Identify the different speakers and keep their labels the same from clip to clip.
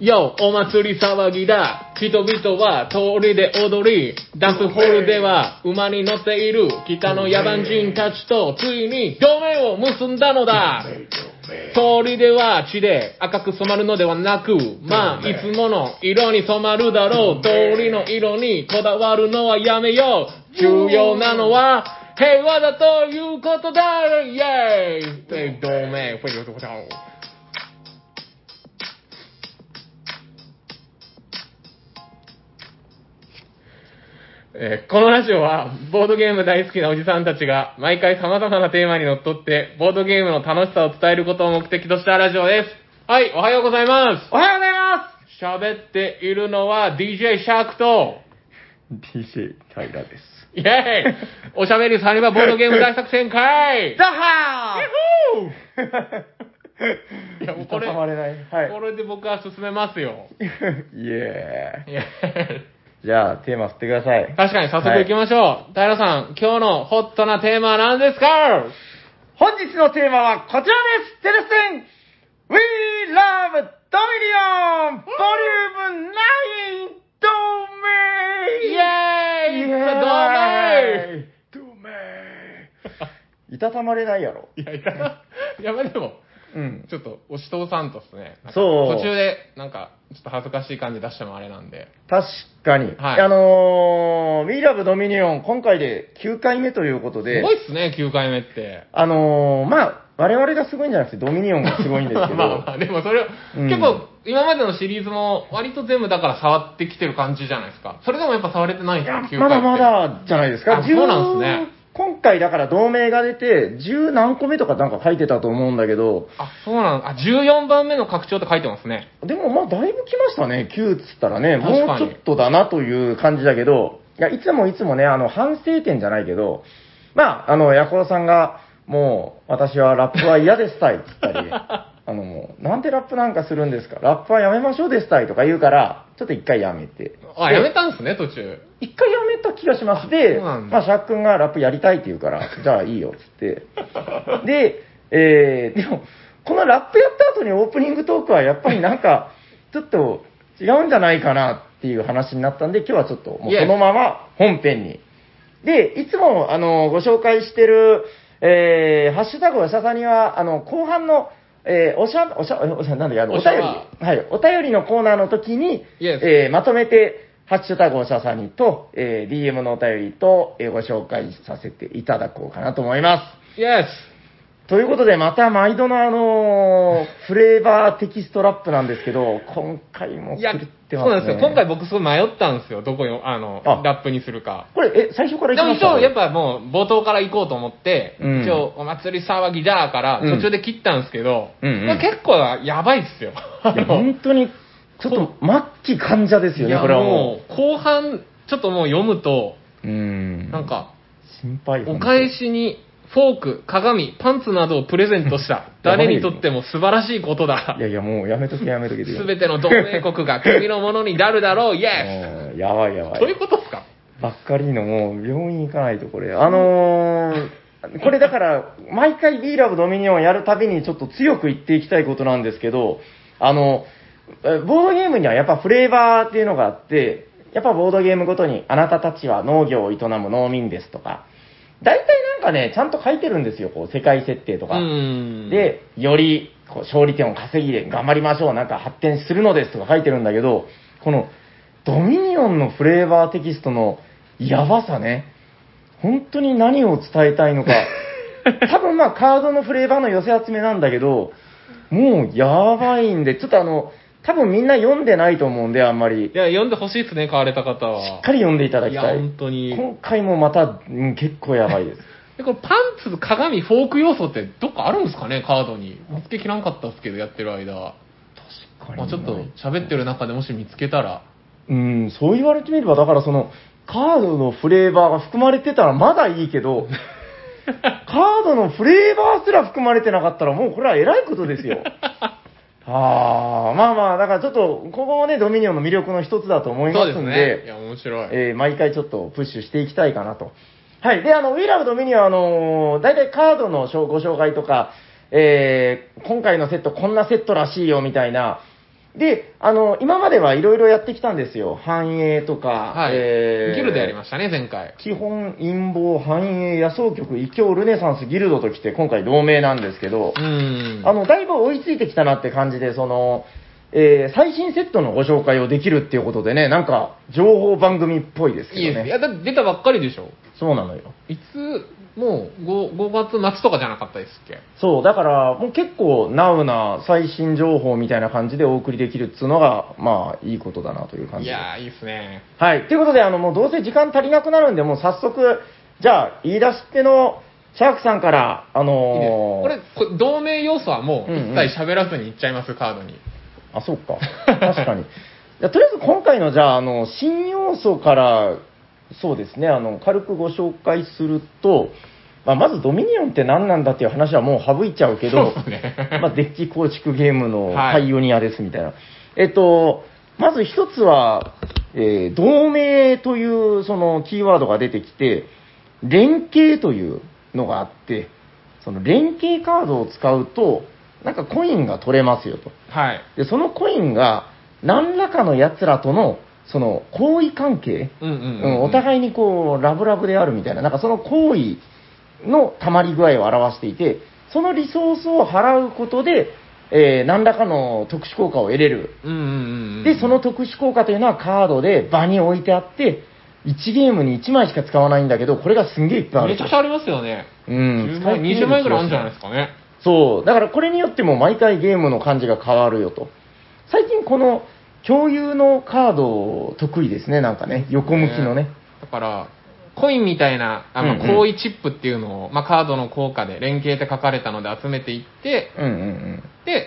Speaker 1: よ、お祭り騒ぎだ。人々は通りで踊り、ダンスホールでは馬に乗っている北の野蛮人たちとついに同盟を結んだのだ。通りでは血で赤く染まるのではなく、まあ、いつもの色に染まるだろう。通りの色にこだわるのはやめよう。重要なのは、平和だということだイェーイで、同盟、フェリオとこちゃう。えーこのラジオは、ボードゲーム大好きなおじさんたちが、毎回様々なテーマにのっとって、ボードゲームの楽しさを伝えることを目的としたラジオです。はい、おはようございます。
Speaker 2: おはようございま
Speaker 1: 喋っているのは DJ シャークと、
Speaker 2: す !DJ タイラです。
Speaker 1: イェーイおしゃべりサニバボードゲーム大作戦会
Speaker 2: ザッハー
Speaker 1: いやもうこれ
Speaker 2: 挟まれない。はい。
Speaker 1: これで僕は進めますよ。
Speaker 2: イ エ
Speaker 1: イェーイ
Speaker 2: ーイ。じゃあ、テーマ振ってください。
Speaker 1: 確かに早速行き
Speaker 2: す。
Speaker 1: ましょう。平さん、今日のホットなテーマは何ですか
Speaker 2: 本日のテーマはこちらですテレステン !We love Dominion! ボリューム9ド
Speaker 1: イ
Speaker 2: メイ
Speaker 1: ェーイ
Speaker 2: イ
Speaker 1: イ
Speaker 2: エーイドメ イいたたまれないやろ。
Speaker 1: いや、いや、いや、まあでも、
Speaker 2: うん。
Speaker 1: ちょっと、おしとさんとですね。なんか
Speaker 2: そう
Speaker 1: 途中で、なんか、ちょっと恥ずかしい感じ出してもあれなんで。
Speaker 2: 確かに。
Speaker 1: はい
Speaker 2: あのー、We Love Dominion 今回で9回目ということ
Speaker 1: す
Speaker 2: で
Speaker 1: ご、いっすね、9回目って。
Speaker 2: あのー、まあ、我々がすごいんじゃなくてドミニオンがすごいんですけ ど、
Speaker 1: まあまあ、でもそれを、
Speaker 2: うん
Speaker 1: 結構、今までのシリーズも、割と全部だから触ってきてる感じじゃないですか。それでもやっぱ触れてないんですか、9回って。
Speaker 2: まだま。だじゃないですか。
Speaker 1: あそうなんですね
Speaker 2: 10今回だから同盟が出て、10何個目とかなんか書いてたと思うんだけど、
Speaker 1: あ、そうなの。あ、14番目の拡張って書いてますね。
Speaker 2: でもまあだいぶ来ましたね、9っつったらね、も
Speaker 1: 確
Speaker 2: う
Speaker 1: か
Speaker 2: ち
Speaker 1: に
Speaker 2: ょっとだなという感じだけど、いや、いつもいつもね、あの、反省点じゃないけど、まあ、あの、ヤコロさんが、もう、私はラップは嫌ですたいっつ ったり、あの、もう、なんでラップなんかするんですか、ラップはやめましょうですたいとか言うから、ちょっと一回やめて。
Speaker 1: あ、
Speaker 2: で
Speaker 1: やめたんですね、途中。
Speaker 2: 一回やめた気がします。で、
Speaker 1: そうなんだ
Speaker 2: まあ、シャーク君がラップやりたいって言 うから、じゃあいいよ、つって。で、えー、でも、このラップやった後にオープニングトークはやっぱりなんか、 ちょっと違うんじゃないかなっていう話になったんで、今日はちょっともう
Speaker 1: Yes
Speaker 2: そのまま本編に。で、いつも、あの、ご紹介してる、えー、ハッシュタグおしゃさには、あの、後半の、えー、おしゃ、おしゃ、おしゃ、なんだっけあの、お
Speaker 1: お
Speaker 2: 便
Speaker 1: しゃ
Speaker 2: り。
Speaker 1: は
Speaker 2: はい、お便りのコーナーの時に、
Speaker 1: Yes
Speaker 2: えーまとめて、ハッシュタグおしゃさにと、えー DM のお便りと、えーご紹介させていただこうかなと思います。
Speaker 1: イエ
Speaker 2: ということで、また毎度のあのーフレーバーテキストラップなんですけど、今回も
Speaker 1: スいや、
Speaker 2: 狂
Speaker 1: そう
Speaker 2: ってますね。
Speaker 1: なんですよ。今回僕すごい迷ったんですよ。どこよ、あの、
Speaker 2: あ
Speaker 1: ラップにするか。
Speaker 2: これ、え、最初から
Speaker 1: でも
Speaker 2: 行きまし
Speaker 1: 一応、やっぱもう、冒頭から行こうと思って、
Speaker 2: うん
Speaker 1: 一応、お祭り騒ぎだから、
Speaker 2: うん
Speaker 1: 途中で切ったんですけど、
Speaker 2: うんうん
Speaker 1: まあ結構やばいっすよ。
Speaker 2: いや本当に、ちょっと末期患者ですよ
Speaker 1: い
Speaker 2: ね、
Speaker 1: や
Speaker 2: これはも
Speaker 1: もう、後半、ちょっともう読むと、
Speaker 2: う。うん。
Speaker 1: なん、か、
Speaker 2: 心配。
Speaker 1: お返しに、フォーク、鏡、パンツなどをプレゼントした。
Speaker 2: やばい
Speaker 1: 誰にとっても素晴らしいことだ
Speaker 2: い。やいや、もうやめとけやめとけ
Speaker 1: すべての同盟国が君のものになるだろう、イエ
Speaker 2: うんやばいやば
Speaker 1: ス
Speaker 2: い。
Speaker 1: ということっすか
Speaker 2: ばっかりのもう病院行かないとこれ。あのー、これだから、毎回 B ラブドミニオンやるたびにちょっと強く言っていきたいことなんですけど、あの、えボードゲームにはやっぱフレーバーっていうのがあって、やっぱボードゲームごとに、あなたたちは農業を営む農民ですとか、大体なんかね、ちゃんと書いてるんですよ、こう、世界設定と
Speaker 1: う
Speaker 2: か。
Speaker 1: ーん。、
Speaker 2: で、よりこう勝利点を稼ぎで頑張りましょう、なんか発展するのですとか書いてるんだけど、このドミニオンのフレーバーテキストのやばさね、本当に何を伝えたい のか、多分まあカードのフレーバーの寄せ集めなんだけど、もうやばいんで、ちょっとあの、多分みんな読んでないと思うんで、あんまり。
Speaker 1: いや、読んでほしいっすね、買われた方
Speaker 2: し
Speaker 1: は
Speaker 2: っ。かり読んでいただ
Speaker 1: い
Speaker 2: き
Speaker 1: や、
Speaker 2: たい。
Speaker 1: 本当に。
Speaker 2: 今回もまた、うん結構やばいです。
Speaker 1: で、このパンツ、鏡、フォーク要素ってどっかあるんですかね、カードに。見つけきらんかったっすけど、やってる間。
Speaker 2: 確
Speaker 1: まあちょっと喋ってる中でもし見つけたら。
Speaker 2: うん、そう言われてみれば、だからその、カードのフレーバーが含まれてたらまだいい けど、カードのフレーバーすら含まれてなかったらもうこれは偉いことで すよ。あー、まあまあ、だからちょっと、ここもね、ドミニオンの魅力の一つだと思い
Speaker 1: そ
Speaker 2: ま
Speaker 1: うです
Speaker 2: ん
Speaker 1: す
Speaker 2: で、
Speaker 1: ね。いや、面白い。
Speaker 2: えー毎回ちょっとプッシュしていきたいかなと。はい。で、あの、ウィラブドミニオンは、あのー大体カードの紹ご紹介とか、えー今回のセットこんなセットらしいよみたいな、で、あの、今まではいろいろやってきたんですよ。繁栄とか、
Speaker 1: はい。
Speaker 2: えー
Speaker 1: ギルドやりましたね、前回。
Speaker 2: 基本、陰謀、繁栄、野草局、異教、ルネサンス、ギルドときて、今回同盟なんですけど
Speaker 1: う、ん。
Speaker 2: あの、だいぶ追いついてきたなって感じで、その、えー最新セットのご紹介をできるっていうことでね、なんか、情報番組っぽいですけ
Speaker 1: いい
Speaker 2: ど
Speaker 1: ですね。い
Speaker 2: ね。
Speaker 1: や、だって出たばっかりでしょ。
Speaker 2: そうなのよ。
Speaker 1: いつ、もう 5, 5月末とかじゃなかったですっけ
Speaker 2: そう、だから、もう結構、ナウな最新情報みたいな感じでお送りできるっつうのが、まあ、いいことだなという感
Speaker 1: い
Speaker 2: じで。
Speaker 1: やー、いいですね。
Speaker 2: はい。ということで、あの、もうどうせ時間足りなくなるんで、もう早速、じゃあ、言い出しっぺのシャークさんから、あ
Speaker 1: いいね
Speaker 2: のー
Speaker 1: これ、これ同盟要素はもう
Speaker 2: うんう
Speaker 1: 一
Speaker 2: ん
Speaker 1: 切喋らずにいっちゃいます、カードに。
Speaker 2: あ、そうか。確かに。じゃあとりあえず今回の、じゃあ、あの、新要素から、そうですね、あの、軽くご紹介すると、まあ、まずドミニオンって何なんだっていう話はもう省いちゃうけど、
Speaker 1: そうっすね
Speaker 2: まあ、デッキ構築ゲームの
Speaker 1: はい
Speaker 2: パイオニアですみたいな。えっと、まず一つは、えー同盟というそのキーワードが出てきて、連携というのがあって、その連携カードを使うと、なんかコインが取れますよと。
Speaker 1: はい。
Speaker 2: で、そのコインが、何らかの奴らとの、その、行為関係、
Speaker 1: うんうんう
Speaker 2: う
Speaker 1: んうん、
Speaker 2: んお互いにこう、ラブラブであるみたいな、なんかその行為の溜まり具合を表していて、そのリソースを払うことで、えー何らかの特殊効果を得れる。
Speaker 1: うんうんうんうん。
Speaker 2: で、その特殊効果というのはカードで場に置いてあって、1ゲームに1枚しか使わないんだけど、これがすんげえいっぱいある
Speaker 1: めちゃくちゃありますよね。
Speaker 2: う
Speaker 1: 10
Speaker 2: ん、使い
Speaker 1: 枚、
Speaker 2: 切れる
Speaker 1: 20枚ぐらいあるんじゃない
Speaker 2: 気がす
Speaker 1: ですかね。
Speaker 2: そう、だからこれによっても毎回ゲームの感じが変わるよと。最近この共有のカード得意ですね、なんかね、横向きのね。。
Speaker 1: だから、コインみたいな、あまあ
Speaker 2: うんうん
Speaker 1: 行為チップっていうのを、まあ、カードの効果で連携って書かれたので集めていって、
Speaker 2: うんうんうん。
Speaker 1: で、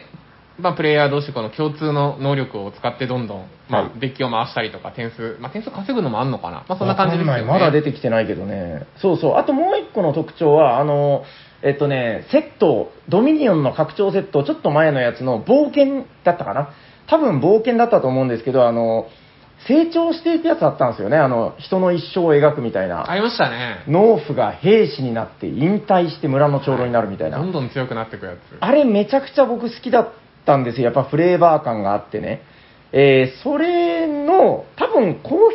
Speaker 1: まあ、プレイヤー同士この共通の能力を使ってどんどん、ま
Speaker 2: は
Speaker 1: あ、デッキを回したりとか、点数、まあ、点数稼ぐのもあんのかな。まあ、そんな感じですよ
Speaker 2: わ
Speaker 1: ね。
Speaker 2: かんないまだ出てきてないけどね。そうそう。あともう一個の特徴は、あの、えっとね、セット、ドミニオンの拡張セット、ちょっと前のやつの冒険だったかな。多分冒険だったと思うんですけど、あの、成長していくやつあったんですよね。あの、人の一生を描くみたいな。
Speaker 1: ありましたね。
Speaker 2: 農夫が兵士になって引退して村の長老になるみたいな、
Speaker 1: どんどん強くなっていくやつ。
Speaker 2: あれめちゃくちゃ僕好きだったんですよやっぱフレーバー感があってねえーそれの多分好評だっ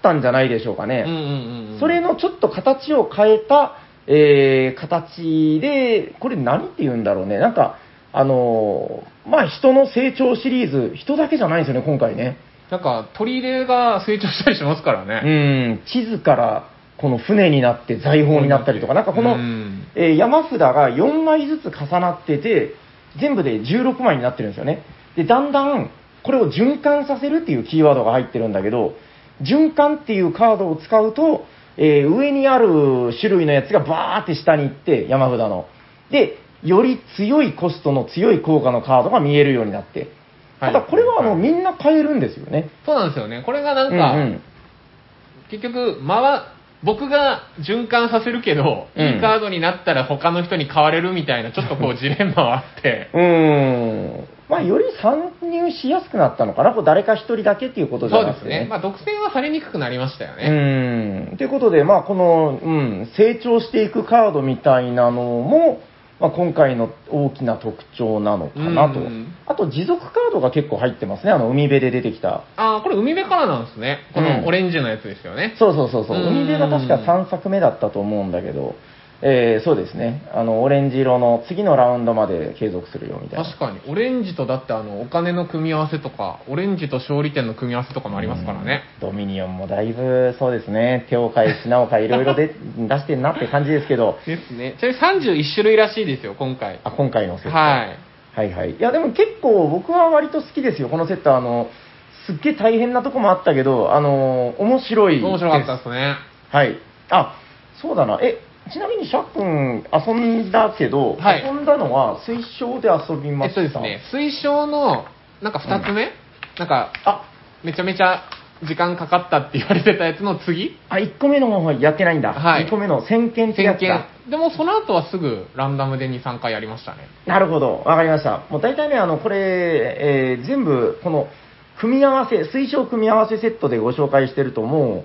Speaker 2: たんじゃないでしょうか
Speaker 1: うん
Speaker 2: ね、
Speaker 1: うんうんうん。
Speaker 2: それのちょっと形を変えた、えー形でこれ何て言うんだろうねなんかあのーまあ人の成長シリーズ人だけじゃないんですよね今回ね
Speaker 1: なんか、鳥入れが成長したりしますから
Speaker 2: う
Speaker 1: ね。
Speaker 2: ん地図からこの船になって財宝になったりとかなんかこの、
Speaker 1: うん
Speaker 2: えー山札が4枚ずつ重なってて、全部で16枚になってるんですよね。で、だんだんこれを循環させるっていうキーワードが入ってるんだけど、循環っていうカードを使うと、えー上にある種類のやつがバーって下に行って、山札の。で、より強いコストの強い効果のカードが見えるようになって。
Speaker 1: は
Speaker 2: た
Speaker 1: い
Speaker 2: だこれはあの、
Speaker 1: はい
Speaker 2: みんな買えるんですよね。
Speaker 1: そうなんですよね。これがなんか、
Speaker 2: うんうん
Speaker 1: 結局、回、僕が循環させるけど、
Speaker 2: うん
Speaker 1: いいカードになったら他の人に買われるみたいな、ちょっとこう ジレンマはあって。
Speaker 2: うーん。まあ、より参入しやすくなったのかな。こう誰か一人だけっていうことじ
Speaker 1: そ
Speaker 2: ゃ
Speaker 1: う
Speaker 2: な
Speaker 1: で
Speaker 2: く
Speaker 1: す
Speaker 2: て、
Speaker 1: ね。まあ、独占はされにくくなりましたよね。
Speaker 2: うん。ということで、まあ、この、うん、成長していくカードみたいなのも、まあ、今回の大きな特徴なのかなと
Speaker 1: うん。
Speaker 2: あと、持続カードが結構入ってますね。あの、海辺で出てきた。
Speaker 1: ああ、これ海辺からなんですね。こ
Speaker 2: う
Speaker 1: の
Speaker 2: ん
Speaker 1: オレンジのやつですよね。
Speaker 2: そうそうそうそう。
Speaker 1: うん
Speaker 2: 海辺が確か3作目だったと思うんだけど、えー、そうですね。あの、オレンジ色の次のラウンドまで継続するよみたいな。
Speaker 1: 確かに。オレンジとだってあの、お金の組み合わせとか、オレンジと勝利点の組み合わせとかもありますからね。
Speaker 2: うん。ドミニオンもだいぶ、そうですね。手を変え、品を変え、いろいろで 出してんなって感じですけど、
Speaker 1: ですね。ちなみに31種類らしいですよ、今回。
Speaker 2: あ、今回のセット
Speaker 1: はい。
Speaker 2: はいはい。いや、でも結構僕は割と好きですよ、このセット。あの、すっげえ大変なとこもあったけど、あの、面白いです。
Speaker 1: 面白かったですね。
Speaker 2: はい。あ、そうだな。え、ちなみにシャックン遊んだけど、
Speaker 1: はい
Speaker 2: 遊んだのは推奨で遊びま
Speaker 1: え
Speaker 2: した。
Speaker 1: そうですね。。推奨の、なんか2つ目、なんか、
Speaker 2: あ、
Speaker 1: めちゃめちゃ時間かかったって言われてたやつの次
Speaker 2: あ、1個目の方やってないんだ。
Speaker 1: はい
Speaker 2: 2個目の先見ってや
Speaker 1: 点
Speaker 2: つだ
Speaker 1: 検。でもその後はすぐランダムで2、3回やりましたね。
Speaker 2: なるほど、わかりました。もう大体ね、あの、これ、えー全部、この、組み合わせ、推奨組み合わせセットでご紹介してると、もう、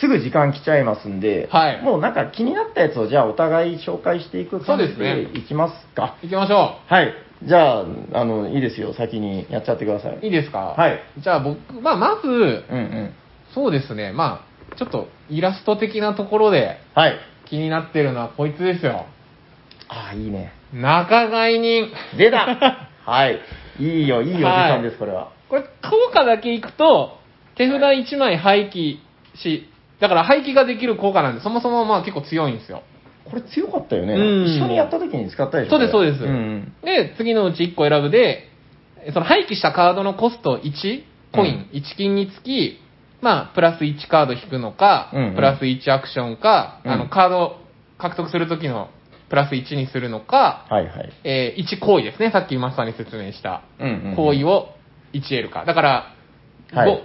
Speaker 2: すぐ時間来ちゃいますんで、
Speaker 1: はい
Speaker 2: もうなんか気になったやつを、じゃあお互い紹介してい
Speaker 1: そ
Speaker 2: く
Speaker 1: う
Speaker 2: 感じ
Speaker 1: ですね
Speaker 2: でいきますか。
Speaker 1: 行きましょ
Speaker 2: はい。じゃあ、あの、いいですよ。先にやっちゃってください。
Speaker 1: いいですか
Speaker 2: はい。
Speaker 1: じゃあ僕、まあ、まず、
Speaker 2: うんうん。
Speaker 1: そうですね、まあ、ちょっとイラスト的なところで
Speaker 2: はい。
Speaker 1: 気になってるのはこいつですよ。
Speaker 2: ああ、いいね。
Speaker 1: 仲買人。
Speaker 2: 出た はい。いいよ、いいおじさんです、
Speaker 1: はい
Speaker 2: これは。
Speaker 1: これ、効果だけいくと、手札1枚廃棄し、だから廃棄ができる効果なんで、そもそもまあ結構強いんですよ。
Speaker 2: これ強かったよね。
Speaker 1: うん
Speaker 2: 一緒にやった時に使ったでしょ。
Speaker 1: そうです、そうです
Speaker 2: これうん。
Speaker 1: で、次のうち1個選ぶで、その廃棄したカードのコスト1、コイン、1金につき、まあ、プラス1カード引くのか、
Speaker 2: うんうん
Speaker 1: プラス1アクションか、
Speaker 2: うん
Speaker 1: あの、カード獲得するときのプラス1にするのか、
Speaker 2: はいはい。
Speaker 1: えー1行為ですね。さっきまさに説明した。
Speaker 2: うんうんうん
Speaker 1: 行為を 1L か。だから、
Speaker 2: はい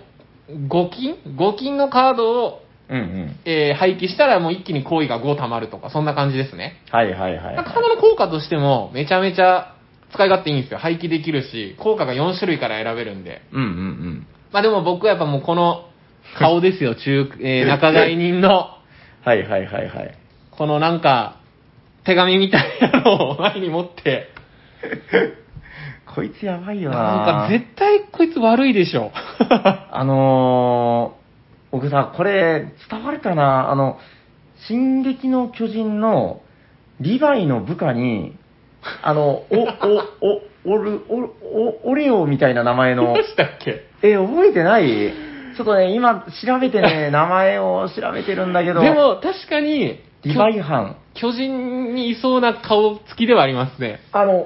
Speaker 1: 5、5金 ?5 金のカードを、
Speaker 2: うんうん。
Speaker 1: えー廃棄したらもう一気に行為が5貯まるとか、そんな感じですね。
Speaker 2: はいはいはい。
Speaker 1: カードの効果としても、めちゃめちゃ使い勝手いいんですよ。廃棄できるし、効果が4種類から選べるんで。
Speaker 2: うんうん
Speaker 1: まあでも僕はやっぱもうこの顔です よ、中、えー仲買人の。
Speaker 2: うん。はいはいはいはい。
Speaker 1: このなんか、手紙みたいなのを前に持って、
Speaker 2: こいつやばいよ
Speaker 1: な
Speaker 2: な
Speaker 1: か
Speaker 2: ん
Speaker 1: 絶対こいつ悪いでしょ。
Speaker 2: あのー、僕さ、これ、伝わるかなあの、進撃の巨人の、リヴァイの部下に、あの、お、お、お、おる、おる、お、オレオみたいな名前
Speaker 1: ど
Speaker 2: の
Speaker 1: う、したっけ
Speaker 2: え、覚えてないちょっとね、今、調べてね、名前を調べてるんだけ
Speaker 1: で
Speaker 2: ど、、
Speaker 1: も確かに、
Speaker 2: リヴァイハン。
Speaker 1: 巨人にいそうな顔つきではありますね。
Speaker 2: あの、お、お、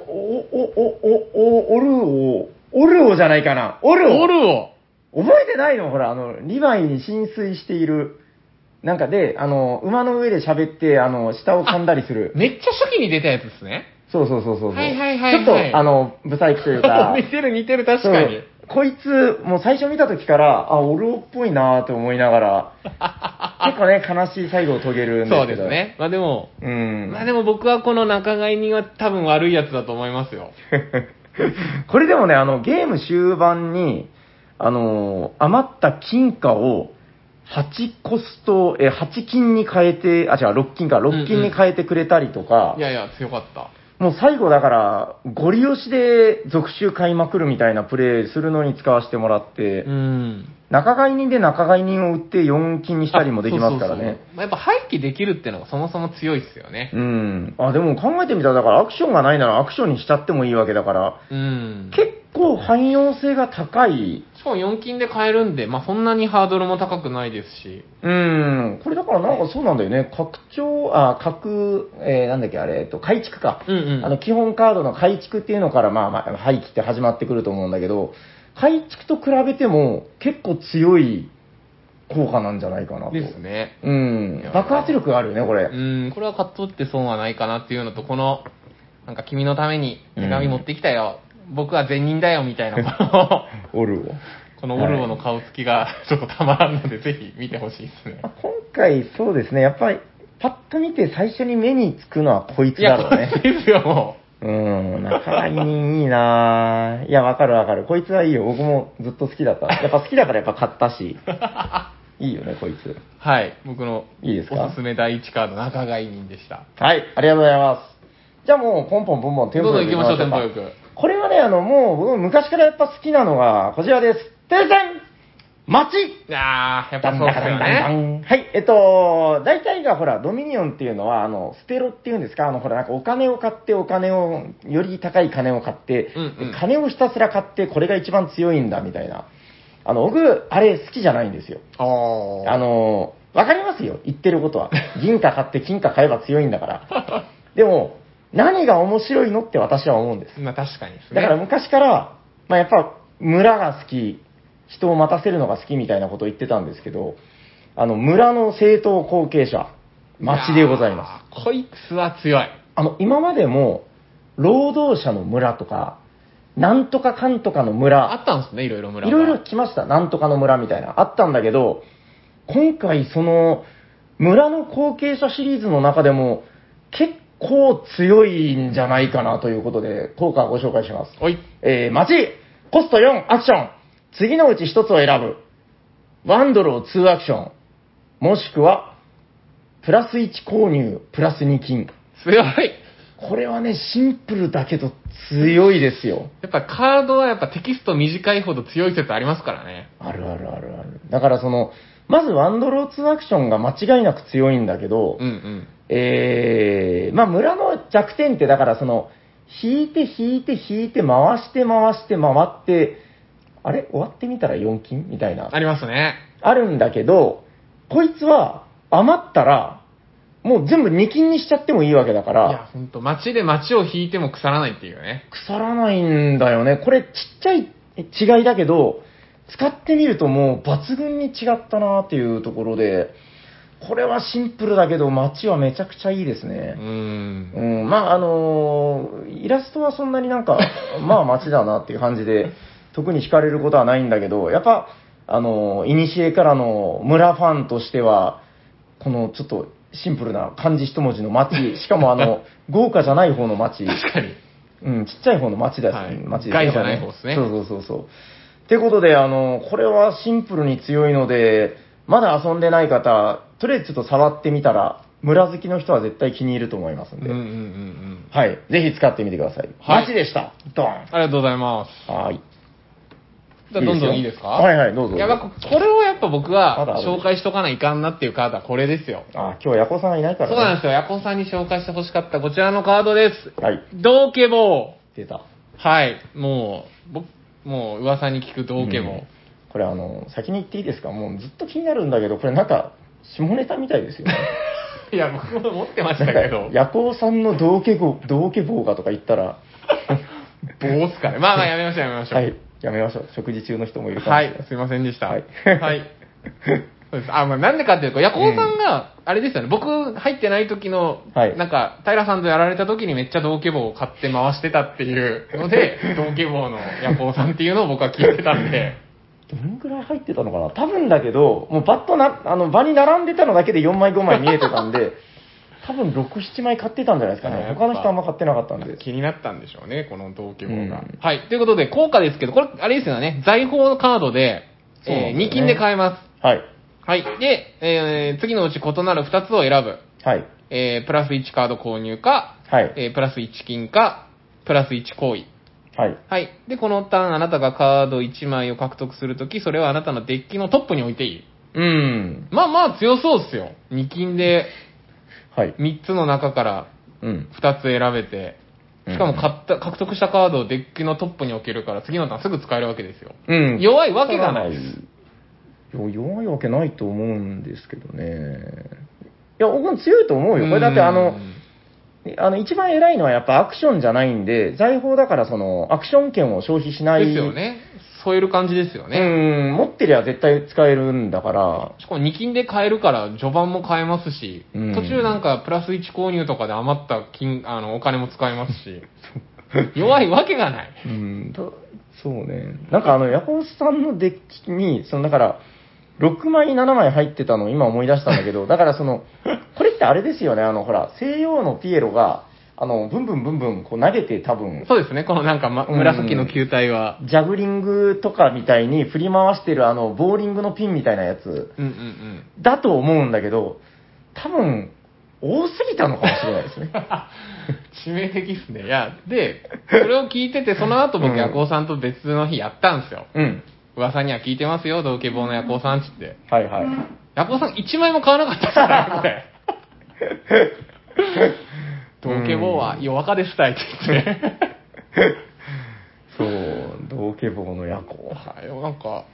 Speaker 2: お、お、お、オルオ、オルオじゃないかなオルオ
Speaker 1: オルオ
Speaker 2: 覚えてないのほら、あの、リヴァイに浸水している。なんかで、あの、馬の上で喋って、あの、下を噛んだりする。
Speaker 1: めっちゃ初期に出たやつですね。
Speaker 2: そうそうそうそうそう。
Speaker 1: はいはいはいはい。
Speaker 2: ちょっと、あの、不細工というか
Speaker 1: 似てる似てる、 確かに
Speaker 2: そう。こいつ、もう最初見た時から、あ、オルオっぽいなぁと思いな がら、結構ね、悲しい最後を遂げるんですけど。
Speaker 1: そうです。ね。まあでも、
Speaker 2: うん。
Speaker 1: まあでも僕はこの仲買人は多分悪いやつだと思いますよ。
Speaker 2: これでもね、あの、ゲーム終盤に、あのー余った金貨を、8コスト、え、8金に変えて、あ、違う、6金か、6金に変えてくれたりとか、
Speaker 1: いやいや、強かった。
Speaker 2: もう最後だから、ゴリ押しで続集買いまくるみたいなプレイするのに使わせてもらって、
Speaker 1: うん。
Speaker 2: 仲買人で仲買人を売って4金にしたりもできますか
Speaker 1: あ。そ
Speaker 2: らね。
Speaker 1: うそうそうまあやっぱ廃棄できるってのがそもそも強いですよね。
Speaker 2: うん。あ、でも考えてみたら、だからアクションがないならアクションにしちゃってもいいわけだから、
Speaker 1: うん。
Speaker 2: 結構汎用性が高い
Speaker 1: しかも4金で買えるんで、まあそんなにハードルも高くないですし。
Speaker 2: うーん、これだからなんかそうなんだよね、拡張、あ、拡、えーなんだっけ、あれ、えっと、改築か。
Speaker 1: うんうん。
Speaker 2: あの、基本カードの改築っていうのから、まあ、まあ、廃棄って始まってくると思うんだけど、改築と比べても結構強い効果なんじゃないかなと。
Speaker 1: ですね。
Speaker 2: うん
Speaker 1: いや。
Speaker 2: 爆発力があるよね、これ。
Speaker 1: うん、これは買っとって損はないかなっていうのと、この、なんか君のために手紙持ってきたよ。僕は善人だよみたいな、この、
Speaker 2: オルを。
Speaker 1: このオルオの顔つきがちょっとたまらんので、ぜひ見てほしいですね
Speaker 2: まあ。今回そうですね、やっぱり、パッと見て最初に目につくのはこいつだろうね
Speaker 1: こ。いつですよ、も
Speaker 2: うん、仲買人いいなぁ。いや、わかるわかる。こいつはいいよ。僕もずっと好きだった。やっぱ好きだからやっぱ買ったし。いいよね、こいつ。
Speaker 1: う。はい、僕の
Speaker 2: いいですか
Speaker 1: おすすめ第一カード、仲買人でした。
Speaker 2: はい、ありがとうございます。じゃあもう、ポンポンポンポン、テンポ
Speaker 1: どん
Speaker 2: よ
Speaker 1: どん
Speaker 2: く
Speaker 1: 行きましょう、テンポよく。
Speaker 2: これはね、あの、もう、僕昔からやっぱ好きなのが、こちらです。停戦待ち
Speaker 1: あー、やっぱそ
Speaker 2: ダン
Speaker 1: うで
Speaker 2: ダ
Speaker 1: す
Speaker 2: ンダ
Speaker 1: よ
Speaker 2: ンダ
Speaker 1: ね。
Speaker 2: ンはい、えっと、大体がほら、ドミニオンっていうのは、あの、ステロっていうんですか、あの、ほら、なんかお金を買って、お金を、より高い金を買って、
Speaker 1: うんうん
Speaker 2: 金をひたすら買って、これが一番強いんだ、みたいな。あの、僕、あれ好きじゃないんですよ。
Speaker 1: あー。
Speaker 2: あの、わかりますよ、言ってることは。銀貨買って金貨買えば強いんだから。でも、何が面白いのって私は思うんです。
Speaker 1: まあ確かにですね。
Speaker 2: だから昔から、まあ、やっぱ村が好き、人を待たせるのが好きみたいなことを言ってたんですけど、あの村の政党後継者、町でございます。
Speaker 1: す。こいつは強い。
Speaker 2: あの、今までも、労働者の村とか、なんとかかんとかの
Speaker 1: あ
Speaker 2: 村、
Speaker 1: ったんですね、いろいろ村
Speaker 2: い
Speaker 1: が
Speaker 2: ろいろ来ました、なんとかの村みたいな、あったんだけど、今回その、村の後継者シリーズの中でも、結構強いんじゃないかなということで、効果をご紹介します。
Speaker 1: おい。
Speaker 2: えー、待ちコスト4アクション次のうち1つを選ぶ。1ドルを2アクション。もしくは、プラス1購入、プラス2金。
Speaker 1: 強い。
Speaker 2: これはね、シンプルだけど強いですよ。
Speaker 1: やっぱカードはやっぱテキスト短いほど強い説ありますからね。
Speaker 2: あるあるあるある。だからその、まずワンドローツーアクションが間違いなく強いんだけど、
Speaker 1: うんうん。
Speaker 2: えー、まあ村の弱点ってだからその、引いて引いて引いて回して回して回って、あれ終わってみたら4金みたいな
Speaker 1: あ。りますね。
Speaker 2: あるんだけど、こいつは余ったら、もう全部2金にしちゃってもいいわけだか
Speaker 1: い
Speaker 2: ら。
Speaker 1: や、ほんと、街で街を引いても腐らないっていうね。
Speaker 2: 腐らないんだよね。これちっちゃい違いだけど、使ってみるともう抜群に違ったなっていうところで、これはシンプルだけど街はめちゃくちゃいいです
Speaker 1: うー。
Speaker 2: ね。うんん、まああのーイラストはそんなにな んか、まあ街だなっていう感じで、特に惹かれることはないんだけど、やっぱ、あのー、いにしえからの村ファンとしては、このちょっとシンプルな漢字一文字の街、 しかもあの、豪華じゃない方の街。
Speaker 1: 確かに。
Speaker 2: うん、ちっちゃい方の町だし、
Speaker 1: はい
Speaker 2: 町です
Speaker 1: 害じゃない方ですね
Speaker 2: そうそうそうそう。ってことで、あの、これはシンプルに強いので、まだ遊んでない方、とりあえずちょっと触ってみたら、村好きの人は絶対気に入ると思いますん
Speaker 1: うんう
Speaker 2: で、
Speaker 1: んうんうん。
Speaker 2: はい、ぜひ使ってみてください。
Speaker 1: はい
Speaker 2: 町でした。ドー
Speaker 1: ありがとうございま
Speaker 2: ン。はい。
Speaker 1: す。じゃあ、どんどんいいですか
Speaker 2: はいはい、どうぞ。
Speaker 1: いや、まあここれをやっぱ僕
Speaker 2: まだあ
Speaker 1: は
Speaker 2: る
Speaker 1: 紹介しとかないかんなっていうカードはこれですよ。
Speaker 2: あ、今日ヤコさんいないか
Speaker 1: そ
Speaker 2: ら、
Speaker 1: う
Speaker 2: ね。
Speaker 1: なんですよ。ヤコさんに紹介してほしかったこちらのカードです。
Speaker 2: はい、
Speaker 1: 道ケボ
Speaker 2: 出た。
Speaker 1: ー。はい。もう、僕、もう噂に聞く道ケボー。
Speaker 2: うんこれあの、先に言っていいですかもうずっと気になるんだけど、これなんか、下ネタみたいです よね。
Speaker 1: いや、僕も持ってまし
Speaker 2: な
Speaker 1: た
Speaker 2: んか
Speaker 1: けど、
Speaker 2: 夜行さんの道化棒、道化棒がとか言ったら、
Speaker 1: 棒っすかね。まあまあやめましょうやめましょう。
Speaker 2: はい、やめましょう。食事中の人もいるかも
Speaker 1: は
Speaker 2: しれない
Speaker 1: い、すいませんでした。
Speaker 2: は
Speaker 1: はいい。 そうです。あ、まあ、なんでかっていうと、ヤコウさんが、あれですよね、僕入ってない時の、
Speaker 2: はい
Speaker 1: なんか、平さんとやられた時にめっちゃ道化棒を買って回してたっていうの で、道化棒のヤコウさんっていうのを僕は聞いてたんで、
Speaker 2: どのぐらい入ってたのかな多分だけど、もうバッとな、あの、場に並んでたのだけで4枚5枚見えてた んで、多分6、7枚買ってたんじゃないですか
Speaker 1: あや
Speaker 2: ね。
Speaker 1: っぱ
Speaker 2: 他の人あんま買ってなかったん で。
Speaker 1: 気になったんでしょうね、この道化棒が、
Speaker 2: うん
Speaker 1: はい、ということで、効果ですけど、これ、あれですよね、財宝のカードで、
Speaker 2: そうなんだよ
Speaker 1: えー
Speaker 2: ね
Speaker 1: 2金で買えます。
Speaker 2: はい。
Speaker 1: はい。で、えー次のうち異なる2つを選ぶ。
Speaker 2: はい。
Speaker 1: えープラス1カード購入か、
Speaker 2: はい。
Speaker 1: えープラス1金か、プラス1行為。
Speaker 2: はい。
Speaker 1: はい。で、このターン、あなたがカード1枚を獲得するとき、それはあなたのデッキのトップに置いていい。
Speaker 2: うん。
Speaker 1: まあまあ強そうっすよ。2金で
Speaker 2: はい。
Speaker 1: 3つの中から
Speaker 2: うん。
Speaker 1: 2つ選べて、しかも
Speaker 2: うん
Speaker 1: 買った、獲得したカードをデッキのトップに置けるから、次のターンすぐ使えるわけですよ。
Speaker 2: うん。
Speaker 1: 弱いわけがないです。
Speaker 2: いや弱いわけないと思うんですけどね。いや、僕も強いと思うよ。これだってあの、あの一番偉いのはやっぱアクションじゃないんで、財宝だからそのアクション券を消費し
Speaker 1: う、
Speaker 2: なんい。
Speaker 1: ですよね。添える感じですよね。
Speaker 2: うん、持ってりゃ絶対使えるんだから、
Speaker 1: しかも2金で買えるから序盤も買えますし、
Speaker 2: うん
Speaker 1: 途中なんかプラス1購入とかで余った金、あの、お金も使えますし、弱いわけがない。
Speaker 2: うん、だそうね。なんかあの、ヤコウさんのデッキに、そのだから、6枚、7枚入ってたのを今思い出したんだけ ど、だからその、これってあれですよね、あの、ほら、西洋のピエロが、あの、ブンブンブンブンこう投げて多分、
Speaker 1: そうですね、このなんか、ま、
Speaker 2: うん
Speaker 1: 紫の球体は。
Speaker 2: ジャグリングとかみたいに振り回してるあの、ボーリングのピンみたいなやつ
Speaker 1: うんうん うん。
Speaker 2: だと思うんだけど、多分、多すぎたのかもしれないです ね。
Speaker 1: 致命的っすね。いや、で、それを聞いてて、その後
Speaker 2: う
Speaker 1: 僕、
Speaker 2: ん
Speaker 1: ヤコウさんと別の日やったんですよ。
Speaker 2: うん。
Speaker 1: 噂には聞いてますよ、同系棒のヤコウさんっつって。
Speaker 2: はい はい。
Speaker 1: ヤコウさん1枚も買わなかったっすからね、こ れ。同系棒は弱化でしたいって言って。
Speaker 2: そう、同化棒の夜行。
Speaker 1: はい、でもなんか、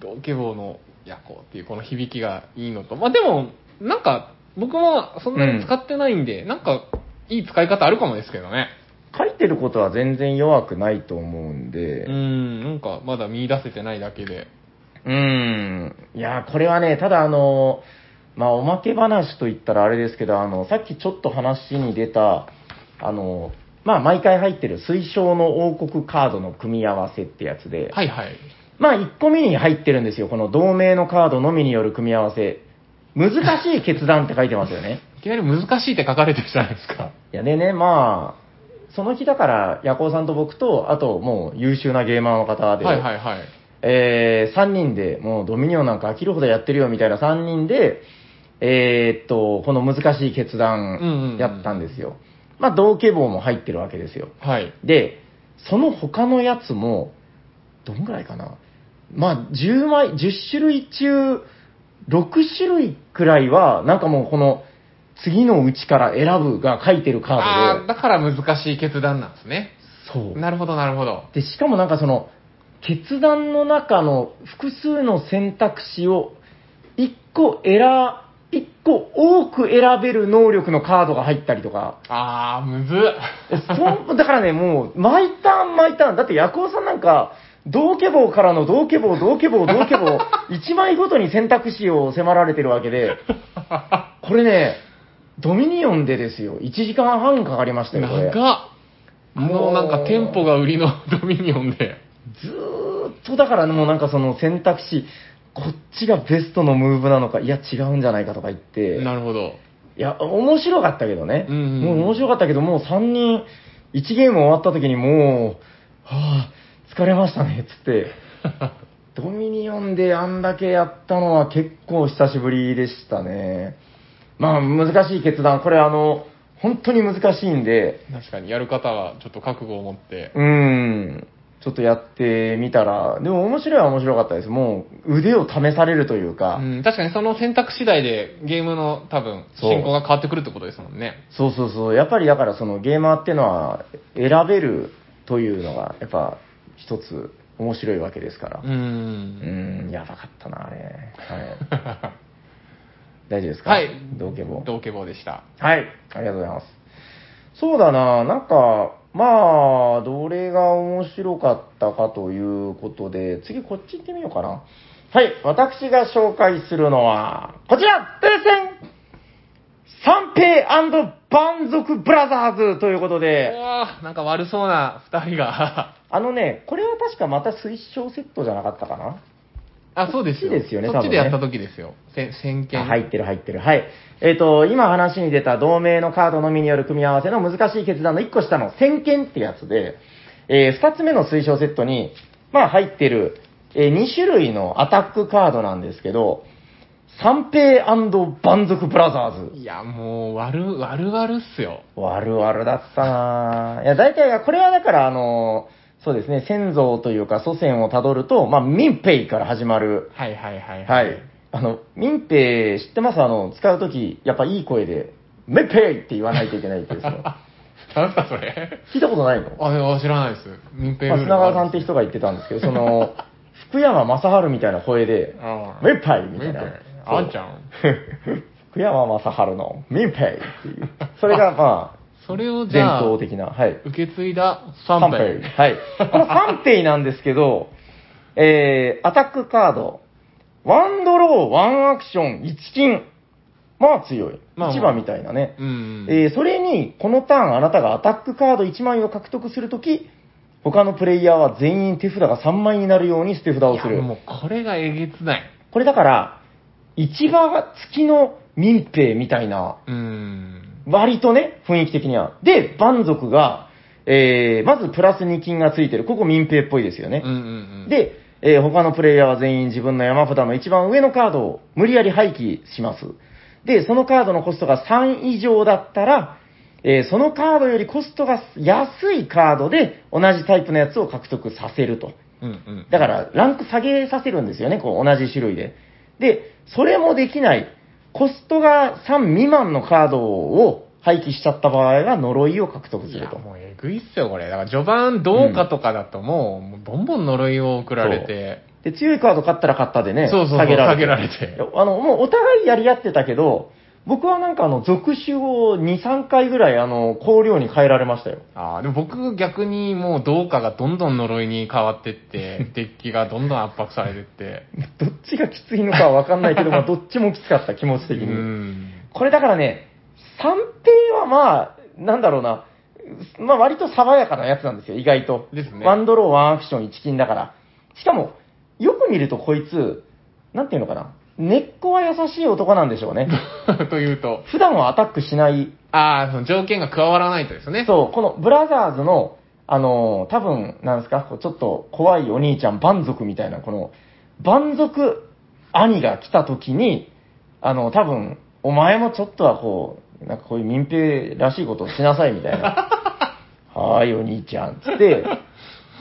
Speaker 1: 同ケ棒の夜行っていうこの響きがいいのと、まあでも、なんか、僕もそんなに使ってないんで、なんか、いい使い方あるかもですけどね。
Speaker 2: 書いてることは全然弱くないと思うんで、
Speaker 1: うーん、なんか、まだ見出せてないだけで。
Speaker 2: うん、いや、これはね、ただあの、まあ、おまけ話といったらあれですけど、あの、さっきちょっと話に出た、あの、まあ、毎回入ってる推奨の王国カードの組み合わせってやつで、
Speaker 1: はいはい。
Speaker 2: まあ、1個目に入ってるんですよ。この同盟のカードのみによる組み合わせ。難しい決断って書いてますよね。
Speaker 1: いきなり難しいって書かれてるじゃないですか。
Speaker 2: いやでね、まあ、その日だから、ヤコウさんと僕と、あともう優秀なゲーマーの方で、
Speaker 1: はいはいはい。
Speaker 2: えー、3人で、もうドミニオンなんか飽きるほどやってるよみたいな3人で、えーっと、この難しい決
Speaker 1: うんうんうん
Speaker 2: 断やったんですよ。まあ、同化棒も入ってるわけですよ。
Speaker 1: はい。
Speaker 2: で、その他のやつも、どんぐらいかな。まあ、10枚、10種類中、6種類くらいは、なんかもうこの、次のうちから選ぶが書いてるカ
Speaker 1: あ
Speaker 2: ー
Speaker 1: あ、
Speaker 2: ドで、
Speaker 1: だから難しい決断なんですね。
Speaker 2: そう。
Speaker 1: なるほど、なるほど。
Speaker 2: で、しかもなんかその、決断の中の複数の選択肢を、1個選、1個多く選べる能力のカードが入ったりとか、
Speaker 1: ああ、むずっ。
Speaker 2: そう、だからね、もう、毎ターン毎ターン。だって、ヤクオさんなんか、同化棒からの同化棒、同化棒、同化 棒、1枚ごとに選択肢を迫られてるわけで、 これね、ドミニオンでですよ、1時間半かかりましたよ、これ。
Speaker 1: 長っ。あ
Speaker 2: も
Speaker 1: の、
Speaker 2: う
Speaker 1: なんか店舗が売りのドミニオンで。
Speaker 2: ずーっとだからもうなんかその選択肢、こっちがベストのムーブなのか、いや違うんじゃないかとか言って、
Speaker 1: なるほど。
Speaker 2: いや、面白かったけどね。
Speaker 1: うんうん
Speaker 2: もう面白かったけど、もう3人、1ゲーム終わった時にもう、はぁ、疲れましたね、つ って。ドミニオンであんだけやったのは結構久しぶりでしたね。まあ、難しい決断。これあの、本当に難しいんで、
Speaker 1: 確かに、やる方はちょっと覚悟を持って。
Speaker 2: うん。ちょっとやってみたら、でも面白いは面白かったです。もう腕を試されるというか、
Speaker 1: うん、確かにその選択次第でゲームの多分、
Speaker 2: そう
Speaker 1: 進行が変わってくるってことですもんね。
Speaker 2: そうそうそう、やっぱりだからそのゲーマーってのは選べるというのが、やっぱ一つ面白いわけですから
Speaker 1: う。。
Speaker 2: うんん、やばかったな、あれ。はい、大丈夫ですか
Speaker 1: はい
Speaker 2: 同化棒。
Speaker 1: 同化棒でした。
Speaker 2: はい、ありがとうございます。そうだな、なんか、まあ、どれが面白かったかということで、次こっち行ってみようかな。はい、私が紹介するのは、こちらプレゼン三平万族ブラザーズということ
Speaker 1: う
Speaker 2: で、
Speaker 1: わーなんか悪そうな二人 が。
Speaker 2: あのね、これは確かまた推奨セットじゃなかったかな
Speaker 1: あ、そうですよ。
Speaker 2: そっちですよね
Speaker 1: そっちで
Speaker 2: 多分ね
Speaker 1: やった時ですよ。せ先見。
Speaker 2: あ入ってる入ってる。はい。えっ、と、今話に出た同盟のカードのみによる組み合わせの難しい決断の1個下の先見ってやつで、え2つ目の推奨セットに、まあ入ってる、え2種類のアタックカードなんですけど、三平万族ブラザーズ。
Speaker 1: いや、もう、悪、悪々っすよ。
Speaker 2: 悪々だったなぁいや、大体、これはだから、あの、そうですね、先祖というか祖先をたどると、まあ、民兵から始まる
Speaker 1: はいはいはい
Speaker 2: はい。あの、民兵知ってますあの、使うとき、やっぱいい声で、民兵って言わないといけないっていうそ の
Speaker 1: なんだそれ
Speaker 2: 聞いたことないの
Speaker 1: あ、いや知らないです。民兵
Speaker 2: まあ、砂川さんって人が言ってたんですけど、その、福山雅治みたいな声で、
Speaker 1: ああ
Speaker 2: 民兵みたいな
Speaker 1: 民兵。あんちゃん
Speaker 2: そう。 福山雅治の民兵っていう。それが、まあ、
Speaker 1: それ をじ
Speaker 2: 伝
Speaker 1: ゃあ、
Speaker 2: 統
Speaker 1: 受
Speaker 2: 的な。はい。
Speaker 1: け継いだ三兵
Speaker 2: 三 はい。この三兵なんですけど、えー、アタックカード、ワンドロー、ワンアクション、一金。まあ強い。
Speaker 1: まあまあ
Speaker 2: 一番みたいなね。
Speaker 1: うん。
Speaker 2: えー、それに、このターンあなたがアタックカード1枚を獲得するとき、他のプレイヤーは全員手札が3枚になるように捨て札をす
Speaker 1: いや
Speaker 2: る。
Speaker 1: もうこれがえげつない。
Speaker 2: これだから、市場付きの民兵みたいな
Speaker 1: うん。
Speaker 2: 割とね、雰囲気的には。で、蛮族が、えー、まずプラス2金がついてる。ここ民兵っぽいですよ
Speaker 1: う
Speaker 2: ね
Speaker 1: んう。んうん。、
Speaker 2: で、えー他のプレイヤーは全員自分の山札の一番上のカードを無理やり廃棄します。で、そのカードのコストが3以上だったら、えーそのカードよりコストが安いカードで同じタイプのやつを獲得させると。
Speaker 1: うんうん。
Speaker 2: だから、ランク下げさせるんですよね、こう、同じ種類で。で、それもできない、コストが3未満のカードを廃棄しちゃった場合は、呪いを獲得す
Speaker 1: い
Speaker 2: る
Speaker 1: や、
Speaker 2: と。
Speaker 1: もうえぐいっすよ、これ。だから序盤どうかとかだともう、もうどんどん呪いを送られて。
Speaker 2: で、強いカード買ったら買ったでね、
Speaker 1: そうそうそう
Speaker 2: 下げられて。
Speaker 1: 下げられて
Speaker 2: いやあの、もうお互いやり合ってたけど、僕はなんかあの、続種を2、3回ぐらい、あの、香料に変えられましたよ。
Speaker 1: ああ、でも僕逆にもうどうかがどんどん呪いに変わって って、デッキがどんどん圧迫されてって。
Speaker 2: どっちがきついのかはわか んないけど、まあ、どっちもきつかった、気持ち
Speaker 1: う
Speaker 2: 的に。
Speaker 1: ん。
Speaker 2: これだからね、三平はまあ、なんだろうな、まあ割と爽やかなやつなんですよ、意外と。
Speaker 1: ですね
Speaker 2: ワンドロー、ワンアクション、一金だから。しかも、よく見るとこいつ、なんていうのかな、根っこは優しい男なんでしょ うね。
Speaker 1: というと、
Speaker 2: 普段はアタックしない。
Speaker 1: ああ、その条件が加わらないとですね。
Speaker 2: そう、このブラザーズの、あのー多分、なんですか、こうちょっと怖いお兄ちゃん、蛮族みたいな、この、蛮族兄が来た時に、あの、多分、お前もちょっとはこう、なんかこういう民兵らしいことをしなさいみたいな。はーい、お兄ちゃん。つって、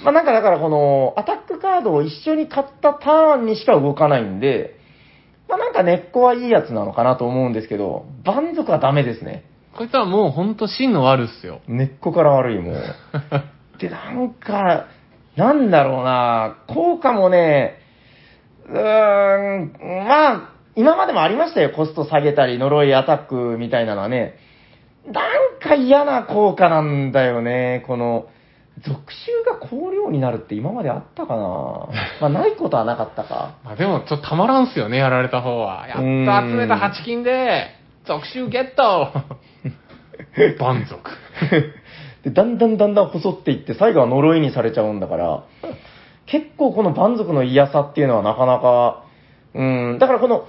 Speaker 2: まあなんかだからこの、アタックカードを一緒に買ったターンにしか動かないんで、まあなんか根っこはいいやつなのかなと思うんですけど、蛮族はダメですね。
Speaker 1: こいつはもうほんと真の悪っすよ。
Speaker 2: 根っこから悪いもう。で、なんか、なんだろうな、効果もね、うーん、まあ、今までもありましたよ。コスト下げたり、呪いアタックみたいなのはね。なんか嫌な効果なんだよね。この、属州が香料になるって今まであったかなまあ、ないことはなかったか。
Speaker 1: まあでも、ちょっとたまらんっすよね、やられた方は。やっと集めた8金で、特集ゲッ ト蛮族。
Speaker 2: で、だんだんだんだん細っていって、最後は呪いにされちゃうんだから、結構この蛮族の嫌さっていうのはなかなか、うん、だからこの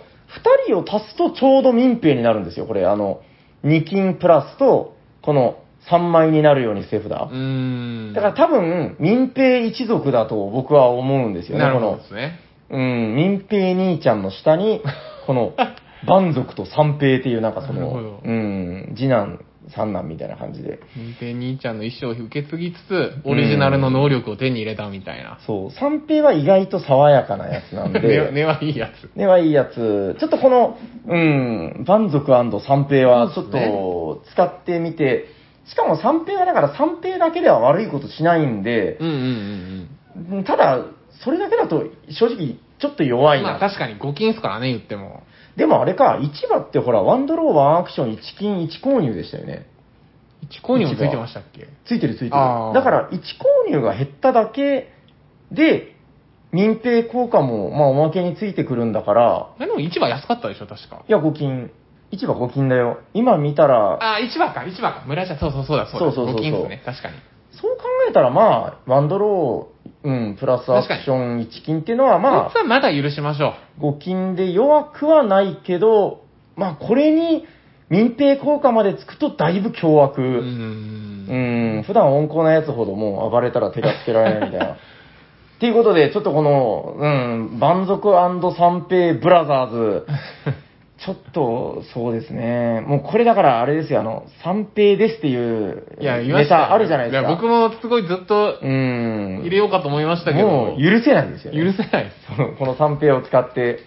Speaker 2: 2人を足すとちょうど民兵になるんですよ、これ。あの、2金プラスと、この3枚になるように手札。
Speaker 1: うーん。
Speaker 2: だから多分、民兵一族だと僕は思うんですよね、
Speaker 1: なるほ
Speaker 2: こ
Speaker 1: ど
Speaker 2: の
Speaker 1: ですね。
Speaker 2: うん、民兵兄ちゃんの下に、この、蛮族と三兵っていうなんかそ
Speaker 1: なるほど
Speaker 2: の、うん、次男、三男みたいな感じで。
Speaker 1: 認定兄ちゃんの衣装を受け継ぎつつ、オリジナルの能力を手に入れたみたいな。
Speaker 2: そう、三平は意外と爽やかなやつ なん
Speaker 1: 根
Speaker 2: で、
Speaker 1: 根はいいやつ。
Speaker 2: 根はいいやつ。ちょっとこの、うん、蛮族三平はち
Speaker 1: そうですね
Speaker 2: ょっと使ってみて、しかも三平はだから三平だけでは悪いことしないんで、
Speaker 1: うんうんうん
Speaker 2: うんただ、それだけだと正直ちょっと弱
Speaker 1: う
Speaker 2: い
Speaker 1: ん。まあ
Speaker 2: な。
Speaker 1: 確かに5金っすからね、言っても。
Speaker 2: でもあれか、市場ってほら、ワンドローワンアクション1金1購入でしたよね。
Speaker 1: 1コインもついてましたっけ
Speaker 2: ついてるついてる。だ
Speaker 1: あー
Speaker 2: から、1購入が減っただけで、民兵効果も、まあ、おまけについてくるんだから、
Speaker 1: あでも市場安かったでしょ、確か。
Speaker 2: いや、5金。市場5金だよ。今見たら、
Speaker 1: ああ、市場か、市場か。村社、そうそうそうだ、そうだ。
Speaker 2: そうそうそうそう
Speaker 1: 5金っすね、確かに。
Speaker 2: そう考えたらまあ、ワンドロー、うん、プラスアクション1金っていうのは
Speaker 1: まあ、こ
Speaker 2: ま
Speaker 1: いつはまだ許しましょ
Speaker 2: あ、5金で弱くはないけど、まあ、これに民兵効果までつくとだいぶ凶悪。
Speaker 1: う。うー。
Speaker 2: うんん、普段温厚なやつほどもう暴れたら手がつけられないみた いな。っていうことで、ちょっとこの、うん、蛮族三平ブラザーズ、ちょっと、そうですね。もうこれだから、あれですよ、あの、三平ですっていう、
Speaker 1: いや、言いま
Speaker 2: ネ
Speaker 1: したよ
Speaker 2: タあるじゃないです
Speaker 1: い
Speaker 2: か。
Speaker 1: や僕もすごいずっと
Speaker 2: うん。
Speaker 1: 入れようかと思いましたけど、
Speaker 2: もう許せないんですよ、ね。
Speaker 1: 許せないです。
Speaker 2: そ のこの三平を使 って、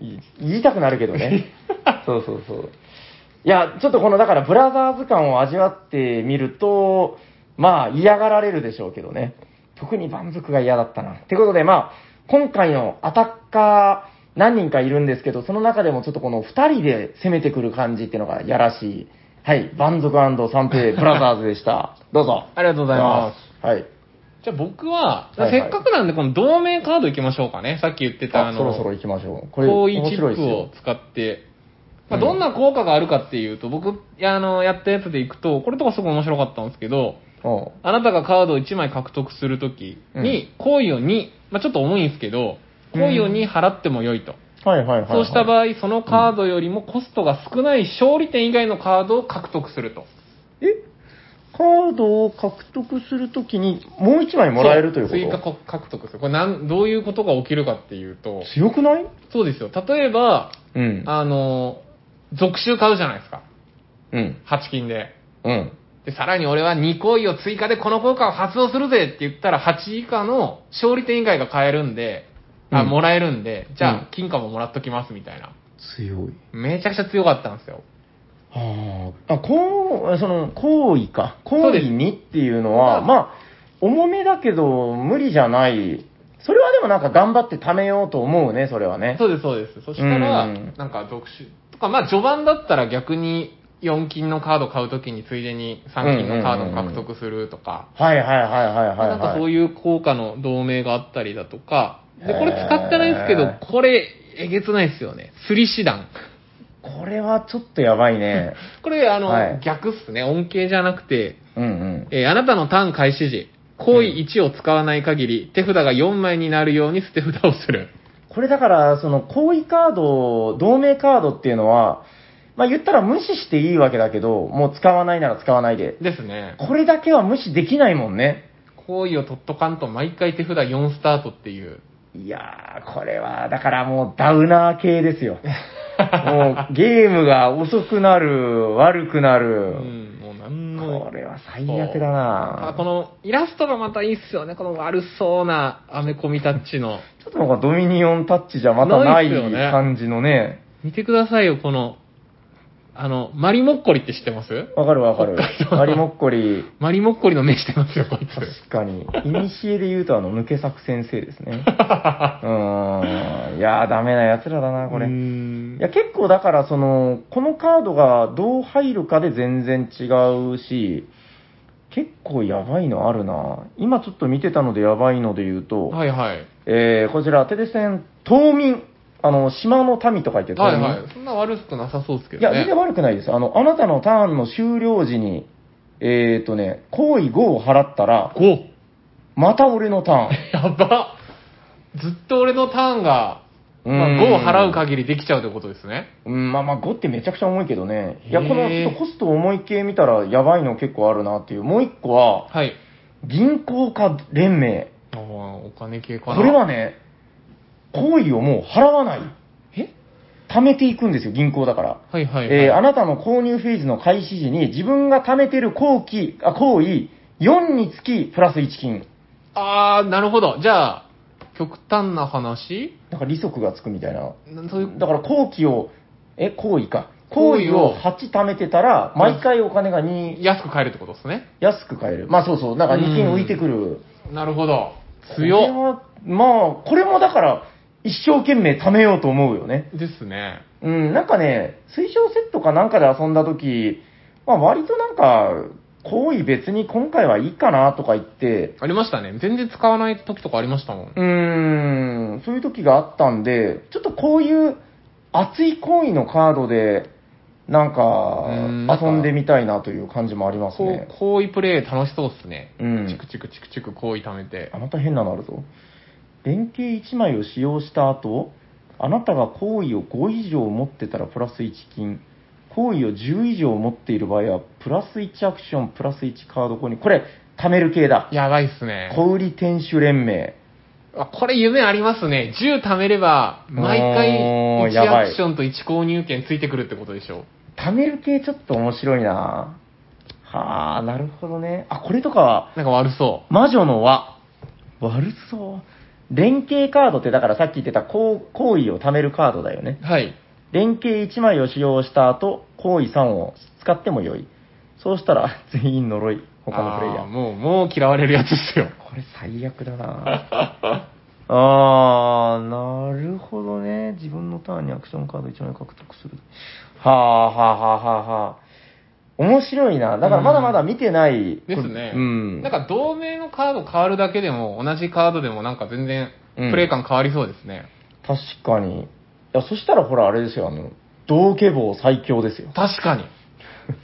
Speaker 2: い言いたくなるけどね。そうそうそう。いや、ちょっとこの、だから、ブラザーズ感を味わってみると、まあ、嫌がられるでしょうけどね。特に蛮族が嫌だったな。ってことで、まあ、今回のアタッカー、何人かいるんですけど、その中でもちょっとこの二人で攻めてくる感じっていうのがやらしい。はい、蛮族三平ブラザーズで した。どうぞ。。
Speaker 1: ありがとうございます
Speaker 2: はい。
Speaker 1: じゃあ僕は、
Speaker 2: はいはい
Speaker 1: せっかくなんでこの同盟カードいきましょうかね。さっき言ってた、
Speaker 2: あそろそろ行きましょう。これ、
Speaker 1: こうい
Speaker 2: 面
Speaker 1: うチ
Speaker 2: 白い
Speaker 1: ッ
Speaker 2: です
Speaker 1: プ
Speaker 2: よ
Speaker 1: を。使って、ま
Speaker 2: う
Speaker 1: あ、
Speaker 2: ん
Speaker 1: どんな効果があるかっていうと、僕、あの、やったやつでいくと、これとかすごい面白かったんですけど、
Speaker 2: おう
Speaker 1: あなたがカードを1枚獲得するときに、行為を2、まあ、ちょっと重いんですけど、行為を2払っても良いと。
Speaker 2: はいはいはい、はい。
Speaker 1: そうした場合、そのカードよりもコストが少ない勝利点以外のカードを獲得すると。
Speaker 2: えカードを獲得するときに、もう一枚もらえるという
Speaker 1: 追加
Speaker 2: こ
Speaker 1: こ獲得する。これなん、どういうことが起きるかっていうと
Speaker 2: と、強くない
Speaker 1: そうですよ。例えば、
Speaker 2: うん。
Speaker 1: あの、続集買うじゃないですか。
Speaker 2: うん。
Speaker 1: 8金で。
Speaker 2: うん。
Speaker 1: で、さらに俺は2行為を追加でこの効果を発動するぜって言ったら8以下の勝利点以外が買えるんで、あ、
Speaker 2: うん
Speaker 1: もらえるんで、じゃ
Speaker 2: う
Speaker 1: あ金貨ももらっときますみたいな。
Speaker 2: 強い。
Speaker 1: めちゃくちゃ強かったんですよ。
Speaker 2: ああ、こう、その、行為か。行為にっていうの
Speaker 1: そ
Speaker 2: は、
Speaker 1: うです
Speaker 2: まあ、重めだけど、無理じゃない。それはでもなんか頑張って貯めようと思うね、それはね。
Speaker 1: そうです、そうです。そしたら、
Speaker 2: うん
Speaker 1: なんか読書とか、まあ序盤だったら逆に4金のカード買うときについでに3金のカードも獲得するとか、
Speaker 2: はいはいはいはいはい、はい。
Speaker 1: なんかそういう効果の同盟があったりだとか、で、これ使ってないんですけ
Speaker 2: へ
Speaker 1: ど
Speaker 2: ー、
Speaker 1: これえげつないですよね。釣り師団。
Speaker 2: これはちょっとやば いね。
Speaker 1: これ、あの、
Speaker 2: はい
Speaker 1: 逆っすね。恩恵じゃなくて、
Speaker 2: うんうん。
Speaker 1: えーあなたのターン開始時、行為1を使わない限り、手札が4枚になるように捨て札をする。
Speaker 2: これだから、その、行為カード、同盟カードっていうのは、まあ言ったら無視していいわけだけど、もう使わないなら使わないで。
Speaker 1: ですね。
Speaker 2: これだけは無視できないもんね。
Speaker 1: 行為を取っとかんと毎回手札4スタートっていう。
Speaker 2: いやー、これは、だからもうダウナー系で すよ。もうゲームが遅くなる、悪くな
Speaker 1: う
Speaker 2: る。
Speaker 1: ん、もうなんも
Speaker 2: これは最悪だな
Speaker 1: あこのイラストがまたいいっすよね。この悪そうなアメコミタッチの。
Speaker 2: ちょっとなんかドミニオンタッチじゃまたない
Speaker 1: ないっすよね
Speaker 2: 感じのね。
Speaker 1: 見てくださいよ、この、あの、マリモッコリって知ってます
Speaker 2: わかるわかる
Speaker 1: 北海。道
Speaker 2: マリモッコリ、
Speaker 1: マリモッコリの目してますよ、こいつ。
Speaker 2: 確かに。いにしえで言うとあの、抜け作先生で すね。うーん。いやー、ダメな奴らだな、これ。
Speaker 1: うー
Speaker 2: い
Speaker 1: ん
Speaker 2: や、結構だから、その、このカードがどう入るかで全然違うし、結構やばいのあるな。今ちょっと見てたのでやばいので言うと、
Speaker 1: はいはい。
Speaker 2: えー、こちら、テレセン、島民。あの、島の民と書いて島
Speaker 1: はい
Speaker 2: 民。
Speaker 1: はい。そんな悪くなさそうですけ
Speaker 2: い
Speaker 1: ど
Speaker 2: や、
Speaker 1: ね。
Speaker 2: 全然悪くないです。あの、あなたのターンの終了時に、えっ、ー、とね、行為5を払ったら、
Speaker 1: 5!
Speaker 2: また俺のターン。
Speaker 1: やばずっと俺のターンが、まあ、
Speaker 2: うん
Speaker 1: 5を払う限りできちゃうということですね。
Speaker 2: うん、まあまあ5ってめちゃくちゃ重いけどね。いや、
Speaker 1: へー
Speaker 2: このちょっとコスト重い系見たらやばいの結構あるなっていう。もう一個は、
Speaker 1: はい。
Speaker 2: 銀行家連盟。
Speaker 1: あーお金系かな。
Speaker 2: これはね、行為をもう払わない。
Speaker 1: え
Speaker 2: 貯めていくんですよ、銀行だから。
Speaker 1: はいはい、はい
Speaker 2: えーあなたの購入フェーズの開始時に自分が貯めてる後期、あ、行為4につきプラス1金。
Speaker 1: あー、なるほど。じゃあ、極端な話
Speaker 2: なんか利息がつくみたいな。
Speaker 1: なそういう、
Speaker 2: だから後期を、え、行為か。
Speaker 1: 行
Speaker 2: 行
Speaker 1: 為
Speaker 2: 為
Speaker 1: を
Speaker 2: を8貯めてたら、毎回お金が2
Speaker 1: 安く買えるってことですね。
Speaker 2: 安く買える。まあそうそう、なんか2金浮いてくる。
Speaker 1: なるほど。
Speaker 2: これ
Speaker 1: 強っ
Speaker 2: はまあ、これもだから、一生懸命貯めようと思うよね。
Speaker 1: ですね。
Speaker 2: うん、なんかね、推奨セットかなんかで遊んだ時まあ割となんか、行為別に今回はいいかなとか言って、
Speaker 1: ありましたね。全然使わない時とかありましたもん。
Speaker 2: うーん、そういう時があったんで、ちょっとこういう熱い行為のカードで、な
Speaker 1: う
Speaker 2: ん
Speaker 1: んなん
Speaker 2: か、
Speaker 1: か
Speaker 2: 遊んでみたいなという感じもあります
Speaker 1: こう
Speaker 2: ね。、
Speaker 1: こういうプレイ楽しそうっすね。
Speaker 2: うん
Speaker 1: チクチクチクチクこう炒めて
Speaker 2: あ。また変なのあるぞ。連携1枚を使用した後、あなたが行為を5以上持ってたらプラス1金、行為を10以上持っている場合は、プラス1アクション、プラス1カード購入。これ、貯める系だ。
Speaker 1: やばいっすね。
Speaker 2: 小売店主連盟。
Speaker 1: あこれ夢ありますね。10貯めれば、毎
Speaker 2: おー
Speaker 1: 回
Speaker 2: や
Speaker 1: 1
Speaker 2: ば
Speaker 1: ア
Speaker 2: い
Speaker 1: クションと1購入券ついてくるってことでしょ
Speaker 2: 貯める系ちょっと面白いなはあ、なるほどね。あ、これとかは、
Speaker 1: なんか悪そ
Speaker 2: 魔女の輪。悪そう。連携カードって、だからさっき言ってた行行為を貯めるカードだよね。
Speaker 1: う。はい。
Speaker 2: 連携1枚を使用した後、行為3を使っても良い。そうしたら全員呪い。他のプレイヤ
Speaker 1: あー
Speaker 2: ー。
Speaker 1: もう、もう嫌われるやつっすよ。
Speaker 2: これ最悪だ なあー、なるほどね。自分のターンにアクションカード1枚獲得する。はあ、はあ、はあ、はあ、はあ。面白いな。だからまだまだ見てない。
Speaker 1: ですね。
Speaker 2: うん。
Speaker 1: なんか同盟のカード変わるだけでも、同じカードでもなんか全然、プレイ感変わりそうですね。
Speaker 2: 確かに。いや、そしたらほら、あれですよ、あの、道化棒最強ですよ。
Speaker 1: 確かに。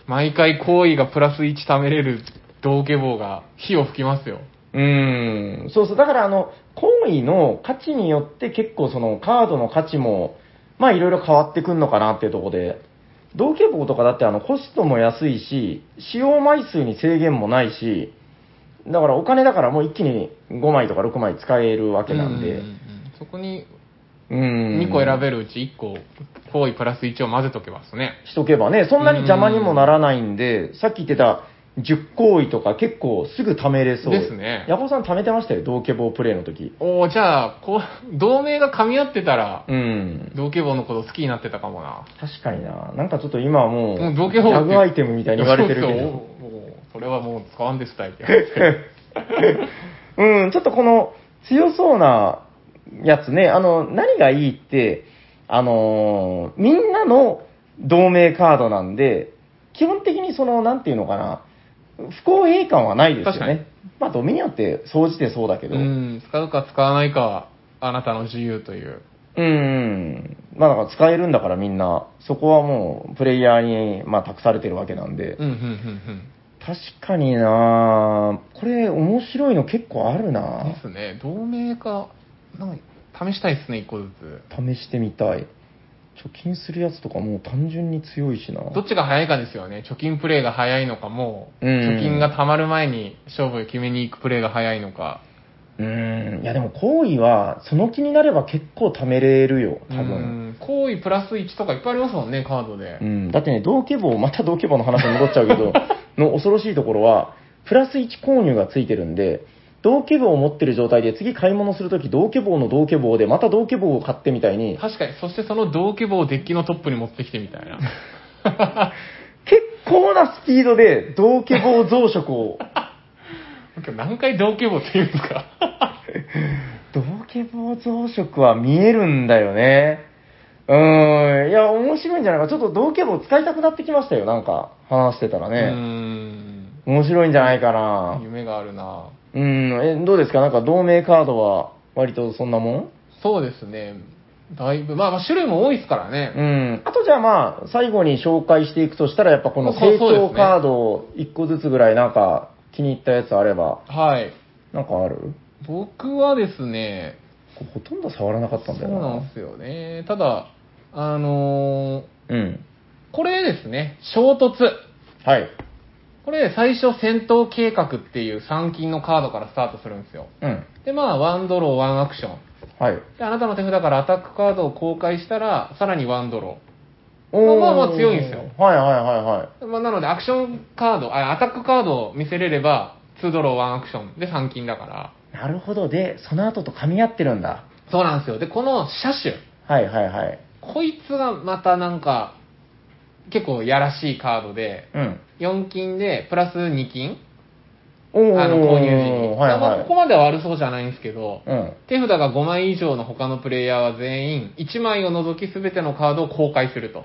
Speaker 1: 毎回行為がプラス1貯めれる道化棒が火を吹きますよ。
Speaker 2: うーん、そうそう、だからあの、行為の価値によって結構そのカードの価値も、まあいろいろ変わってくんのかなっていうところで、同型棒とかだってあの、コストも安いし、使用枚数に制限もないし、だからお金だからもう一気に5枚とか6枚使えるわけなん
Speaker 1: う
Speaker 2: で
Speaker 1: う、んそこに
Speaker 2: うーん。
Speaker 1: 2個選べるうち1個、行為プラス1を混ぜとけますね。
Speaker 2: しとけばね、そんなに邪魔にもならないんで、さっき言ってた10行為とか結構すぐ貯めれそう。
Speaker 1: ですね
Speaker 2: ヤコさん貯めてましたよ、同型棒プレイの時。
Speaker 1: おおじゃあ、こう、同盟が噛み合ってたら、
Speaker 2: うん。
Speaker 1: 同化棒のこと好きになってたかもな。
Speaker 2: 確かにな。なんかちょっと今はもう、
Speaker 1: もう同
Speaker 2: ギ
Speaker 1: 型法
Speaker 2: ャグアイテムみたいに言われてるけ
Speaker 1: そうそう
Speaker 2: ど。
Speaker 1: もうそれはもう使わんです、大体。
Speaker 2: うん、ちょっとこの強そうなやつね、あの、何がいいって、あのーみんなの同盟カードなんで、基本的にその、なんていうのかな、不公平感はないです
Speaker 1: 確
Speaker 2: よ
Speaker 1: かに
Speaker 2: ね。まあ、ドミニオンって総じてそうだけど。
Speaker 1: うん、使うか使わないかは、あなたの自由という。
Speaker 2: うんうん。まあだから使えるんだからみんな、そこはもうプレイヤーに、まあ、託されてるわけなんで。
Speaker 1: うん、うん、うん、
Speaker 2: 確かになこれ面白いの結構ある
Speaker 1: うん。
Speaker 2: な
Speaker 1: ですね。同盟か、なんか、試したいですね、一個ずつ。
Speaker 2: 試してみたい。貯金するやつとかもう単純に強いしな
Speaker 1: どっちが早いかですよね。貯金プレイが早いのか、もう、
Speaker 2: うん
Speaker 1: 貯金が貯まる前に勝負決めに行くプレイが早いのか。
Speaker 2: うーん、いやでも行為は、その気になれば結構貯めれるよ、多
Speaker 1: う
Speaker 2: 分。
Speaker 1: ん行為プラス1とかいっぱいありますもんね、カードで
Speaker 2: う。ん、だってね、同規模、また同規模の話に戻っちゃうけど、の恐ろしいところは、プラス1購入がついてるんで、同規模を持ってる状態で次買い物するとき、同規模の同規模で、また同規模を買ってみたいに、
Speaker 1: 確かに、そしてその同規模をデッキのトップに持ってきてみたい な。
Speaker 2: 結構なスピードで同規模増殖を、
Speaker 1: 今日何回同規模って言うんですか
Speaker 2: 同規模増殖は見えるんだよね。うーん、いや、面白いんじゃないか。ちょっと同規模使いたくなってきましたよ、なんか、話してたら
Speaker 1: うー
Speaker 2: ね。
Speaker 1: ん。
Speaker 2: 面白いんじゃないかな。
Speaker 1: 夢があるな
Speaker 2: うん、え、どうですかなんか同盟カードは割とそんなもん
Speaker 1: そうですね。だいぶ、まあまあ種類も多いですからね。
Speaker 2: うん。あとじゃあまあ、最後に紹介していくとしたら、やっぱこの成
Speaker 1: そうそうです
Speaker 2: 長
Speaker 1: ね
Speaker 2: カードを1個ずつぐらいなんか気に入ったやつあれば、
Speaker 1: はい。
Speaker 2: なんかある
Speaker 1: 僕はですね、
Speaker 2: これほとんど触らなかっ
Speaker 1: そ
Speaker 2: た
Speaker 1: うん
Speaker 2: だよ
Speaker 1: なんですよね。ただ、あのー
Speaker 2: うん。
Speaker 1: これですね、衝突。
Speaker 2: はい。
Speaker 1: これ最初戦闘計画っていう3金のカードからスタートするんですよ。
Speaker 2: うん。
Speaker 1: で、まあ、ワンドロー、ワンアクション。
Speaker 2: はい。
Speaker 1: で、あなたの手札からアタックカードを公開したら、さらにワンドロ
Speaker 2: おー
Speaker 1: まあまあ強いんですよ
Speaker 2: はいはいはいはい。
Speaker 1: ー。まあ、なので、アクションカード、あ、アタックカードを見せれれば、2ドロー、ワンアクションで3金だから。
Speaker 2: なるほど。で、その後と噛み合ってるんだ。
Speaker 1: そうなんですよ。で、この車種。
Speaker 2: はいはいはい。
Speaker 1: こいつがまたなんか、結構やらしいカードで、
Speaker 2: うん。
Speaker 1: 4金で、プラス2金
Speaker 2: おー
Speaker 1: あの、購入時に。
Speaker 2: はい
Speaker 1: まあまあ
Speaker 2: は
Speaker 1: ここまでは悪そうじゃないんですけど、
Speaker 2: い。うん。
Speaker 1: 手札が5枚以上の他のプレイヤーは全員、1枚を除き全てのカードを公開すると。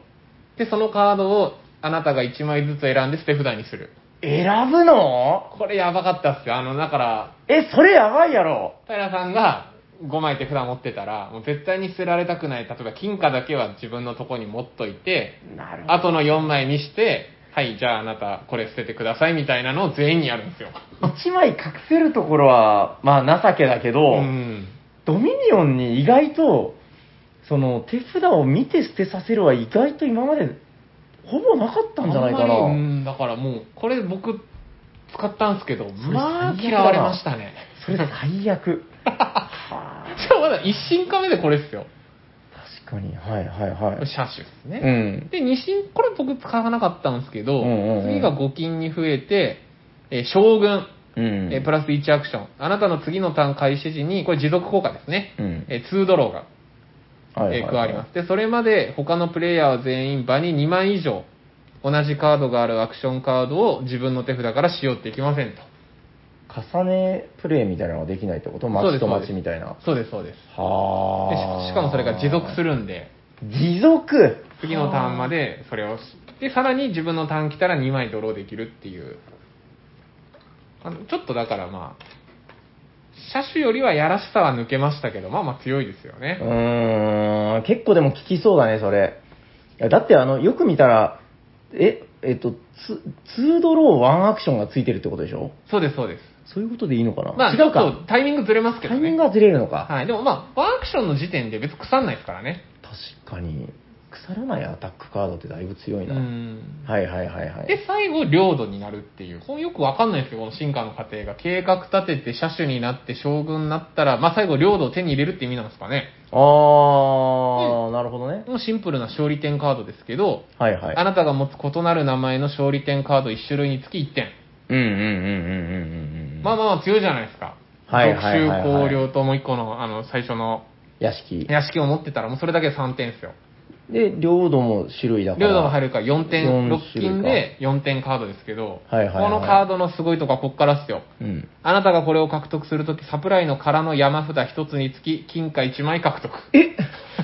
Speaker 1: で、そのカードをあなたが1枚ずつ選んで捨て札にする。
Speaker 2: 選ぶの
Speaker 1: これやばかったっすよ。あの、だから、
Speaker 2: え、それやばいやろ。
Speaker 1: 平さんが5枚手札持ってたら、もう絶対に捨てられたくない。例えば金貨だけは自分のとこに持っといて、
Speaker 2: なるほど。
Speaker 1: あとの4枚にして、はい、じゃああなたこれ捨ててくださいみたいなのを全員にやるんですよ。
Speaker 2: 1枚隠せるところは、まあ情けだけど、
Speaker 1: うん。
Speaker 2: ドミニオンに意外と、その手札を見て捨てさせるは意外と今までほぼなかったんじゃないかな。
Speaker 1: あんまりうん、だからもう、これ僕、使ったんですけど、まあ
Speaker 2: 最悪
Speaker 1: 嫌
Speaker 2: だな
Speaker 1: われましたね。
Speaker 2: それ最悪。はあ
Speaker 1: しかもまだ一進化目でこれですよ。
Speaker 2: 確かに、はいはいは
Speaker 1: これ
Speaker 2: い。
Speaker 1: 車種です
Speaker 2: う
Speaker 1: ね。
Speaker 2: ん。
Speaker 1: で、二進、これ僕使わなかったんですけど、
Speaker 2: うんうんうん
Speaker 1: 次が五金に増えて、えー将軍、
Speaker 2: うん。
Speaker 1: えープラス1アクション。あなたの次のターン開始時に、これ持続効果ですね。
Speaker 2: うん
Speaker 1: えー2ドローが、
Speaker 2: はいはい
Speaker 1: えー
Speaker 2: はい
Speaker 1: 加わります。で、それまで他のプレイヤーは全員場に2枚以上、同じカードがあるアクションカードを自分の手札から使用できませんと。
Speaker 2: 重ねプレイみたいなのができないってこと
Speaker 1: そうで
Speaker 2: 街
Speaker 1: す
Speaker 2: と街みたいな。
Speaker 1: そうです、そうです。で
Speaker 2: はあ
Speaker 1: ししかもそれが持続する
Speaker 2: る。
Speaker 1: んで、
Speaker 2: 持続
Speaker 1: 次のターンまでそれをしで、さらに自分のターン来たら2枚ドローできるっていう。あのちょっとだからまあ、車種よりはやらしさは抜けましたけど、まあまあ強いですよ
Speaker 2: う
Speaker 1: ね。
Speaker 2: ーん、結構でも効きそうだね、それ。いやだって、あの、よく見たら、え、えっと、ツードローワンアクションがついてるってことでしょ
Speaker 1: そうです、そうです。
Speaker 2: そういうことでいいのかな、
Speaker 1: まあ、ち
Speaker 2: 違
Speaker 1: ょ
Speaker 2: う
Speaker 1: っと
Speaker 2: か。
Speaker 1: タイミングずれますけ
Speaker 2: タ
Speaker 1: ど
Speaker 2: イミン
Speaker 1: ね
Speaker 2: グ。がずれるのか。
Speaker 1: はい。でもまあ、ワンアクションの時点で別に腐んないですからね。
Speaker 2: 確かに、腐らないアタックカードってだいぶ強いうな。
Speaker 1: ん。
Speaker 2: はいはいはいはい。
Speaker 1: で、最後、領土になるっていう。こうよくわかんないですよ、この進化の過程が。計画立てて、車種になって、将軍になったら、まあ最後、領土を手に入れるって意味なんですかね。
Speaker 2: あー、なるほどね。
Speaker 1: もうシンプルな勝利点カードですけど、
Speaker 2: はいはい
Speaker 1: あ。なたが持つ異なる名前の勝利点カード1種類につき1点。
Speaker 2: うんうんうんうんうんうんうん。
Speaker 1: まあまあまあ強いじゃないですか。
Speaker 2: はいはいはいはい
Speaker 1: 特殊光領ともう1個の、あの、最初の
Speaker 2: 屋敷。
Speaker 1: 屋敷を持ってたら、もうそれだけで3点ですよ。
Speaker 2: で、領土も種類だから。
Speaker 1: 領土が入るから4点、
Speaker 2: 四
Speaker 1: 6金で4点カードですけど、
Speaker 2: はいはいはい
Speaker 1: このカードのすごいとこはこっからっすよ。
Speaker 2: うん。
Speaker 1: あなたがこれを獲得するとき、サプライの空の山札1つにつき、金貨1枚獲得。
Speaker 2: え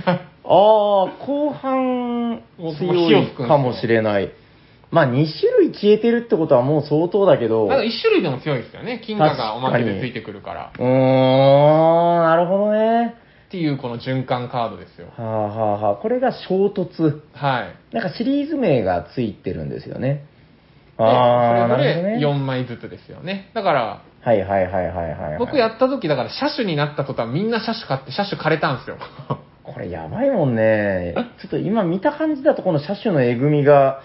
Speaker 2: ああ、後半強いかもしれない。まあ2種類消えてるってことはもう相当だけど、う
Speaker 1: なんか
Speaker 2: ーん、
Speaker 1: 1種類でも強いですよね。金貨がおまけでついてくるから。
Speaker 2: なるほどね。
Speaker 1: っていうこの循環カードですよ。
Speaker 2: はあはあはあ、これが衝突。
Speaker 1: はい。
Speaker 2: なんかシリーズ名がついてるんですよね。
Speaker 1: で
Speaker 2: ああ、
Speaker 1: そ
Speaker 2: な
Speaker 1: れ
Speaker 2: る
Speaker 1: ぞ
Speaker 2: ほど
Speaker 1: れ
Speaker 2: ね。
Speaker 1: 4枚ずつですよね。だから、
Speaker 2: はいはいはいはいはい、はい。
Speaker 1: 僕やった時、だから車種になった途端、みんな車種買って、車種枯れたんで すよ。
Speaker 2: これやばいもんね。ちょっと今見た感じだとこの車種のえぐみが、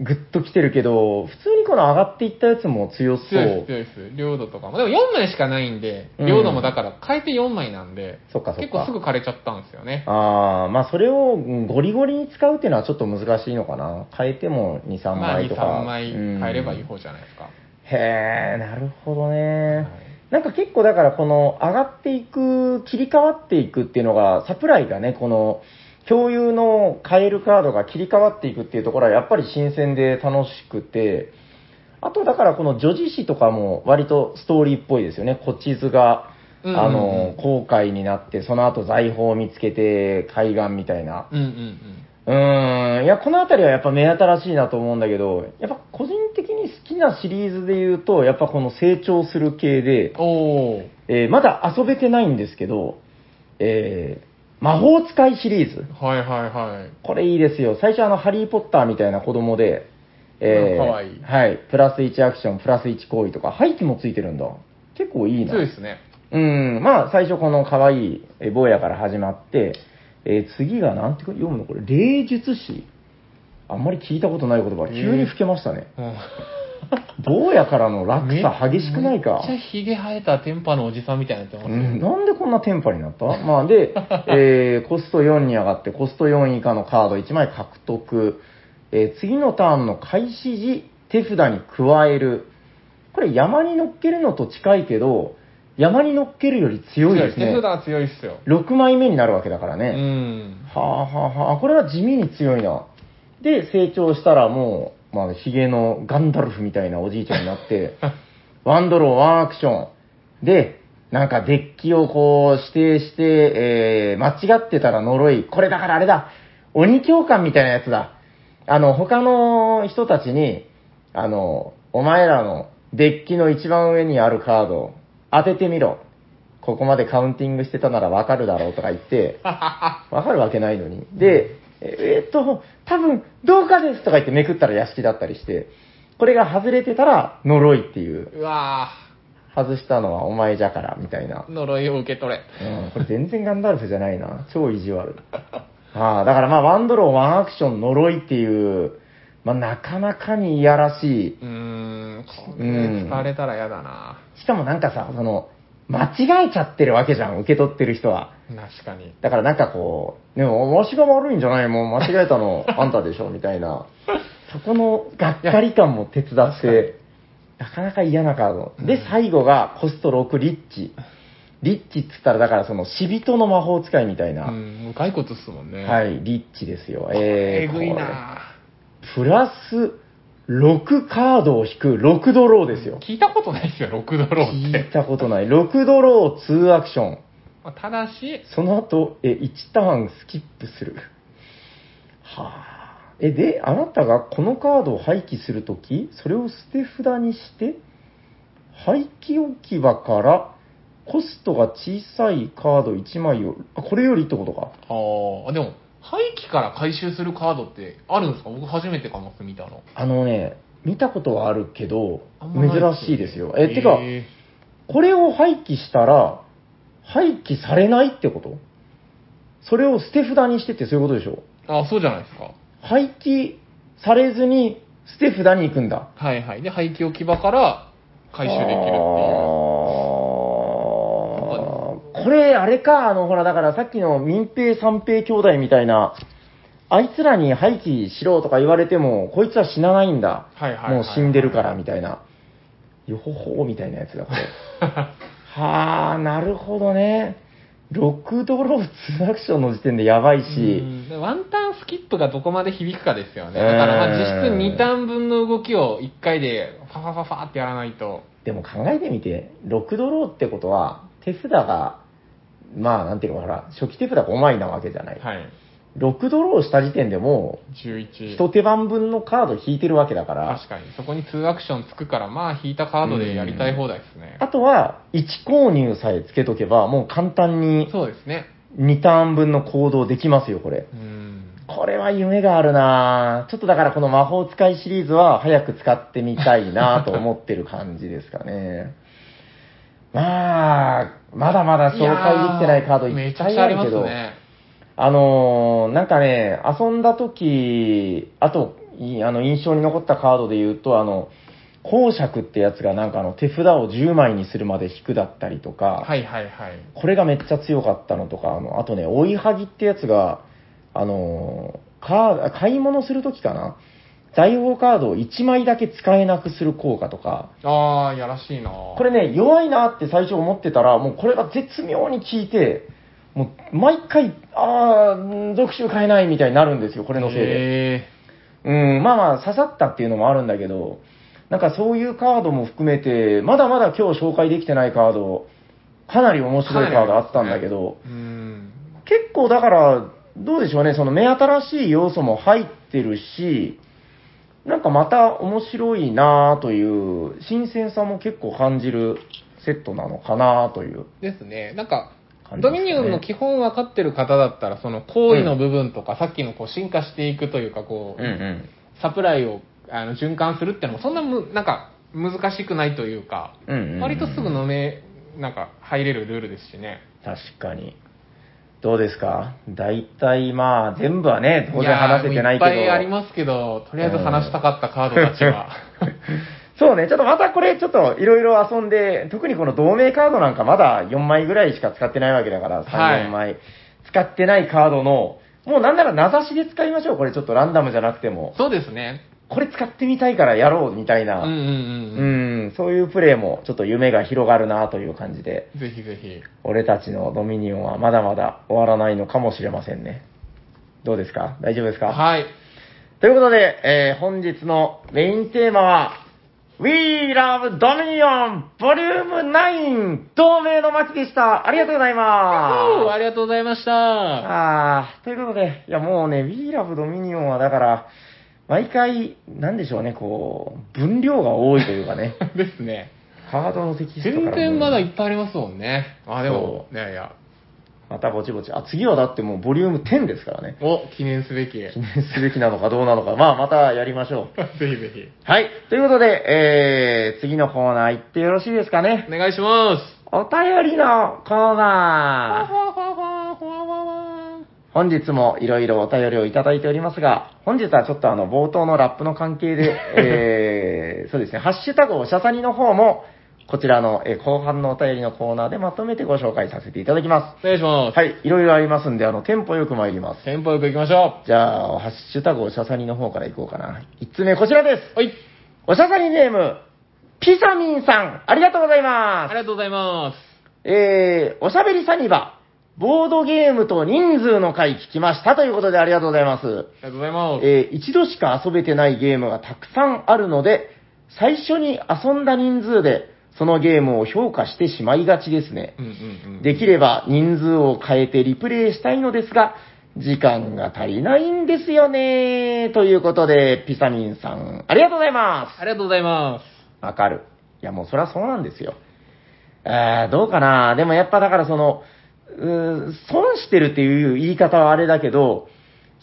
Speaker 2: ぐっと来てるけど、普通にこの上がっていったやつも強そ
Speaker 1: 強いです、
Speaker 2: う。
Speaker 1: 強いです。領土とかも。でも4枚しかないんで、
Speaker 2: うん
Speaker 1: 領土もだから変えて4枚なんで、
Speaker 2: そっかそっ
Speaker 1: 結構す
Speaker 2: か。
Speaker 1: ぐ枯れちゃったんですよね。
Speaker 2: ああ、まあそれをうんゴリゴリに使うっていうのはちょっと難しいのかな。変えても2、3
Speaker 1: まあ
Speaker 2: 枚
Speaker 1: 2、
Speaker 2: とか。
Speaker 1: 3枚
Speaker 2: うん
Speaker 1: 変えればいい方じゃないですか。
Speaker 2: へえ、なるほどね。
Speaker 1: はい
Speaker 2: なんか結構だからこの上がっていく、切り替わっていくっていうのが、サプライがね、この共有の買えるカードが切り替わっていくっていうところはやっぱり新鮮で楽しくて、あとだからこの女子誌とかも割とストーリーっぽいですよね。こっち図が、
Speaker 1: うんうんうん
Speaker 2: あの、後悔になって、その後財宝を見つけて海岸みたいな。
Speaker 1: うんうんうん。
Speaker 2: うーん、いや、このあたりはやっぱ目新しいなと思うんだけど、やっぱ個人的に好きなシリーズで言うと、やっぱこの成長する系で、
Speaker 1: お
Speaker 2: えーまだ遊べてないんですけど、えー魔法使いシリーズ。
Speaker 1: ー。はいはいはい。
Speaker 2: これいいですよ。最初あの、ハリー・ポッターみたいな子供で、
Speaker 1: うんかわいい
Speaker 2: はい。プラス1アクション、プラス1行為とか、廃棄もついてるんだ。結構いいな。
Speaker 1: 強いですね。
Speaker 2: うん、まあ、最初この可愛いえー坊やから始まって、えー次がなんて読むのこれ、霊術師あんまり聞いたことない言
Speaker 1: へ
Speaker 2: 葉、
Speaker 1: ー
Speaker 2: 急に老けましたね。
Speaker 1: うん
Speaker 2: 坊やからの落差激しくないか。
Speaker 1: めっちゃヒゲ生えた天パのおじさんみたいになってます
Speaker 2: う
Speaker 1: よ
Speaker 2: ん、なんでこんなテンパになったまあ、で、え ーコスト4に上がって、コスト4以下のカード1枚獲得。えー次のターンの開始時、手札に加える。これ、山に乗っけるのと近いけど、山に乗っけるより強いですね。
Speaker 1: 手札は強いっすよ。
Speaker 2: 6枚目になるわけだから
Speaker 1: う
Speaker 2: ね。
Speaker 1: ん。
Speaker 2: はあはあはあ、これは地味に強いな。で、成長したらもう、まあ、ヒゲのガンダルフみたいなおじいちゃんになって、ワンドロー、ワンアクション。で、なんかデッキをこう指定して、えー、間違ってたら呪い。これだからあれだ。鬼教官みたいなやつだ。あの、他の人たちに、あの、お前らのデッキの一番上にあるカードを当ててみろ。ここまでカウンティングしてたならわかるだろうとか言って、わかるわけないのに。で、ええーっと、多分、どうかですとか言ってめくったら屋敷だったりして、これが外れてたら呪いっていう。
Speaker 1: うわ
Speaker 2: 外したのはお前じゃから、みたいな。
Speaker 1: ぁ、呪いを受け取れ。。
Speaker 2: うん、これ全然ガンダルフじゃないな。超意地悪。ああ、だからまあ、ワンドロー、ワンアクション、呪いっていう、まあ、なかなかにいやらしいう
Speaker 1: ーん、これ使われたら嫌だな
Speaker 2: しかもなんかさ、その、間違えちゃってるわけじゃん、受け取ってる人は。
Speaker 1: 確かに。
Speaker 2: だからなんかこう、でも、わしが悪いんじゃないもん、間違えたの、 あんたでしょ、みたいな。そこのがっかり感も手伝って、なかなか嫌なカード。で、最後がコスト6、リッチ。リッチっつったら、だからその、死人の魔法使いみたいうな。
Speaker 1: ん、もう骸骨っすもんね。。
Speaker 2: はいい、リッチですよ。
Speaker 1: え
Speaker 2: えー
Speaker 1: ぐいな
Speaker 2: これプラス、6カードを引く、6ドローですよ
Speaker 1: ぁ。聞いたことないですよ、6ドローっ
Speaker 2: 聞
Speaker 1: て
Speaker 2: い。たことない。6ドロー、2アクション。
Speaker 1: まあただし、
Speaker 2: その後、え、1ターンスキップする。はあ。え、で、あなたがこのカードを廃棄するとき、それを捨て札にして、廃棄置き場からコストが小さいカード1枚を、あ、これよりってことか。
Speaker 1: あー、でも、廃棄から回収するカードってあるんですか僕初めてかも見たの。
Speaker 2: あのね、見たことはあるけど
Speaker 1: あ、んま
Speaker 2: 珍
Speaker 1: ない
Speaker 2: しいですよ。え、てか、
Speaker 1: え
Speaker 2: これを廃棄したら、廃棄されないってことそれを捨て札にしてってそういうことでしょ
Speaker 1: ーあ、そうじゃないですか。
Speaker 2: 廃棄されずに捨て札に行くんだ。
Speaker 1: はいはい。で、廃棄置き場から回収できるっていう。
Speaker 2: あーこれ、あれか、あの、ほら、だからさっきの民兵三兵兄弟みたいな、あいつらに廃棄しろとか言われても、こいつは死なないんだ。
Speaker 1: はいはいはい
Speaker 2: もう死んでるから、みたいな。よほほーみたいなやつだ、これ。 はあ、なるほどね。6ドロー2アクションの時点でやばいし、
Speaker 1: うんワンターンスキップがどこまで響くかですよね。
Speaker 2: えー
Speaker 1: だからまあ実質2ターン分の動きを1回でファファファファってやらないと。
Speaker 2: でも考えてみて、6ドローってことは、手札が、まあなんていうか、ほら、初期手札が5枚なわけじゃない。
Speaker 1: はい。
Speaker 2: 6ドローした時点でもう、
Speaker 1: 11。
Speaker 2: 一手番分のカード引いてるわけだから、
Speaker 1: 確かに。そこに2アクションつくから、まあ引いたカードでやりたい放題ですね
Speaker 2: あ。とは、1購入さえつけとけば、もう簡単に
Speaker 1: そうですね。
Speaker 2: 2ターン分の行動できますよ、これ。
Speaker 1: うん。
Speaker 2: これは夢があるなぁちょっとだからこの魔法使いシリーズは早く使ってみたいなぁと思ってる感じですかね。 まあ、まだまだ紹介できてないカード
Speaker 1: いや
Speaker 2: い
Speaker 1: め
Speaker 2: っ
Speaker 1: ちゃ
Speaker 2: ぱ
Speaker 1: く
Speaker 2: い
Speaker 1: ちゃ
Speaker 2: あ
Speaker 1: あり
Speaker 2: る
Speaker 1: ま
Speaker 2: け
Speaker 1: す
Speaker 2: ど、
Speaker 1: ね。
Speaker 2: あのー、なんかね、遊んだ時、あと、いあの印象に残ったカードで言うと、あの、公爵ってやつがなんかあの手札を10枚にするまで引くだったりとか、
Speaker 1: はいはいはい。
Speaker 2: これがめっちゃ強かったのとか、あのあとね、追いはぎってやつが、あのーカー買い物するときかな、財宝カードを1枚だけ使えなくする効果とか、
Speaker 1: ああ、やらしいな
Speaker 2: これね、弱いなって最初思ってたら、もうこれが絶妙に効いて、もう毎回、あー、続集買えないみたいになるんですよ、これのせいで。
Speaker 1: へ
Speaker 2: うん、まあまあ、刺さったっていうのもあるんだけど、なんかそういうカードも含めて、まだまだ今日紹介できてないカード、かなり面白いカードあったんだけど、
Speaker 1: ーうん。
Speaker 2: 結構だから、どうでしょうね、その目新しい要素も入ってるし、なんかまた面白いなあという、新鮮さも結構感じるセットなのかなあという
Speaker 1: ですね。なんか、
Speaker 2: 感じで
Speaker 1: ド
Speaker 2: すかね
Speaker 1: ミニオンの基本分かってる方だったら、その行為の部分とか、さっきのこう進化していくというか、こう、
Speaker 2: うんうん。
Speaker 1: サプライをあの循環するってのも、そんなむ、なんか、難しくないというか、
Speaker 2: うんうんうん
Speaker 1: 割とすぐ飲め、なんか、入れるルールですしね。
Speaker 2: 確かに。どうですか大体まあ、全部はね、当然話せてないけど。
Speaker 1: やーもういっぱいありますけど、とりあえず話したかったカードたち は。
Speaker 2: そうね、ちょっとまたこれ、ちょっといろいろ遊んで、特にこの同盟カードなんかまだ4枚ぐらいしか使ってないわけだから、3、
Speaker 1: はい
Speaker 2: 4枚使ってないカードの、もうなんなら名指しで使いましょう、これちょっとランダムじゃなくても。
Speaker 1: そうですね。
Speaker 2: これ使ってみたいからやろうみたい
Speaker 1: うん
Speaker 2: な、
Speaker 1: うんうん。
Speaker 2: うんそういうプレイもちょっと夢が広がるなという感じで、
Speaker 1: ぜひぜひ。
Speaker 2: 俺たちのドミニオンはまだまだ終わらないのかもしれませんね。どうですか大丈夫ですか
Speaker 1: はい。
Speaker 2: ということで、えー本日のメインテーマは、We Love Dominion Vol.9 同盟の巻でした。ありがとうござい
Speaker 1: おー
Speaker 2: ま
Speaker 1: ありがとうございまし
Speaker 2: す。
Speaker 1: た。
Speaker 2: あー、ということで、いやもうね、We Love Dominion はだから、毎回、なんでしょうね、こう、分量が多いという かね、
Speaker 1: ですね。
Speaker 2: カードのテキストからも
Speaker 1: 全然まだいっぱいありますもんね。あ、でも
Speaker 2: そ、
Speaker 1: いやいや。
Speaker 2: またぼちぼち。あ、次はだってもうボリューム10ですからね。
Speaker 1: お、記念すべき。 ぜ
Speaker 2: 記念すべきなのかどうなのか、まあまたやりましょう。
Speaker 1: ひぜひ。
Speaker 2: はい。ということで、えー、次のコーナー行ってよろしいですかね
Speaker 1: お。願いします。
Speaker 2: お便りのコーナー。本日もいろいろお便りをいただいておりますが、本日はちょっとあの、冒頭のラップの関係で、 えー、そうですね、ハッシュタグおしゃさにの方も、こちらの、えー後半のお便りのコーナーでまとめてご紹介させていただきま。
Speaker 1: お願いします
Speaker 2: はい、いろいろありますんで、あの、テンポよく参ります
Speaker 1: す。。テンポよく行きましょ
Speaker 2: じゃあ、ハッシュタグおしゃさにの方からいこうかな。1つ目こちらです。
Speaker 1: う。はい。
Speaker 2: おしゃさにネーム、ピサミンさん、ありがとうござい
Speaker 1: あ
Speaker 2: ます
Speaker 1: り。がとうございま
Speaker 2: えー、おしゃべりサニバ、ボードゲームと人数の回聞きましたということでありがとうございます。
Speaker 1: す。ありがとうございます。
Speaker 2: えー、一度しか遊べてないゲームがたくさんあるので、最初に遊んだ人数で、そのゲームを評価してしまいがちですね。
Speaker 1: うんうんうん。
Speaker 2: できれば人数を変えてリプレイしたいのですが、時間が足りないんですよね。ということで、ピサミンさん、ありがとうございます。
Speaker 1: ありがとうございま
Speaker 2: わかる。いや、もうそりゃそうなんですよ。えー、どうかな。でもやっぱだからその、うー損してるっていう言い方はあれだけど、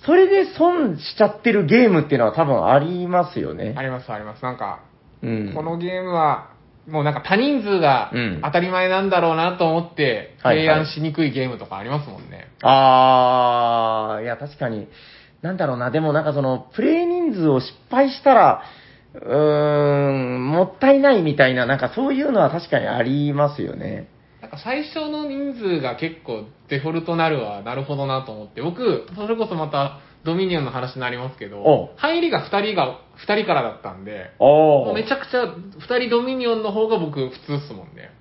Speaker 2: それで損しちゃってるゲームっていうのは多分ありますよね
Speaker 1: す。あ。りますあります。なんか、
Speaker 2: うん。
Speaker 1: このゲームは、もうなんか他人数が
Speaker 2: うん
Speaker 1: 当たり前なんだろうなと思って、
Speaker 2: はいはい
Speaker 1: 提案しにくいゲームとかありますもんね。
Speaker 2: あー、いや、確かに。なんだろうな、でもなんかその、プレイ人数を失敗したら、うーん、もったいないみたいな、なんかそういうのは確かにありますよね。
Speaker 1: なんか最小の人数が結構デフォルトなるはなるほどなと思って、僕、それこそまたドミニオンの話になりますけ
Speaker 2: おう
Speaker 1: ど、入りが2人が、2人からだったんで、
Speaker 2: お
Speaker 1: もうめちゃくちゃ2人ドミニオンの方が僕普通っすもんね。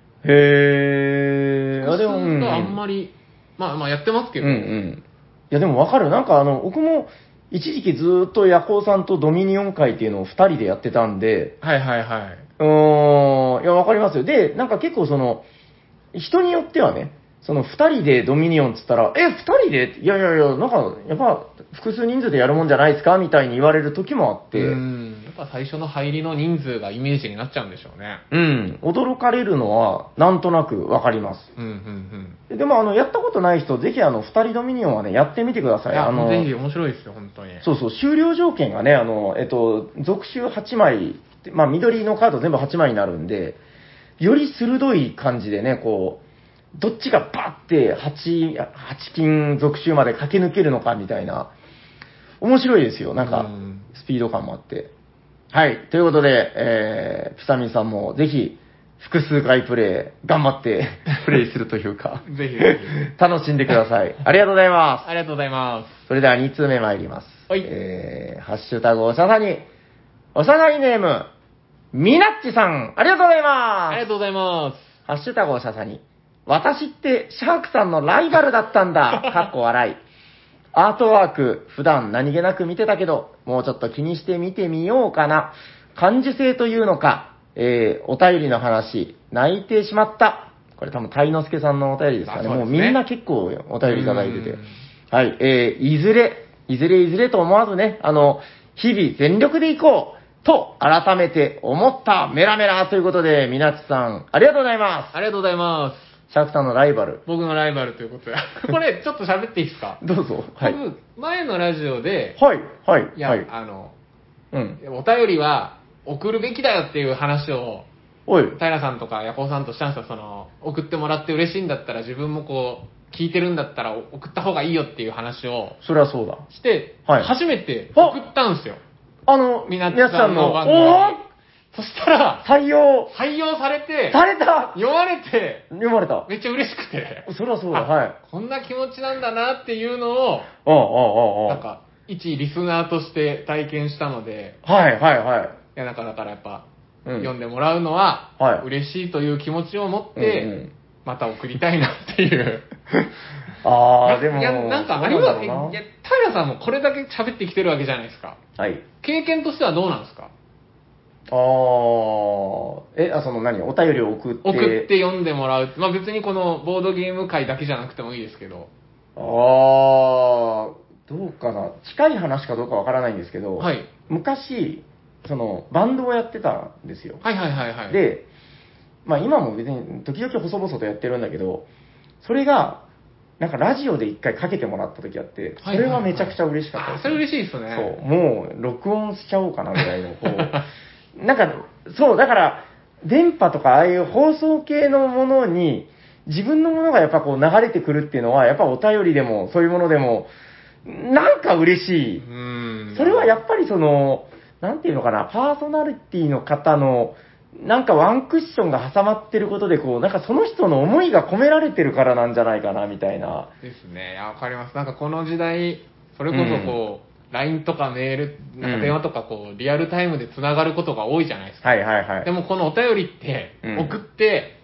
Speaker 2: へー。
Speaker 1: 複数
Speaker 2: でもうん
Speaker 1: があんまり、まあまあやってますけど、
Speaker 2: うんうん。いや、でもわかる。なんかあの、僕も一時期ずーっとヤコウさんとドミニオン会っていうのを二人でやってたんで、
Speaker 1: はいはいはい。
Speaker 2: うーん、いや、わかりますよ。で、なんか結構その、人によってはね、その二人でドミニオンっつったら、え、二人でいやいやいや、なんか、やっぱ、複数人数でやるもんじゃないですかみたいに言われる時もあって、
Speaker 1: うんやっぱ最初の入りの人数がイメージになっちゃうんでしょうね。
Speaker 2: うん、驚かれるのは、なんとなくわかります。
Speaker 1: うんうん
Speaker 2: でも、あの、やったことない人、ぜひ、あの、二人ドミニオンはね、やってみてくだ
Speaker 1: うん。
Speaker 2: さ
Speaker 1: い
Speaker 2: い。
Speaker 1: や、
Speaker 2: あの、
Speaker 1: ぜひ面白いですよ、本当に。
Speaker 2: そうそう、終了条件がね、あの、えっと、続集8枚、まあ、緑のカード全部8枚になるんで、より鋭い感じでね、こう、どっちがバッて8、8金続集まで駆け抜けるのかみたいな、面白いですよ。なんか、
Speaker 1: うん
Speaker 2: スピード感もあって。はい。ということで、えー、ピサミンさんもぜひ、複数回プレイ、頑張 って、プレイするというか、
Speaker 1: ぜひぜ
Speaker 2: 楽しんでください。ありがとうございま
Speaker 1: ありがとうございます。
Speaker 2: す。それでは2通目参ります。
Speaker 1: はい
Speaker 2: えー、ハッシュタグおしゃさに、おしゃさにネーム、みなっちさん、ありがとうございま
Speaker 1: あ
Speaker 2: す。
Speaker 1: りがとうございます。
Speaker 2: ハッシュタグをささに、私ってシャークさんのライバルだった んだ、かっこ笑い。アートワーク、普段何気なく見てたけど、もうちょっと気にして見てみようかな。感受性というのか、えー、お便りの話、泣いてしまった。これ多分、鯛之助さんのお便りですかね。
Speaker 1: あそう
Speaker 2: も
Speaker 1: で
Speaker 2: う
Speaker 1: すね
Speaker 2: みんな結構お便りいただいてて
Speaker 1: うん。
Speaker 2: はい、えー、いずれ、いずれいずれと思わずね、あの、日々全力でいこうと改めて思ったメラメラということで、みなちさん、ありがとうございま
Speaker 1: ありがとうございます。
Speaker 2: す。シャークさんのライバル。
Speaker 1: 僕のライバルという ことで。これ、ちょっと喋っていいですか
Speaker 2: どうぞ。はい。はい、
Speaker 1: 僕、前のラジオで、
Speaker 2: はい、
Speaker 1: いや、
Speaker 2: はい。
Speaker 1: あの、
Speaker 2: うん。
Speaker 1: お便りは送るべきだよっていう話を、
Speaker 2: おい。
Speaker 1: 平さんとかヤコウさんとしたんですよ、その、送ってもらって嬉しいんだったら、自分もこう、聞いてるんだったら送った方がいいよっていう話を
Speaker 2: そりゃそうだ。
Speaker 1: して、
Speaker 2: はい
Speaker 1: 初めて
Speaker 2: あ
Speaker 1: 送ったんですよ。
Speaker 2: あの、
Speaker 1: みなち
Speaker 2: みな
Speaker 1: さんの番組に
Speaker 2: おー
Speaker 1: そしたら、
Speaker 2: 採用
Speaker 1: 採用されて、
Speaker 2: された
Speaker 1: 読まれて、
Speaker 2: 読まれた。
Speaker 1: めっちゃ嬉しくて、
Speaker 2: そりゃそうだ、
Speaker 1: あ
Speaker 2: はい。
Speaker 1: こんな気持ちなんだなっていうのを、
Speaker 2: ああ、ああ、あ
Speaker 1: な
Speaker 2: あ
Speaker 1: ん。か、一リスナーとして体験したので、
Speaker 2: はい、はい、はい。
Speaker 1: いや、なんかだからやっぱ、
Speaker 2: うん
Speaker 1: 読んでもらうのは
Speaker 2: は、い
Speaker 1: 嬉しいという気持ちを持って、
Speaker 2: うんうん
Speaker 1: また送りたいなっていう。
Speaker 2: ああ、でも、
Speaker 1: いや、なんかあり
Speaker 2: そう
Speaker 1: ます
Speaker 2: だ
Speaker 1: い
Speaker 2: ろう
Speaker 1: や、平さんもこれだけ喋ってきてるわけじゃないですか。
Speaker 2: なはい。
Speaker 1: 経験としてはどうなんですか
Speaker 2: ああ、え、あ、その何お便りを送って。
Speaker 1: 送って読んでもらう。まあ別にこのボードゲーム会だけじゃなくてもいいですけど。
Speaker 2: ああ、どうかな。近い話かどうかわからないんですけど、
Speaker 1: はい
Speaker 2: 昔、その、バンドをやってたんですよ。
Speaker 1: はいはいはいはい。、
Speaker 2: で、まあ今も別に時々細々とやってるんだけど、それが、なんかラジオで一回かけてもらった時あって、そ
Speaker 1: はい
Speaker 2: れ
Speaker 1: はいはい
Speaker 2: はめちゃくちゃ嬉しかった
Speaker 1: あ
Speaker 2: で
Speaker 1: ー、
Speaker 2: す
Speaker 1: それ嬉しいですね。
Speaker 2: そう、もう録音しちゃおうかなぐらいの、こ う、なんか、そう、だから、電波とか、ああいう放送系のものに、自分のものがやっぱこう流れてくるっていうのは、やっぱお便りでも、そういうものでも、なんか嬉しい。
Speaker 1: うん。
Speaker 2: それはやっぱりその、なんていうのかな、パーソナリティの方の、なんかワンクッションが挟まってることで、こう、なんかその人の思いが込められてるからなんじゃないかな、みたいな。
Speaker 1: ですね。いや、わかります。なんかこの時代、それこそこう、LINE とかメール、なんか電話とかこう、リアルタイムで繋がることが多いじゃないですか。
Speaker 2: はいはいはい
Speaker 1: で。もこのお便りって
Speaker 2: うん、
Speaker 1: 送って、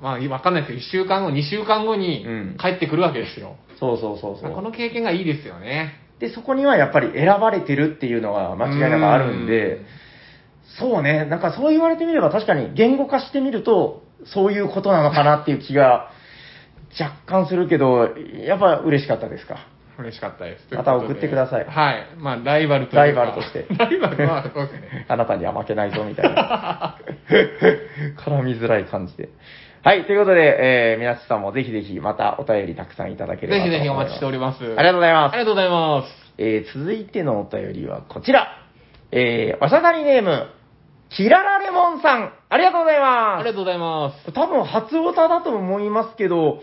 Speaker 1: まあわかんないですけど、1週間後、2週間後に
Speaker 2: うん
Speaker 1: 帰ってくるわけですよ。
Speaker 2: そうそうそうそう。
Speaker 1: この経験がいいですよね。
Speaker 2: で、そこにはやっぱり選ばれてるっていうのが間違いなくあるんで、そうね、なんかそう言われてみれば確かに言語化してみると、そういうことなのかなっていう気が若干するけど、やっぱ嬉しかったですか。
Speaker 1: うん。嬉しかったです。
Speaker 2: また送ってください
Speaker 1: はい。まあ、ライバルというか
Speaker 2: ライバルとして
Speaker 1: ライバルは、そうですね。
Speaker 2: あなたには負けないぞみた いな。絡みづらい感じで。はい、ということで、えー、皆さんもぜひぜひまたお便りたくさんいた だけ
Speaker 1: ぜ
Speaker 2: ればと
Speaker 1: ひ
Speaker 2: 思
Speaker 1: ぜ
Speaker 2: い
Speaker 1: ひお
Speaker 2: ます。
Speaker 1: 待ちしております。
Speaker 2: ありがとうございます
Speaker 1: あ。りがとうございます。
Speaker 2: えー続いてのお便りはこちら。えー、おしゃだりネーム、キララレモンさん、ありがとうござい
Speaker 1: あ
Speaker 2: ま
Speaker 1: りがとうございます。
Speaker 2: す。多分初オタだと思いますけど、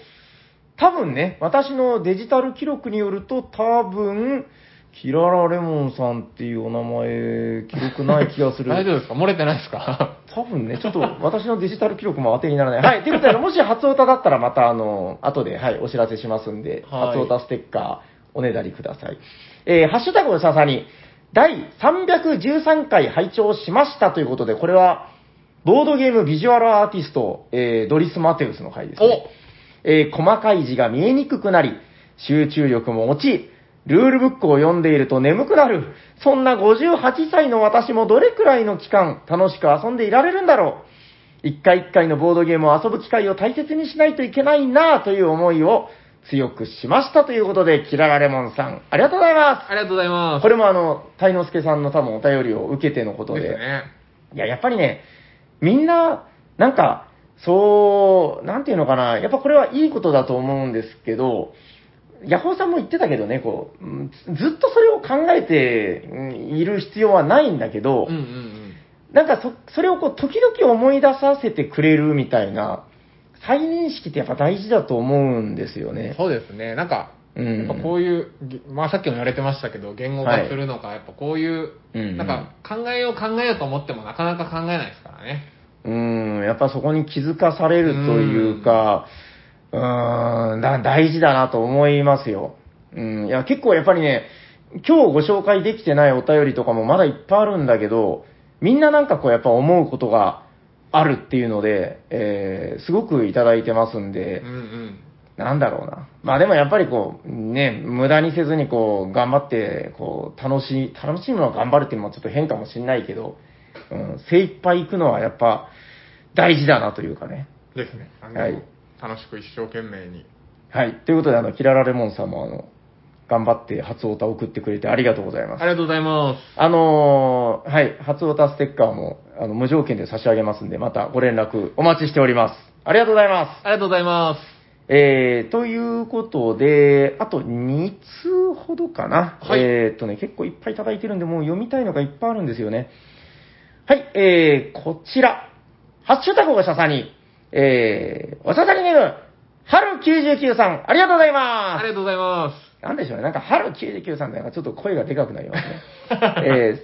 Speaker 2: 多分ね、私のデジタル記録によると、多分、キララレモンさんっていうお名前、記録ない気がす る。
Speaker 1: 大丈夫ですか漏れてないですか
Speaker 2: 多分ね、ちょっと私のデジタル記録も当てにならない。はい、ということで、もし初オタだったらまた、あの、後で、はい、お知らせしますんで、
Speaker 1: はい
Speaker 2: 初オタステッカー、おねだりください。えー、ハッシュタグをささに、第313回拝聴しましたということで、これは、ボードゲームビジュアルアーティスト、えー、ドリス・マテウスの回です、ね。えー細かい字が見えにくくなり、集中力も落ち、ルールブックを読んでいると眠くなる。そんな58歳の私もどれくらいの期間楽しく遊んでいられるんだろう。一回一回のボードゲームを遊ぶ機会を大切にしないといけないなぁという思いを強くしましたということで、キララレモンさん、ありがとうございま。
Speaker 1: ありがとうございますす。
Speaker 2: これもあの、タイノスケさんの多分お便りを受けてのことで、
Speaker 1: ですね。
Speaker 2: いや、やっぱりね、みんな、なんか、そう、なんていうのかな、やっぱこれはいいことだと思うんですけど、ヤホーさんも言ってたけどね、こう、うんずっとそれを考えてうんいる必要はないんだけ
Speaker 1: う
Speaker 2: ど、
Speaker 1: んうんうん。
Speaker 2: なんかそ、それをこう、時々思い出させてくれるみたいな、再認識ってやっぱ大事だと思うんですよね。
Speaker 1: そうですね。なんか、
Speaker 2: うん
Speaker 1: やっぱこういう、ぎまあさっきも言われてましたけど、言語化するのか、やっぱこういう、
Speaker 2: うん
Speaker 1: なんか考えよう考えようと思ってもなかなか考えないですからね。
Speaker 2: うん、やっぱそこに気づかされるというか、うーん、だ大事だなと思いますよ。うん、いや、結構やっぱりね、今日ご紹介できてないお便りとかもまだいっぱいあるんだけど、みんななんかこうやっぱ思うことがあるっていうので、えー、すごくいただいてますんで、
Speaker 1: うんうん。
Speaker 2: なんだろうな。まあでもやっぱりこう、ね、無駄にせずにこう、頑張って、こう、楽しい、楽しいものを頑張るっていうのはちょっと変かもしんないけど、うん、精一杯行くのはやっぱ、大事だなというかね。
Speaker 1: ですね。あの
Speaker 2: はい
Speaker 1: 楽しく一生懸命に。
Speaker 2: はい。ということで、あの、キララレモンさんもあの、頑張って初オタ送ってくれてありがとうござい
Speaker 1: あ
Speaker 2: ま
Speaker 1: り
Speaker 2: す。
Speaker 1: がとうございます。
Speaker 2: あのーはい、初オタステッカーも、あの、無条件で差し上げますんで、またご連絡お待ちしております。ありがとうございます。
Speaker 1: ありがとうございます。
Speaker 2: えー、ということで、あと2通ほどかな。
Speaker 1: はい
Speaker 2: えーっとね、結構いっぱいいただいてるんで、もう読みたいのがいっぱいあるんですよね。はい、えー、こちら。ハッシュタグおしゃさに。えー、おしゃさにネーム、春99さん、ありがとうござい
Speaker 1: あ
Speaker 2: ま
Speaker 1: りがとうございます。
Speaker 2: す。なんでしょうね、なんか春99さんってなんかちょっと声がでかくなります ね。えー、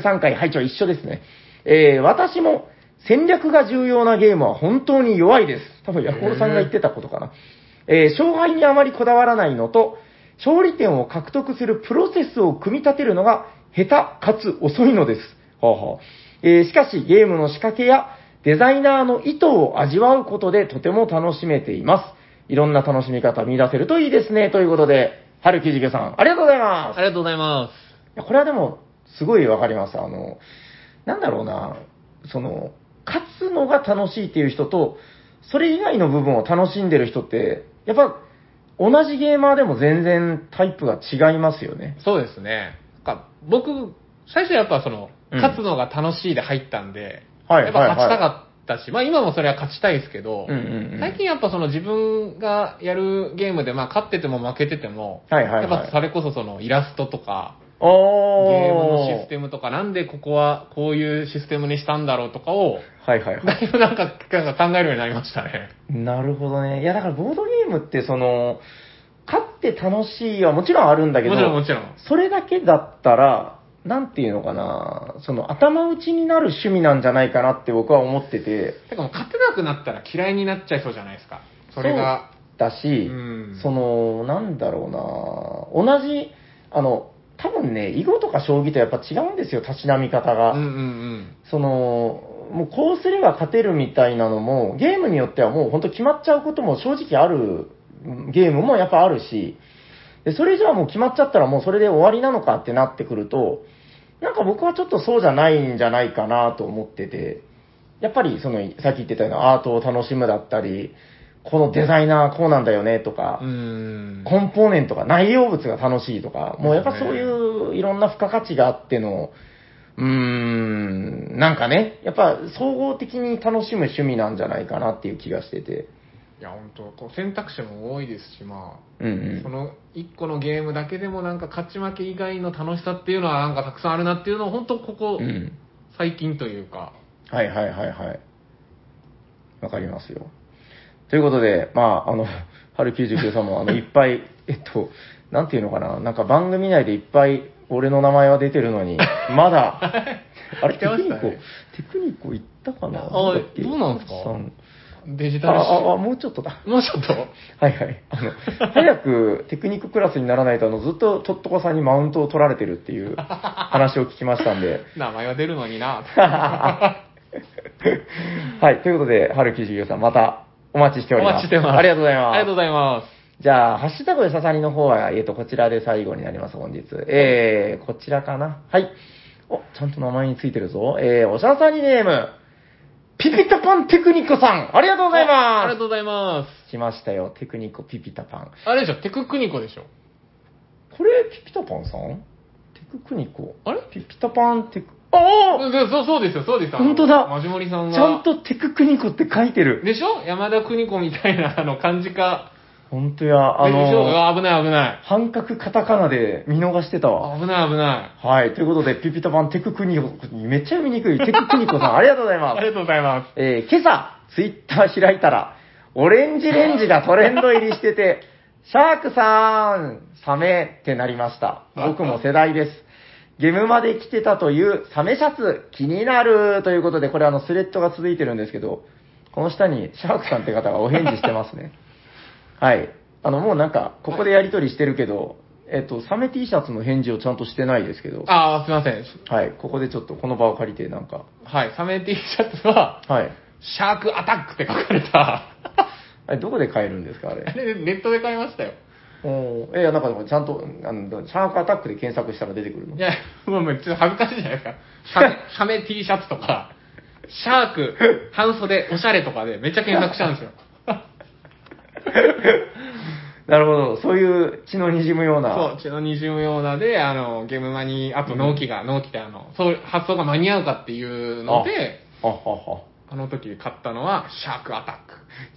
Speaker 2: 313回拝聴一緒ですね。えー、私も戦略が重要なゲームは本当に弱いです。多分ヤコウさんが言ってたことかな。えー、勝敗にあまりこだわらないのと、勝利点を獲得するプロセスを組み立てるのが下手かつ遅いのです。はあはあえーしかしゲームの仕掛けやデザイナーの意図を味わうことでとても楽しめています。いろんな楽しみ方見出せるといいですね。ということで、春木次さん、ありがとうございます
Speaker 1: あ。りがとうござい ま
Speaker 2: いやこれはでも、すごいわかります。あの、なんだろうな、その、勝つのが楽しいっていう人と、それ以外の部分を楽しんでる人って、やっぱ、同じゲーマーでも全然タイプが違いますよね。
Speaker 1: す。そうですね。なんか僕、最初やっぱその、
Speaker 2: うん
Speaker 1: 勝つのが楽しいで入ったんで、
Speaker 2: はい
Speaker 1: やっぱ
Speaker 2: はいはい
Speaker 1: 勝ちたかったし、まあ今もそれは勝ちたいですけど、
Speaker 2: うんうんうん
Speaker 1: 最近やっぱその自分がやるゲームで、まあ勝ってても負けてても、
Speaker 2: はいはいはい
Speaker 1: やっぱそれこそそのイラストとか、ゲ
Speaker 2: お
Speaker 1: ームのシステムとか、なんでここはこういうシステムにしたんだろうとか を、
Speaker 2: はいはいは
Speaker 1: だいぶなんかなんか考えるようになりましたね。
Speaker 2: い。なるほどね。いや、だからボードゲームって、その、勝って楽しいはもちろんあるんだけど、
Speaker 1: もちろんもちろん。
Speaker 2: それだけだったら、なんていうのかな、その頭打ちになる趣味なんじゃないかなって僕は思ってて、
Speaker 1: てかもう勝てなくなったら嫌いになっちゃいそうじゃないですか。それが。
Speaker 2: そうだし、
Speaker 1: うん
Speaker 2: その、なんだろうな、同じ、あの、多分ね、囲碁とか将棋とやっぱ違うんですよ、たしなみ方が。
Speaker 1: うんうん
Speaker 2: その、もうこうすれば勝てるみたいなのも、ゲームによってはもう本当決まっちゃうことも正直あるうんゲームもやっぱあるし、でそれじゃあもう決まっちゃったらもうそれで終わりなのかってなってくると、なんか僕はちょっとそうじゃないんじゃないかなと思ってて、やっぱりその、さっき言ってたようなアートを楽しむだったり、このデザイナーこうなんだよねとか、
Speaker 1: うん。うん。
Speaker 2: コンポーネントが内容物が楽しいとか、もうやっぱ
Speaker 1: ね
Speaker 2: そういういろんな付加価値があっての、うーん、なんかね、やっぱ総合的に楽しむ趣味なんじゃないかなっていう気がしてて。
Speaker 1: いや、本当こう選択肢も多いですし、ま
Speaker 2: うんう
Speaker 1: あ、
Speaker 2: ん
Speaker 1: そ。の一個のゲームだけでもなんか勝ち負け以外の楽しさっていうのはなんかたくさんあるなっていうのを本当ここ
Speaker 2: うん。
Speaker 1: 最近というか。
Speaker 2: はいはいはいはい。わかりますよ。ということで、まあ、あの、春99さんも、あの、いっぱい、えっと、なんていうのかな、なんか番組内でいっぱい俺の名前は出てるのに、まだ、あれ、テ
Speaker 1: 言っ
Speaker 2: ク
Speaker 1: て
Speaker 2: ニ
Speaker 1: まし
Speaker 2: コ、
Speaker 1: たね
Speaker 2: テクニコ行ったかな
Speaker 1: あ
Speaker 2: どだっけ
Speaker 1: どうなんですか
Speaker 2: さん
Speaker 1: デジ
Speaker 2: あ
Speaker 1: タル
Speaker 2: あ、あ、もうちょっとだ。
Speaker 1: もうちょっと
Speaker 2: はいはい。あの、早くテクニッククラスにならないと、あの、ずっととっとこさんにマウントを取られてるっていう話を聞きましたんで。
Speaker 1: 名前は出るのにな
Speaker 2: はい、ということで、春木授業さん、またお待ちしております。
Speaker 1: お待ちしてます
Speaker 2: ありがとうございます。
Speaker 1: ありがとうございま
Speaker 2: じゃあ、ハッシュタグでささりの方は、えっ、と、こちらで最後になります、本日。えー、こちらかな。はい。お、ちゃんと名前についてるぞ。えー、おしゃさにネーム、ピピタパンテクニコさん、ありがとう
Speaker 1: す。
Speaker 2: ござい
Speaker 1: ああ
Speaker 2: ま。
Speaker 1: りがとうございます
Speaker 2: 来ましたよ、テクニコピピタパン。
Speaker 1: す。あれでしょ、テククニコでしょ。
Speaker 2: これ、ピピタパンさんテククニコ。
Speaker 1: あれ
Speaker 2: ピピタパンテク、あ
Speaker 1: うんそうそうですよ、そうですよ。あの
Speaker 2: 本当だ
Speaker 1: マジモリさん
Speaker 2: あ
Speaker 1: が。
Speaker 2: ちゃんとテククニコって書いてる。
Speaker 1: でしょ山田邦子みたいなあの漢字か。
Speaker 2: 本当や、あ
Speaker 1: でしょう
Speaker 2: の、
Speaker 1: わ危ない危ない。
Speaker 2: 半角カタカナで見逃してたわ。
Speaker 1: 危ない危ない。
Speaker 2: はい、ということで、ピピタパンテククニコ、めっちゃ読みにくい。テククニコさん、ありがとうございま
Speaker 1: あ
Speaker 2: す。
Speaker 1: りがとうございます。
Speaker 2: えー今朝、ツイッター開いたら、オレンジレンジがトレンド入りしてて、シャークさん、サメってなりました。僕も世代です。ゲムまで着てたというサメシャツ、気になるということで、これあのスレッドが続いてるんですけど、この下にシャークさんって方がお返事してます ね。はい。あの、もうなんか、ここでやりとりしてるけど、えっと、サメ T シャツの返事をちゃんとしてないですけど、
Speaker 1: ああ、すいません。
Speaker 2: はい、ここでちょっとこの場を借りて、なんか、
Speaker 1: はい、サメ T シャツは、
Speaker 2: はい。
Speaker 1: シャークアタックって書かれた。
Speaker 2: あれ、どこで買えるんですか、あ
Speaker 1: あれ、
Speaker 2: れ。
Speaker 1: ネットで買いましたよ。
Speaker 2: おーえ、いやなんかでもちゃんと、あの、シャークアタックで検索したら出てくる の
Speaker 1: いや、もうめっちゃ恥ずかしいじゃないですか。サ メ、サメ T シャツとか、シャーク、半袖、おしゃれとかでめっちゃ検索したんですよ。
Speaker 2: なるほど。そういう血の滲むよ う
Speaker 1: そう、
Speaker 2: な。
Speaker 1: うちの二重用なで、あの、ゲームマに、あと納期が、納期ってあの、そう、発送が間に合うかっていうので、
Speaker 2: あはは。
Speaker 1: あの時買ったのは、シャークアタック。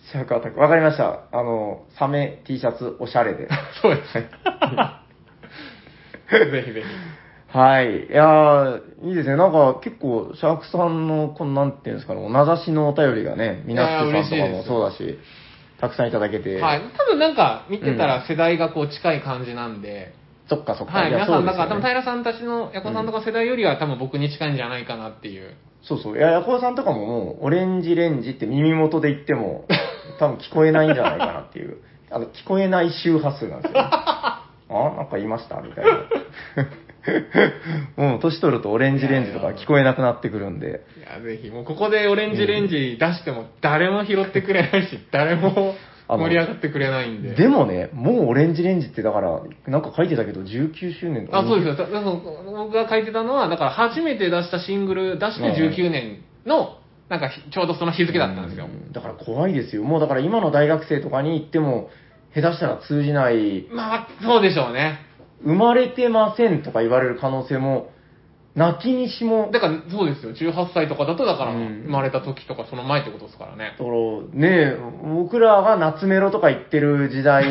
Speaker 2: シャークアタック。わかりました。あの、サメ T シャツおし ゃれで。
Speaker 1: そうです。ぜひぜ
Speaker 2: はい。いやーいいですね。なんか結構、シャークさんの、この、なんていうんですかね、お名指しのお便りがね、みなつくさん
Speaker 1: いやー嬉
Speaker 2: とか
Speaker 1: しいで
Speaker 2: も
Speaker 1: す
Speaker 2: そうだし、たくさんいただけて。
Speaker 1: ひ。はい。多分なんか、見てたら世代がこう近い感じなんで、
Speaker 2: そっかそっか。
Speaker 1: はい。
Speaker 2: や
Speaker 1: 皆さん、
Speaker 2: そ
Speaker 1: な
Speaker 2: うんです
Speaker 1: か、
Speaker 2: よ
Speaker 1: 多分
Speaker 2: ね
Speaker 1: 平さんたちの、ヤコさんとか世代よりは多分僕に近いんじゃないかなっていう。
Speaker 2: そうそう。いや、ヤコウさんとかももう、オレンジレンジって耳元で言っ ても、多分聞こえないんじゃないかなっていう。あの、聞こえない周波数なんですよ。 あなんか言いましたみたいな。 もう、年取るとオレンジレンジとか聞こえなくなってくるんで。
Speaker 1: いや、ぜひ、もうここでオレンジレンジ出しても誰も拾ってくれない し、誰も
Speaker 2: あの
Speaker 1: 盛り上がってくれないんで。
Speaker 2: でもね、もうオレンジレンジってだから、なんか書いてたけど、19周年とか。
Speaker 1: あ、そうですよ。だだそう僕が書いてたのは、だから初めて出したシングル出して
Speaker 2: うんうん
Speaker 1: 19年の、なんかひちょうどその日付だったんですよ
Speaker 2: う。んだから怖いですよ。もうだから今の大学生とかに行っても、下手したら通じない
Speaker 1: まあ、そうでしょうね。
Speaker 2: 生まれてませんとか言われる可能性も、泣きにしも、だ
Speaker 1: だから、そうですよ。18歳とかだと、だから、
Speaker 2: うん
Speaker 1: 生まれた時とかその前ってことですからね。
Speaker 2: からね、僕らが夏メロとか言ってる時 代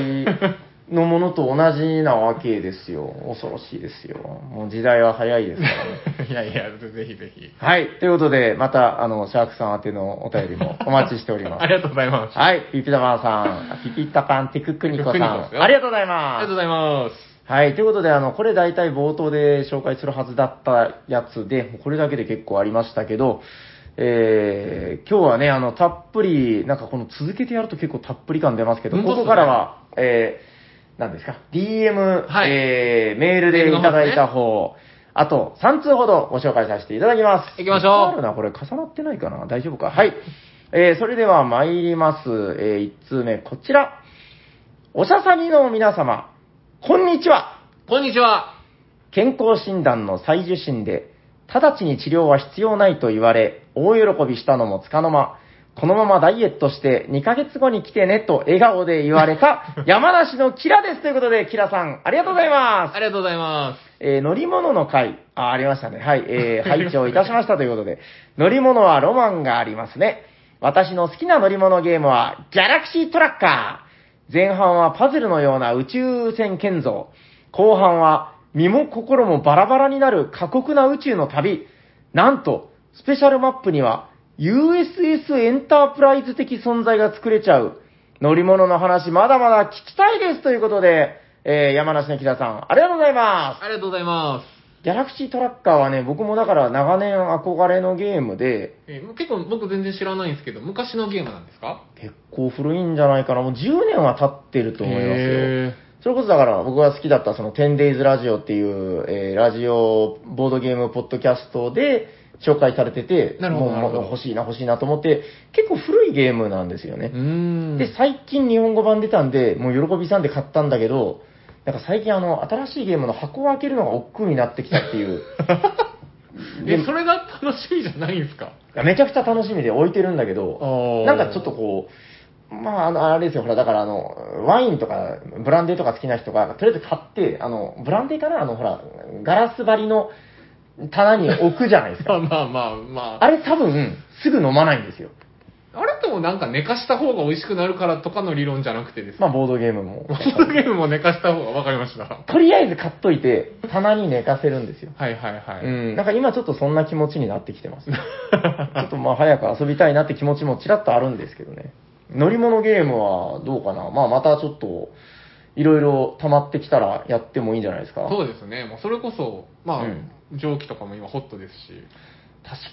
Speaker 2: のものと同じなわけですよ。恐ろしいですよ。もう時代は早いですから ね。
Speaker 1: いやいや、ぜひぜひ。
Speaker 2: はい。ということで、また、あの、シャークさん宛てのお便りもお待ちしておりま
Speaker 1: ありがとうございます
Speaker 2: す。。はい。ピピタパンさん、ピピタパンテククニコさ
Speaker 1: テククニコで
Speaker 2: ん
Speaker 1: す、よ
Speaker 2: ありがとうござい
Speaker 1: あ
Speaker 2: ま
Speaker 1: りがとう
Speaker 2: す
Speaker 1: ご。ざいます。
Speaker 2: はい。ということで、あの、これ大体冒頭で紹介するはずだったやつで、もうこれだけで結構ありましたけど、えー、今日はね、あの、たっぷり、なんかこの続けてやると結構たっぷり感出ますけど、
Speaker 1: 本当
Speaker 2: こ
Speaker 1: っすね
Speaker 2: こからは、えー、何ですか、DM、
Speaker 1: はい
Speaker 2: えー、メールでいただいた方、あと3通ほどご紹介させていただきます。
Speaker 1: 行きましょう
Speaker 2: いっぱいあるな、これ重なってないかな大丈夫かはい。えー、それでは参ります。えー、1通目、こちら。おしゃさにの皆様、こんにちは。
Speaker 1: こんにちは。
Speaker 2: 健康診断の再受診で、直ちに治療は必要ないと言われ、大喜びしたのもつかの間、このままダイエットして2ヶ月後に来てねと笑顔で言われた山梨のキラですということで、キラさん、ありがとうございま。
Speaker 1: ありがとうございます
Speaker 2: えー乗り物の会、あ、ありましたね。はい、えー、拝聴いたしましたということで、乗り物はロマンがありますね。私の好きな乗り物ゲームは、ギャラクシートラッカー。前半はパズルのような宇宙船建造。後半は身も心もバラバラになる過酷な宇宙の旅。なんと、スペシャルマップには USS エンタープライズ的存在が作れちゃう乗り物の話まだまだ聞きたいですということで、えー山梨の木田さん、ありがとうございます。
Speaker 1: す。ありがとうございます。
Speaker 2: ギャラクシートラッカーはね、僕もだから長年憧れのゲームで、
Speaker 1: えー結構僕全然知らないんですけど、昔のゲームなんですか
Speaker 2: 結構古いんじゃないかな。もう10年は経ってると思いますよ。
Speaker 1: へ
Speaker 2: それこそだから僕が好きだったその 10days ラジオっていう、えーラジオボードゲームポッドキャストで紹介されてて、
Speaker 1: なるほど
Speaker 2: もう
Speaker 1: なるほど
Speaker 2: もう欲しいな欲しいなと思って、結構古いゲームなんですよね。
Speaker 1: ーうーん。
Speaker 2: で、最近日本語版出たんで、もう喜びさんで買ったんだけど、なんか最近あの、新しいゲームの箱を開けるのが億劫になってきたっ ていう。で
Speaker 1: え、それが楽しみじゃないんですか
Speaker 2: いやめちゃくちゃ楽しみで置いてるんだけど、な
Speaker 1: なん
Speaker 2: かちょっとこう、まあ、あの、あれですよ、ほら、だからあの、ワインとか、ブランデーとか好きな人が、とりあえず買って、あの、ブランデーかなあの、ほら、ガラス張りの棚に置くじゃないです
Speaker 1: ま
Speaker 2: か。
Speaker 1: あまあまあまあ。
Speaker 2: あれ多分、すぐ飲まないんですよ。
Speaker 1: あれってもなんか寝かした方が美味しくなるからとかの理論じゃなくてですね。
Speaker 2: まあ、ボードゲームも。
Speaker 1: ボー ドゲームも寝かした方が分かりました。は
Speaker 2: とりあえず買っといて、棚に寝かせるんですよ。
Speaker 1: いはいはい。
Speaker 2: うん、なんか今ちょっとそんな気持ちになってきて ます。ちょっとまあ早く遊びたいなって気持ちもちらっとあるんですけどね。乗り物ゲームはどうかなまあまたちょっと、いろいろ溜まってきたらやってもいいんじゃないですか。
Speaker 1: そうですね。もうそれこそ、まあ、
Speaker 2: うん
Speaker 1: 蒸気とかも今ホットですし。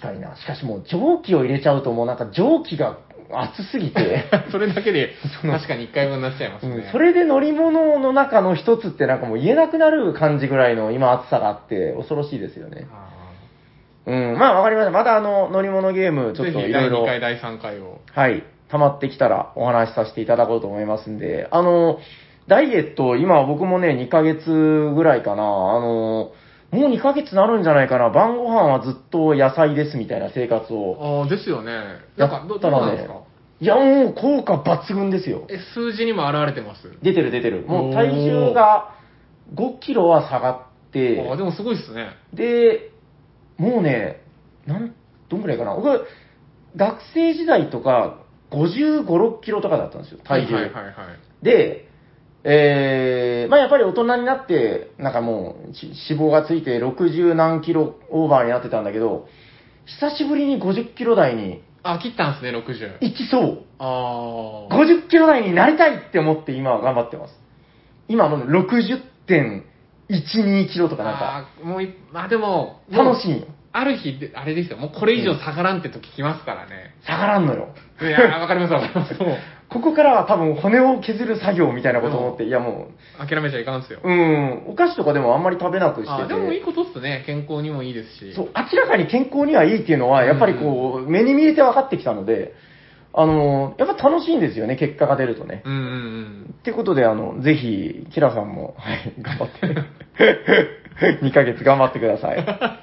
Speaker 2: 確かにな。しかしもう蒸気を入れちゃうともうなんか蒸気が熱すぎて、
Speaker 1: それだけで、
Speaker 2: その
Speaker 1: 確かに一回分になっちゃいます
Speaker 2: う
Speaker 1: ね。
Speaker 2: んそれで乗り物の中の一つってなんかもう言えなくなる感じぐらいの今暑さがあって恐ろしいですよね。
Speaker 1: あ
Speaker 2: うん。まあわかりました。またあの乗り物ゲーム
Speaker 1: ー
Speaker 2: ちょっと
Speaker 1: ぜ
Speaker 2: い
Speaker 1: ひ
Speaker 2: ろ
Speaker 1: 第
Speaker 2: いろ
Speaker 1: 2。回、第3回を。
Speaker 2: はい、溜まってきたらお話しさせていただこうと思いますんで、あの、ダイエット、今僕もね、2ヶ月ぐらいかな、あの、もう2ヶ月なるんじゃないかな、晩ご飯はずっと野菜ですみたいな生活を。
Speaker 1: ああ、ですよね。なんか、
Speaker 2: や
Speaker 1: ど
Speaker 2: った
Speaker 1: どうな
Speaker 2: ら
Speaker 1: んです
Speaker 2: ね
Speaker 1: か、
Speaker 2: いやもう効果抜群ですよ。
Speaker 1: え、数字にも表れてます。
Speaker 2: 出てる出てる。もう体重が5キロは下がっ
Speaker 1: ああ、
Speaker 2: て、
Speaker 1: でもすごいですね。
Speaker 2: で、もうね、なん、どんぐらいかな、僕、学生時代とか、55、6キロとかだったんですよ、体重。
Speaker 1: はいはいはい。
Speaker 2: で、えー、まあやっぱり大人になって、なんかもうし脂肪がついて60何キロオーバーになってたんだけど、久しぶりに50キロ台に
Speaker 1: あ、切ったんですね、60。
Speaker 2: 行きそう。
Speaker 1: ああ。
Speaker 2: 50キロ台になりたいって思って今は頑張ってます。今もう60.12キロとかなんか、
Speaker 1: あーもうい、まあでも、
Speaker 2: 楽し
Speaker 1: い。
Speaker 2: いよ。
Speaker 1: ある日で、あれですよ、もうこれ以上下がらんって時来ますから ね。
Speaker 2: 下がらんのよ。
Speaker 1: いやー、わかりますわかります。もう、
Speaker 2: ここからは多分骨を削る作業みたいなこと思って、いやも
Speaker 1: 諦めちゃいかんすよ。
Speaker 2: う、うん、お菓子とかでもあんまり食べなくして
Speaker 1: あ
Speaker 2: て。
Speaker 1: ーでもいいことっすね。健康にもいいですし。
Speaker 2: そう、明らかに健康にはいいっていうのは、やっぱりこう、目に見えて分かってきたので、あの、やっぱ楽しいんですよね、結果が出るとね。
Speaker 1: うんうんうん。
Speaker 2: ってことで、あの、ぜひ、キラさんも、はい、頑張 って。2ヶ月頑張ってください。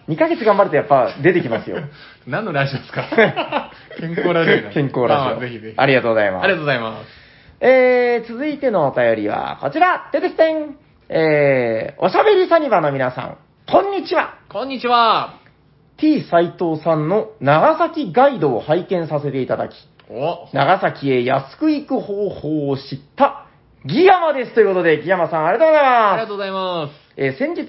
Speaker 2: 2ヶ月頑張るとやっぱ出てきますよ。
Speaker 1: 何のラジオです か健康ラジオなんで
Speaker 2: 健康ラ
Speaker 1: あー
Speaker 2: ジオ。
Speaker 1: ぜひぜひ。
Speaker 2: ありがとうございます。
Speaker 1: ありがとうございます。
Speaker 2: えー、続いてのお便りはこちら、ててきてんえー、おしゃべりサニバの皆さん、こんにちは
Speaker 1: こんにちは。
Speaker 2: T 斎藤さんの長崎ガイドを拝見させていただき、
Speaker 1: お
Speaker 2: 長崎へ安く行く方法を知った、ギヤマですということで、ギヤマさんありがとうござい
Speaker 1: ありが
Speaker 2: ます。
Speaker 1: とうございま
Speaker 2: えー先日、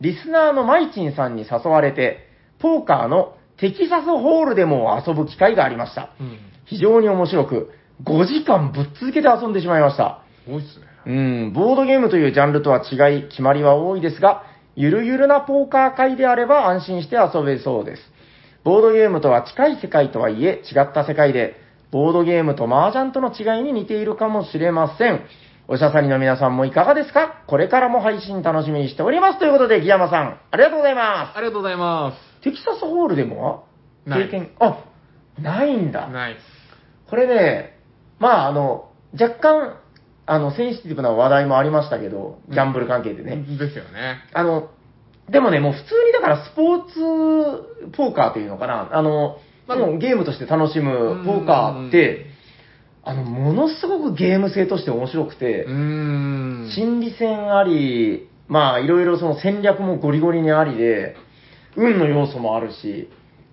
Speaker 2: リスナーのマイチンさんに誘われて、ポーカーのテキサスホールでも遊ぶ機会がありました。
Speaker 1: す。うん。
Speaker 2: 非常に面白く、5時間ぶっ続けて遊んでしまいました。
Speaker 1: すごいっすね。
Speaker 2: うん、ボードゲームというジャンルとは違い、決まりは多いですが、ゆるゆるなポーカー会であれば安心して遊べそうです。ボードゲームとは近い世界とはいえ、違った世界で、ボードゲームと麻雀との違いに似ているかもしれません。おしゃさりの皆さんもいかがですかこれからも配信楽しみにしております。ということで、ギヤマさん、ありがとうございま。
Speaker 1: ありがとうございます
Speaker 2: テキサスホールでも
Speaker 1: ない
Speaker 2: 経験、あ、ないんだ
Speaker 1: す。。ないっ
Speaker 2: これね、まあ、あの、若干、あの、センシティブな話題もありましたけど、
Speaker 1: うん。
Speaker 2: ギャンブル関係ですね。
Speaker 1: ですよね。
Speaker 2: あの、でもね、もう普通にだからスポーツポーカーというのかな、あの、
Speaker 1: まあ
Speaker 2: もうゲームとして楽しむポーカーっ
Speaker 1: う
Speaker 2: て、あの、ものすごくゲーム性として面白くて
Speaker 1: う、ーん。
Speaker 2: 心理戦あり、まあ、いろいろその戦略もゴリゴリにありで、運の要素もあるし、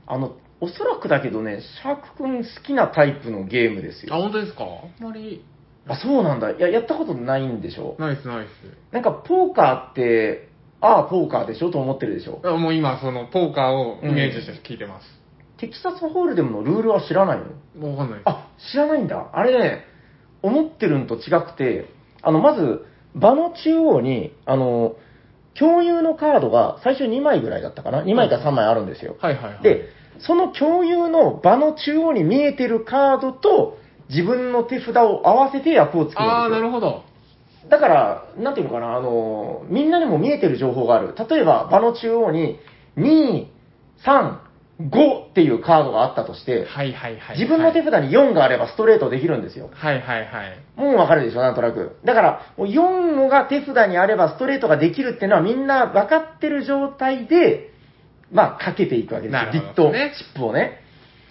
Speaker 2: あの、おそらくだけどね、シャーク君好きなタイプのゲームです
Speaker 1: あ、
Speaker 2: よ。
Speaker 1: 本当ですかあんまり。
Speaker 2: あ、そうなんだ。いや、やったことないんでしょ
Speaker 1: ナイスナイ
Speaker 2: なんか、ポーカーって、ああ、ポーカーでしょと思ってるでしょ
Speaker 1: ス。あもう今、その、ポーカーをイメージして聞いてます。
Speaker 2: テキサスホールデムのルールは知らないの
Speaker 1: もうわかんないです。
Speaker 2: あ、知らないんだ。あれね、思ってるんと違くて、あの、まず、場の中央に、あの、共有のカードが最初2枚ぐらいだったかな ?2 枚か3枚あるんですよ。
Speaker 1: はいはいはい。
Speaker 2: で、その共有の場の中央に見えてるカードと、自分の手札を合わせて役を作るんですよ。
Speaker 1: ああ、なるほど。
Speaker 2: だから、なんていうのかな、あの、みんなにも見えてる情報がある。例えば、場の中央に、2、3、5っていうカードがあったとして、
Speaker 1: はいはいはい。
Speaker 2: 自分の手
Speaker 1: はい
Speaker 2: 札に4があればストレートできるんですよ。
Speaker 1: はいはい。
Speaker 2: もうわかるでしょ、なんとなく。だから、もう4が手札にあればストレートができるっていうのはみんな分かってる状態で、まあ、かけていくわけです
Speaker 1: な
Speaker 2: よ。ビ
Speaker 1: る
Speaker 2: ッ
Speaker 1: ほ
Speaker 2: ト、
Speaker 1: ど
Speaker 2: チ
Speaker 1: ね
Speaker 2: ップをね。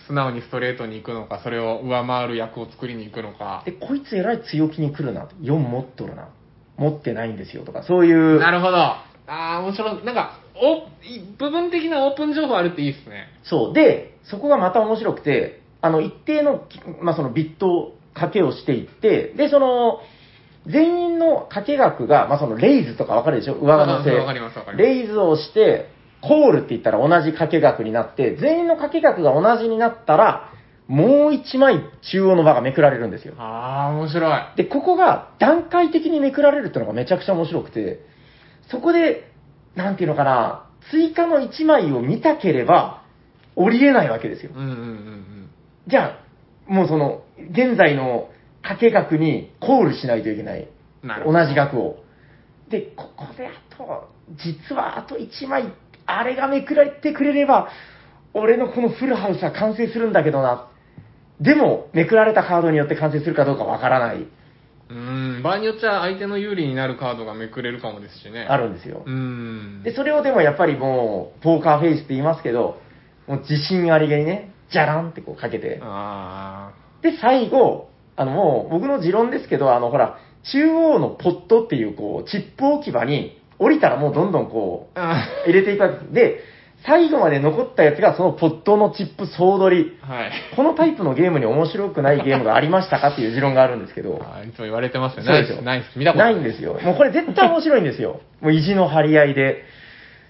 Speaker 1: 素直にストレートに行くのか、それを上回る役を作りに行くのか。
Speaker 2: で、こいつえらい強気に来るな。4持っとるな。持ってないんですよとか、そういう。
Speaker 1: なるほど。ああ、面白い。なんか、お、い部分的なオープン情報あるっていいですね。
Speaker 2: そう。で、そこがまた面白くて、あの、一定の、まあ、そのビット賭けをしていって、で、その、全員の賭け額が、まあ、そのレイズとかわかるでしょ上乗せ。
Speaker 1: わかりますわかります
Speaker 2: レイズをして、コールって言ったら同じ掛け額になって、全員の掛け額が同じになったら、もう一枚中央の場がめくられるんですよ。
Speaker 1: ああ、面白い。
Speaker 2: で、ここが段階的にめくられるっていうのがめちゃくちゃ面白くて、そこで、なんていうのかな、追加の1枚を見たければ、降りれないわけですよ。
Speaker 1: うんうんうん
Speaker 2: じゃあ、もうその、現在の掛け額にコールしないといけない。
Speaker 1: うん。なるほ
Speaker 2: 同
Speaker 1: ど。
Speaker 2: じ額を。で、ここであと、実はあと1枚、あれがめくられてくれれば、俺のこのフルハウスは完成するんだけどな。でも、めくられたカードによって完成するかどうかわからない。
Speaker 1: うん、場合によっちゃ相手の有利になるカードがめくれるかもですしね。
Speaker 2: あるんですよ
Speaker 1: う。ん。
Speaker 2: で、それをでもやっぱりもう、ポーカーフェイスって言いますけど、もう自信ありげにね、じゃらんってこうかけて。
Speaker 1: あ
Speaker 2: で、最後、あのもう、僕の持論ですけど、あのほら、中央のポットっていうこう、チップ置き場に、降りたらもうどんどんこ
Speaker 1: あ。 あ
Speaker 2: う、入れていくわけです。で、最後まで残ったやつがそのポットのチップ総取り。
Speaker 1: あ。はい。
Speaker 2: このタイプのゲームに面白くないゲームがありましたかっていう持論があるんですけど。
Speaker 1: あーいつも言われてますよね。
Speaker 2: そう
Speaker 1: な
Speaker 2: で
Speaker 1: い
Speaker 2: すよ。
Speaker 1: です。ないです。見たことない。
Speaker 2: んですよ。もうこれ絶対面白いんで すよ。もう意地の張り合いで。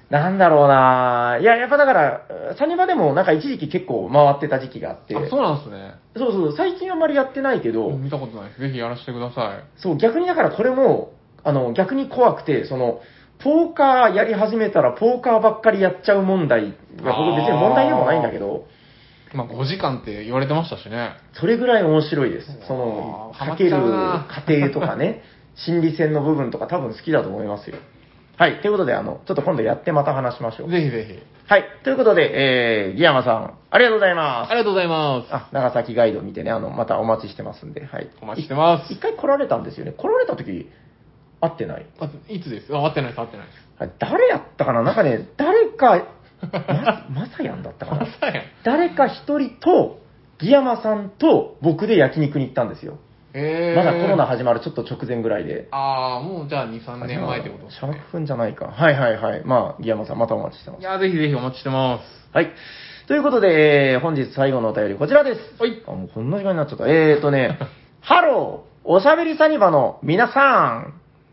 Speaker 2: なんだろうないや、やっぱだから、サニバでもなんか一時期結構回ってた時期があって。
Speaker 1: あ、そうなんですね。
Speaker 2: そうそう、最近あんまりやってないけど、
Speaker 1: 見たことないです。ぜひやらせてください。
Speaker 2: そう、逆にだからこれも、あの、逆に怖くて、その、ポーカーやり始めたらポーカーばっかりやっちゃう問題は、
Speaker 1: あー
Speaker 2: 僕別に問題でもないんだけど、
Speaker 1: まあ、5時間って言われてましたしね。
Speaker 2: それぐらい面白いです。その、
Speaker 1: あー
Speaker 2: かける
Speaker 1: ハマっ
Speaker 2: 過程と かね、心理戦の部分とか多分好きだと思いますよ。はい、ということで、あの、ちょっと今度やってまた話しましょう。
Speaker 1: ぜひぜひ。
Speaker 2: はい、ということで、えー、ギヤマさん、ありがとうございま
Speaker 1: ありがとうございます
Speaker 2: す。。あ、長崎ガイド見てね、あの、またお待ちしてますんで、はい。
Speaker 1: お待ちしてます
Speaker 2: 一。回来られたんですよね。来られた時、会ってない。
Speaker 1: あいつですあ、合ってないです、合ってないです。
Speaker 2: あれ誰やったかななんかね、誰か、ま、まさやんだったか
Speaker 1: ま
Speaker 2: な
Speaker 1: さやん。
Speaker 2: 誰か一人と、ギヤマさんと僕で焼肉に行ったんですよ。
Speaker 1: えー。
Speaker 2: まだコロナ。始まるちょっと直前ぐらいで。
Speaker 1: ああ、もうじゃあ2、3年前ってことです
Speaker 2: シャ
Speaker 1: ね
Speaker 2: ー。クフンじゃないか。はいはいはい。まあ、ギヤマさんまたお待ちしてま
Speaker 1: い
Speaker 2: す。
Speaker 1: やー、ぜひぜひお待ちしてま
Speaker 2: はい。ということで、えー本日最後のお便りこちらです。
Speaker 1: す。はい。
Speaker 2: あ、もうこんな時間になっちゃった。えー とね、ハロー、おしゃべりサニバの皆さ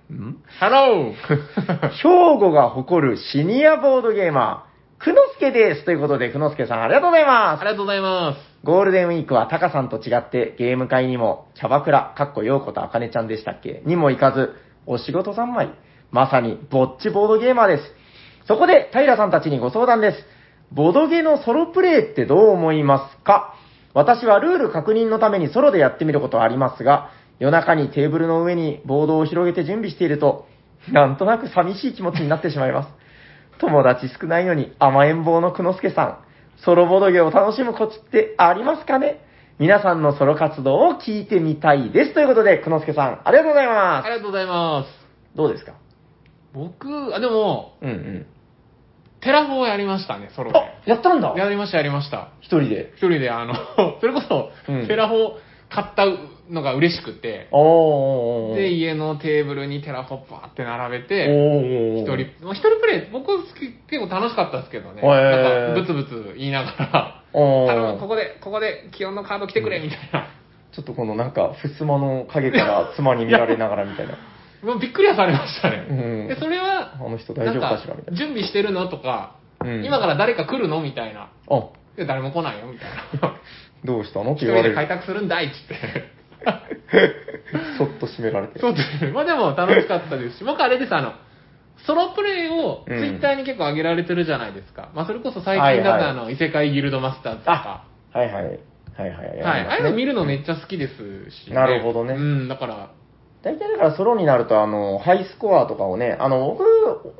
Speaker 2: ん。ん
Speaker 1: ハロー
Speaker 2: 兵庫が誇るシニアボードゲーマー、くのすけです。ということで、くのすけさんありがとうござい
Speaker 1: あ
Speaker 2: ま
Speaker 1: りが
Speaker 2: す。
Speaker 1: とうございま
Speaker 2: ゴールデンウィークはタカさんと違ってゲーム会にも、キャバクラ、かっこようことあかねちゃんでしたっけにも行かず、お仕事三昧。まさに、ぼっちボードゲーマーです。そこで、平さんたちにご相談です。ボドゲのソロプレイってどう思いますか私はルール確認のためにソロでやってみることはありますが、夜中にテーブルの上にボードを広げて準備していると、なんとなく寂しい気持ちになってしまいます。友達少ないのに甘えん坊のくのすけさん、ソロボドゲを楽しむコツってありますかね皆さんのソロ活動を聞いてみたいです。ということで、くのすけさん、ありがとうござい
Speaker 1: す。あり
Speaker 2: ま
Speaker 1: がとうございます。
Speaker 2: す。どうですか
Speaker 1: 僕、あ、でも、
Speaker 2: うんうん。
Speaker 1: テラフォーやりましたね、ソロで。
Speaker 2: あ、やったんだ
Speaker 1: やりました、やりました。
Speaker 2: 一人で。
Speaker 1: 一人で、あの、 それこそ
Speaker 2: うん、
Speaker 1: テラフォー買ったのが嬉しくて、
Speaker 2: おーおーおー。
Speaker 1: で、家のテーブルにテラフォーバーって並べて、
Speaker 2: おーおーおー
Speaker 1: 一人、まあ一人プレイ、僕好き結構楽しかったですけどね。
Speaker 2: へ
Speaker 1: な
Speaker 2: ー
Speaker 1: んか、ブツブツ言いながら、
Speaker 2: おー
Speaker 1: 頼むここで、ここで、気温のカード来てくれ、みたいな。
Speaker 2: ちょっとこのなんか、ふすまの影から妻に見られながらみたいな。
Speaker 1: もうびっくりはされましたね。
Speaker 2: うん
Speaker 1: で、それは
Speaker 2: あ、の人大
Speaker 1: な
Speaker 2: 丈
Speaker 1: ん
Speaker 2: 夫か
Speaker 1: か
Speaker 2: しらみた、いな。
Speaker 1: 準備してるのとか、
Speaker 2: うん
Speaker 1: 今から誰か来るのみたいな。
Speaker 2: あ、
Speaker 1: で、誰も来ないよ、みたい な。
Speaker 2: どうしたのっ
Speaker 1: 一
Speaker 2: て言わ
Speaker 1: 人で
Speaker 2: れ
Speaker 1: 開
Speaker 2: る。
Speaker 1: 拓するんだいっつって。
Speaker 2: そっと閉められて。
Speaker 1: そうですね。まあでも楽しかったですし、僕あれです、あの、ソロプレイをツイッターに結構上げられてるじゃないですか。まあそれこそ最近だ
Speaker 2: は
Speaker 1: っ
Speaker 2: い
Speaker 1: た
Speaker 2: はい
Speaker 1: あの、異世界ギルドマスターズとか
Speaker 2: あ。、はいはい。はいは
Speaker 1: はい。
Speaker 2: い。やり
Speaker 1: あ
Speaker 2: ます
Speaker 1: あいう
Speaker 2: ね
Speaker 1: の見るのめっちゃ好きですし、
Speaker 2: なるほどね
Speaker 1: うん、だから、
Speaker 2: 大体だからソロになると、あの、ハイスコアとかをね、あの、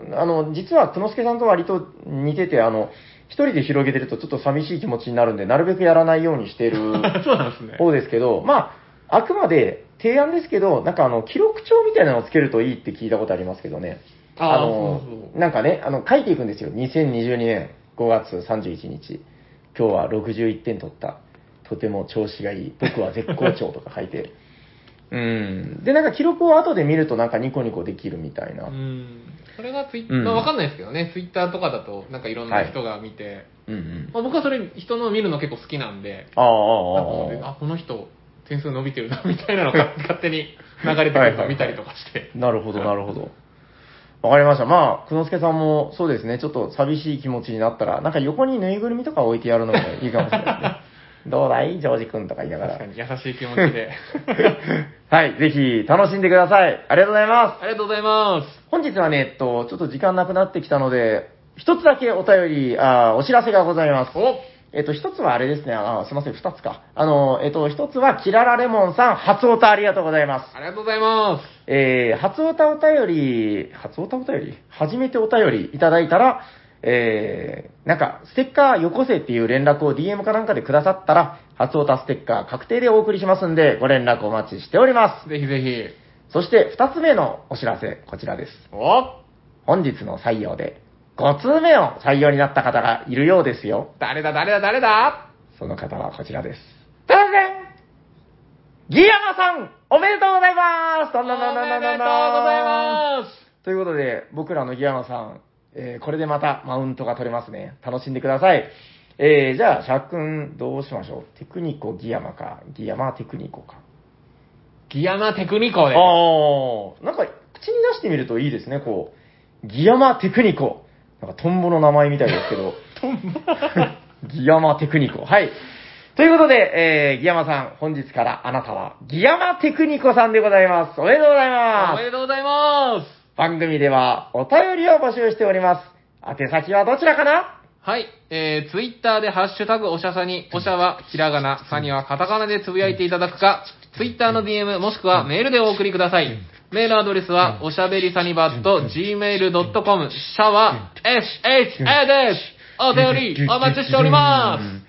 Speaker 2: 僕、あの、実は、くのすけさんと割と似てて、あの、一人で広げてるとちょっと寂しい気持ちになるんで、なるべくやらないようにして る
Speaker 1: そうなんですね。
Speaker 2: 方ですけど、まあ、あくまで提案ですけど、なんかあの、記録帳みたいなのをつけるといいって聞いたことありますけどね。
Speaker 1: あー
Speaker 2: の
Speaker 1: そうそう
Speaker 2: なんかね、あの、書いていくんですよ。2022年5月31日。今日は61点取った。とても調子がいい。僕は絶好調とか書いて。 うん。で、なんか記録を後で見るとなんかニコニコできるみたいな。
Speaker 1: う
Speaker 2: うん。
Speaker 1: ん。それがツイッタ
Speaker 2: う
Speaker 1: ー、
Speaker 2: ん
Speaker 1: まあわかんないですけどね、ツイッターとかだと、なんかいろんな人が見て、
Speaker 2: うん。
Speaker 1: まあ僕はそれ、人の見るの結構好きなんで、
Speaker 2: ああ、
Speaker 1: なんかもう
Speaker 2: ああ、あ
Speaker 1: あ、この人、点数伸びてるな、みたいなのが勝手に流れてくるのを見たりとかして。
Speaker 2: あ。なるほど、なるほど。わかりました。まあ、くのすけさんもそう ですね、ちょっと寂しい気持ちになったら、なんか横にぬいぐるみとか置いてやるのもいいかもしれないですね。どうだいジョージ君とか言いながら
Speaker 1: 確か。に優しい気持ちで。
Speaker 2: はい、ぜひ楽しんでください。ありがとうございま。
Speaker 1: ありがとうございます
Speaker 2: 本日はね、えっと、ちょっと時間なくなってきたので、一つだけお便り、あーお知らせがございます
Speaker 1: す。。お
Speaker 2: えっと、一つはあれですね、あーすいません、二つか。あの、えっと、一つは、キララレモンさん、初オタありがとうございます。
Speaker 1: ありがとうございま。
Speaker 2: えー、初歌お便り、初歌お便り初めてお便りいただいたら、えー、なんか、ステッカーよこせっていう連絡を DM かなんかでくださったら、初歌ステッカー確定でお送りしますんで、ご連絡お待ちしております
Speaker 1: ぜひぜ
Speaker 2: す。そして、二つ目のお知らせ、こちらです。
Speaker 1: ひ。お
Speaker 2: 本日の採用で、5通目の採用になった方がいるようですよ。
Speaker 1: 誰だ誰だ誰だ
Speaker 2: その方はこちらです。すいませんギヤマさんおめでとうございますどんどんどんどんどんど
Speaker 1: おめでとうご
Speaker 2: んどん
Speaker 1: ざいます
Speaker 2: ということで、僕らのギヤマさん、えーこれでまたマウントが取れますね。楽しんでください。えー、じゃあ、シャー君、どうしましょうテクニコギヤマか、ギヤマテクニコか。
Speaker 1: ギヤマテクニコ
Speaker 2: あ
Speaker 1: で。
Speaker 2: ー、なんか、口に出してみるといいですね、こう。ギヤマテクニコ。なんか、トンボの名前みたいですけど。
Speaker 1: トンボ
Speaker 2: ギヤマテクニコ。はい。ということで、えー、ギヤマさん、本日からあなたは、ギヤマテクニコさんでございます。おめでとうござい
Speaker 1: お
Speaker 2: ま
Speaker 1: め
Speaker 2: す。
Speaker 1: でとうございます
Speaker 2: 番組では、お便りを募集しております。宛先はどちらかな。
Speaker 1: はい、えー、ツイッターでハッシュタグおしゃさに、おしゃはひらがな、さにはカタカナでつぶやいていただくか、ツイッターの DM もしくはメールでお送りください。メールアドレスは、おしゃべりさにばっと gmail.com、シャワー SHA ですお便りお待ちしております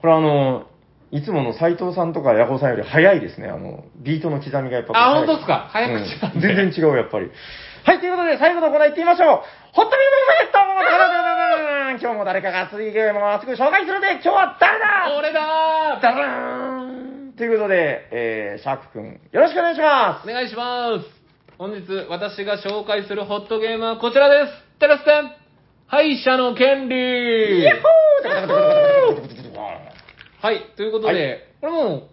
Speaker 2: これあの、いつもの斎藤さんとかヤホーさんより早いですね。あの、ビートの刻みがやっぱ
Speaker 1: あ
Speaker 2: 早
Speaker 1: 本
Speaker 2: い
Speaker 1: 当ですか早口なんで
Speaker 2: 全然違う、やっぱり。はい、ということで、最後のコーナー行ってみましょう。ホットミルクマーケット今日も誰かが熱いゲームを熱く紹介するんで、今日は誰だ
Speaker 1: す俺だ
Speaker 2: ダラーンということで、えー、シャークくん、よろしくお願いしま
Speaker 1: ーお
Speaker 2: す。
Speaker 1: 願いします本日私が紹介するホットゲームはこちらですテラステン敗者の権利
Speaker 2: ヤッホー
Speaker 1: はい、ということで、
Speaker 2: はい
Speaker 1: これも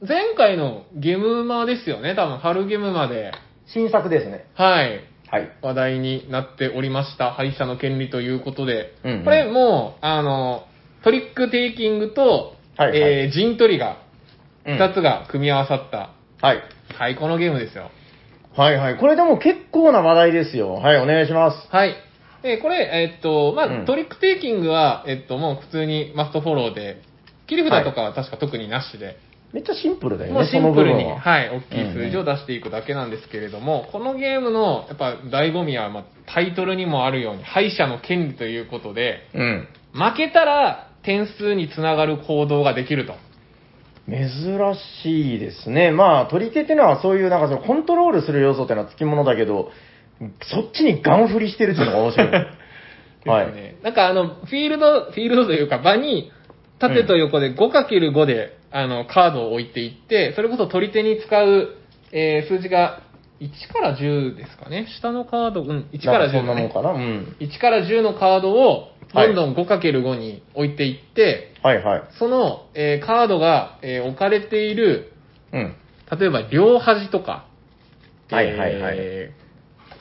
Speaker 1: う、前回のゲムマですよね、多分、春ゲムマで、
Speaker 2: 新作ですね。
Speaker 1: はい、
Speaker 2: はい。
Speaker 1: 話題になっておりました、敗者の権利ということで、
Speaker 2: うんうん
Speaker 1: これもう、あの、トリックテイキングと、
Speaker 2: はいはい
Speaker 1: えー陣取りが、
Speaker 2: うん
Speaker 1: 2つが組み合わさった、
Speaker 2: はい。
Speaker 1: 最高のゲームですよ。
Speaker 2: はいはい。これでも結構な話題ですよ。はい、お願いします。
Speaker 1: はい。えーこれ、えーっと、まあ、
Speaker 2: うん
Speaker 1: トリックテイキングは、えーっと、もう普通にマストフォローで、切り札とかは確か特になしで、
Speaker 2: めっちゃシンプルだよ
Speaker 1: もう
Speaker 2: ね、
Speaker 1: シ
Speaker 2: そ
Speaker 1: ン
Speaker 2: の
Speaker 1: プ
Speaker 2: 部
Speaker 1: ルに、
Speaker 2: 分は。
Speaker 1: はい、大きい数字を出していくだけなんですけれども、このゲームのやっぱ醍醐味は、まあ、タイトルにもあるように、敗者の権利ということで、
Speaker 2: うん。
Speaker 1: 負けたら点数につながる行動ができると。
Speaker 2: 珍しいですね。まあ、取り手っていうのはそういう、なんかそのコントロールする要素っていうのはつきものだけど、そっちにガン振りしてるっていうのが 面白い。はい
Speaker 1: です。ね。なんかあの、フィールド、フィールドというか場に、縦と横で 5×5 で、あの、カードを置いていって、それこそ取り手に使う、えー数字が1から10ですかね。下のカード、うん、1から10、
Speaker 2: なんかそんなもんかな。うん。
Speaker 1: 1から10のカードを
Speaker 2: は
Speaker 1: ど
Speaker 2: い
Speaker 1: んどん 5×5 に置いていって、
Speaker 2: はいはい。
Speaker 1: その、えーカードが、えー置かれている、
Speaker 2: うん。
Speaker 1: 例えば両端とか、
Speaker 2: はいはいはい
Speaker 1: えー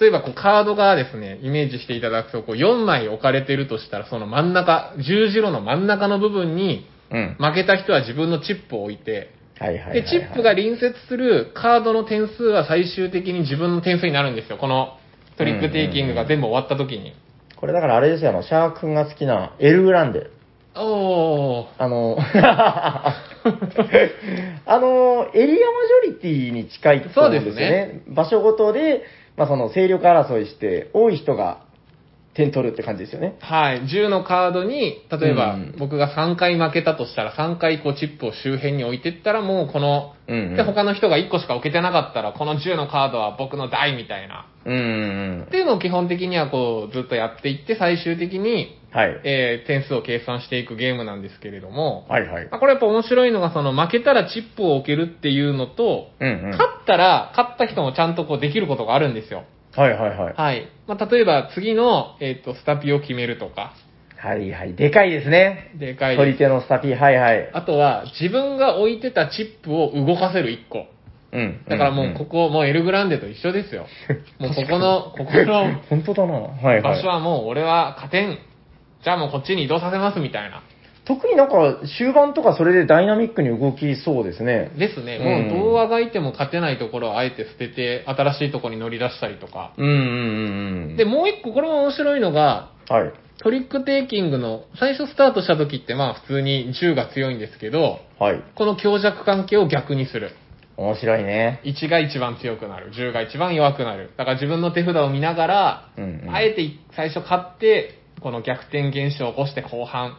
Speaker 1: 例えばこうカードがですね、イメージしていただくと、こう4枚置かれているとしたら、その真ん中、十字路の真ん中の部分に、
Speaker 2: うん。
Speaker 1: 負けた人は自分のチップを置いて、
Speaker 2: はいはいはいはい。
Speaker 1: で、チップが隣接するカードの点数は最終的に自分の点数になるんですよ。このトリックテイキングが全部終わった時に。
Speaker 2: これだからあれですよ、あの、シャーク君が好きなエルグランデ。
Speaker 1: おー。
Speaker 2: あ の、あの、エリアマジョリティに近いと思うんですよね。場所ごとで、まあその勢力争いして、多い人が点取るって感じですよね。
Speaker 1: はい、10のカードに、例えば
Speaker 2: うん
Speaker 1: 僕が3回負けたとしたら、3回こうチップを周辺に置いてったら、もうこの、
Speaker 2: うんうん
Speaker 1: で、他の人が1個しか置けてなかったら、この10のカードは僕の台みたいな。
Speaker 2: うんうん
Speaker 1: っていうのを基本的にはこう、ずっとやっていって、最終的に、
Speaker 2: うん。はい。
Speaker 1: えー点数を計算していくゲームなんですけれども、
Speaker 2: はいはい。
Speaker 1: まあこれやっぱ面白いのが、その負けたらチップを置けるっていうのと、
Speaker 2: うんうん。
Speaker 1: 勝ったら、勝った人もちゃんとこうできることがあるんですよ。
Speaker 2: はいはいはい。
Speaker 1: はい。まあ、例えば次の、えっ、と、スタピを決めるとか、
Speaker 2: はいはい。でかいですね。
Speaker 1: でかいです
Speaker 2: 取り手のスタピー、はいはい。
Speaker 1: あとは、自分が置いてたチップを動かせる1個。
Speaker 2: うん。
Speaker 1: だからも
Speaker 2: ん
Speaker 1: うんここ、もうエルグランデと一緒です よ。もうここの、ここの
Speaker 2: 本当だな。はいはい。
Speaker 1: 場所はもう俺は加点。じゃあもうこっちに移動させますみたいな。
Speaker 2: 特になんか終盤とかそれでダイナミックに動きそうですね。
Speaker 1: ですね、
Speaker 2: うん
Speaker 1: もう、童話がいても勝てないところをあえて捨てて、新しいところに乗り出したりとか。
Speaker 2: うんうんうんうん。
Speaker 1: で、もう一個、これも面白いのが、
Speaker 2: はい。
Speaker 1: トリックテイキングの、最初スタートした時って、まあ、普通に銃が強いんですけど、
Speaker 2: はい。
Speaker 1: この強弱関係を逆にする。
Speaker 2: 面白いね。
Speaker 1: 1が一番強くなる、10が一番弱くなる。だから自分の手札を見ながら、
Speaker 2: うんうん
Speaker 1: あえて最初勝って、この逆転現象を起こして後半、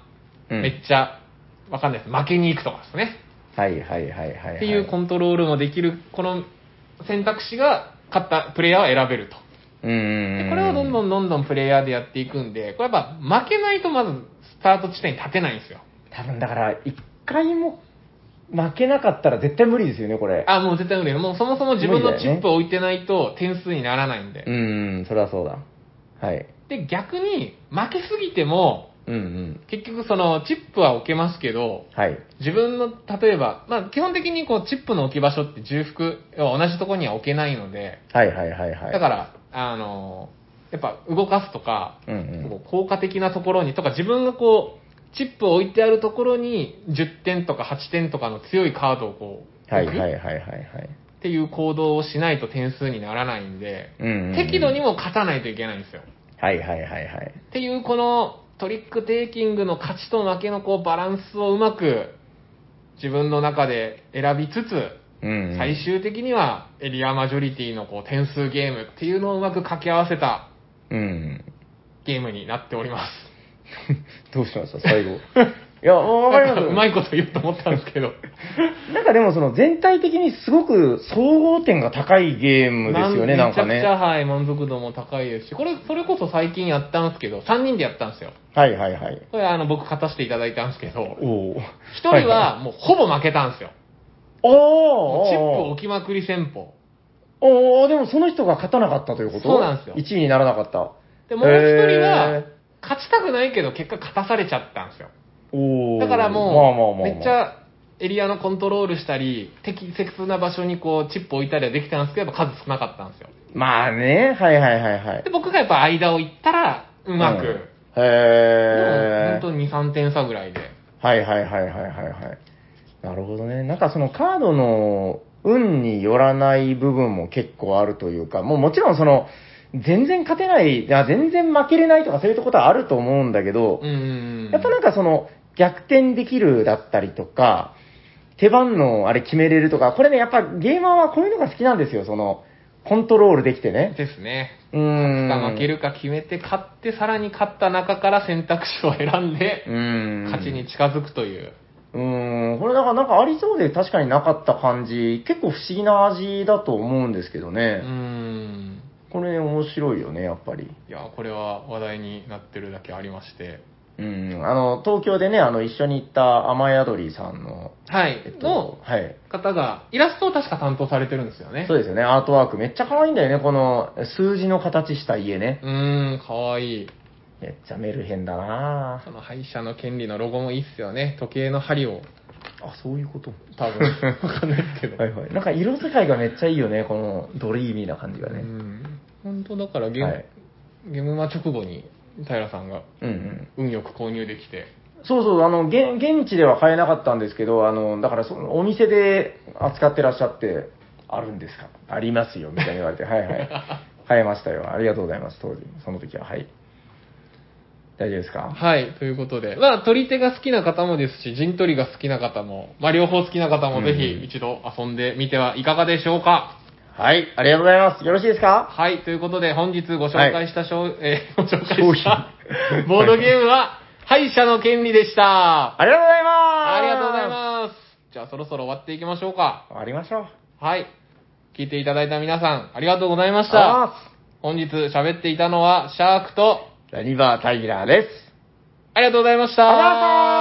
Speaker 2: うん
Speaker 1: めっちゃ、わかんないです。負けに行くとかですね。
Speaker 2: はいはいはいはい、はい。
Speaker 1: っていうコントロールもできる、この選択肢が、勝ったプレイヤーは選べると。
Speaker 2: うんうんう
Speaker 1: で
Speaker 2: ん。
Speaker 1: これをどんどんどんどんプレイヤーでやっていくんで、これやっぱ負けないとまずスタート地点に立てないんですよ。
Speaker 2: 多分だから、一回も負けなかったら絶対無理ですよね、これ。
Speaker 1: あ、もう絶対無理。もうそもそも自分
Speaker 2: 無理だ
Speaker 1: の
Speaker 2: よ
Speaker 1: チ
Speaker 2: ね
Speaker 1: ップを置いてないと点数にならないんで
Speaker 2: う。んうん、それはそうだ。はい。
Speaker 1: で、逆に負けすぎても、
Speaker 2: うんうん。
Speaker 1: 結局そのチップは置けますけど、
Speaker 2: はい。
Speaker 1: 自分の、例えば、まあ基本的にこうチップの置き場所って重複、要は同じとこには置けないので、
Speaker 2: はいはいはいはい。
Speaker 1: だから、あの、やっぱ動かすとか、
Speaker 2: うんうん。
Speaker 1: こう効果的なところにとか自分がこうチップを置いてあるところに10点とか8点とかの強いカードをこう
Speaker 2: はい
Speaker 1: 置
Speaker 2: はい
Speaker 1: く
Speaker 2: はい
Speaker 1: っ
Speaker 2: はいはい。
Speaker 1: ていう行動をしないと点数にならないんで、
Speaker 2: うんうんうん
Speaker 1: 適度に。も勝たないといけないんですよ。
Speaker 2: はいはいはいはい。
Speaker 1: っていうこのトリックテイキングの勝ちと負けのこうバランスをうまく自分の中で選びつつ、
Speaker 2: うん、うん。
Speaker 1: 最終的にはエリアマジョリティのこう点数ゲームっていうのをうまく掛け合わせた
Speaker 2: うん。
Speaker 1: ゲームになっております。
Speaker 2: どうしまし た最後。いや、わかります。
Speaker 1: うまいこと言うと思ったんですけど。
Speaker 2: なんかでもその全体的にすごく総合点が高いゲームですよね、なんか
Speaker 1: めちゃくちゃ、
Speaker 2: ね。
Speaker 1: はい、満足度も高いですし、これ、それこそ最近やったんですけど、3人でやったんですよ。
Speaker 2: はいはいはい。
Speaker 1: これ、あの、僕勝たせていただいたんですけど、
Speaker 2: おお。
Speaker 1: 1人は、もうほぼ負けたんですよ。
Speaker 2: お
Speaker 1: もう
Speaker 2: お
Speaker 1: チップ置きまくり戦法。
Speaker 2: おおでもその人が勝たなかったということ
Speaker 1: そうなんですよ
Speaker 2: 1位にならなかった。
Speaker 1: で、もう1人
Speaker 2: へー
Speaker 1: は、勝ちたくないけど、結果勝たされちゃったんですよ。
Speaker 2: おお。
Speaker 1: だから
Speaker 2: まあまあまあ
Speaker 1: もう、
Speaker 2: まあ
Speaker 1: めっち。ゃ、エリアのコントロールしたり、適切な場所にこう、チップ置いたりはできたんですけど、やっぱ数少なかったんですよ。
Speaker 2: まあね、はいはいはいはい
Speaker 1: で、。僕がやっぱ間を行ったら、うまく、
Speaker 2: んへえ。
Speaker 1: 本当に2、3点差ぐらいで。
Speaker 2: はいはいはいはいはいはい。なるほどね。なんかそのカードの運によらない部分も結構あるというか、もうもちろんその、全然勝てない、あ全然負けれないとかそういうことはあると思うんだけど、
Speaker 1: うん。
Speaker 2: やっぱなんかその、逆転できるだったりとか、手番のあれ決めれるとか、これね、やっぱゲーマーはこういうのが好きなんですよ、その、コントロールできてね。
Speaker 1: ですね。
Speaker 2: うーん。
Speaker 1: が負けるか決めて、勝って、さらに勝った中から選択肢を選ん
Speaker 2: う
Speaker 1: で、
Speaker 2: ん。
Speaker 1: 勝ちに近づくという。
Speaker 2: うーん、これだからなんかありそうで確かになかった感じ、結構不思議な味だと思うんですけど
Speaker 1: う
Speaker 2: ね。
Speaker 1: ん。
Speaker 2: これ面白いよね、やっぱり。
Speaker 1: いや、これは話題になってるだけありまして。
Speaker 2: うん、あの、東京でね、あの、一緒に行った雨宿りさんの、
Speaker 1: はい。
Speaker 2: えっと
Speaker 1: の、
Speaker 2: はい。
Speaker 1: 方が、イラストを確か担当されてるんですよね。
Speaker 2: そうですよね、アートワークめっちゃ可愛いんだよね、この数字の形した家ね。
Speaker 1: うーん、かわいい。
Speaker 2: めっちゃメルヘンだな
Speaker 1: その歯医者の権利のロゴもいいっすよね。時計の針 を、
Speaker 2: あ、そういうこと。
Speaker 1: 多 分、わかんないですけど。
Speaker 2: はいはい。なんか色使いがめっちゃいいよね、このドリーミーな感じが
Speaker 1: う
Speaker 2: ね。
Speaker 1: ん。本当だからゲーム、
Speaker 2: はい。
Speaker 1: ゲームマ直後に、平さんが
Speaker 2: うんうん。
Speaker 1: 運よく購入できて。
Speaker 2: そうそう、あの、現現地では買えなかったんですけど、あの、だからそのお店で扱ってらっしゃって、あるんですかありますよ、みたいに言われて、はい はい。買えましたよ。ありがとうございます、当時。その時は、はい。大丈夫ですか
Speaker 1: はい、ということで。まあ、取り手が好きな方もですし、陣取りが好きな方も、まあ、両方好きな方もぜ
Speaker 2: うん
Speaker 1: ひ一度遊んでみてはいかがでしょうか。
Speaker 2: はい、ありがとうございます。よろしいですか
Speaker 1: はい、ということで、本日ご紹介した商、えーご 紹介
Speaker 2: 商
Speaker 1: し
Speaker 2: 品
Speaker 1: たボードゲームは、歯医者の権利でした。
Speaker 2: ありがとうございます
Speaker 1: ありがとうございます。じゃあ、そろそろ終わっていきましょうか。
Speaker 2: す終わりましょう。
Speaker 1: はい。聞いていただいた皆さん、ありがとうございまし
Speaker 2: あ
Speaker 1: た。本日喋っていたのは、シャークと、
Speaker 2: ラニバー・タイラーです。
Speaker 1: ありがとうございました。
Speaker 2: ありがとうございました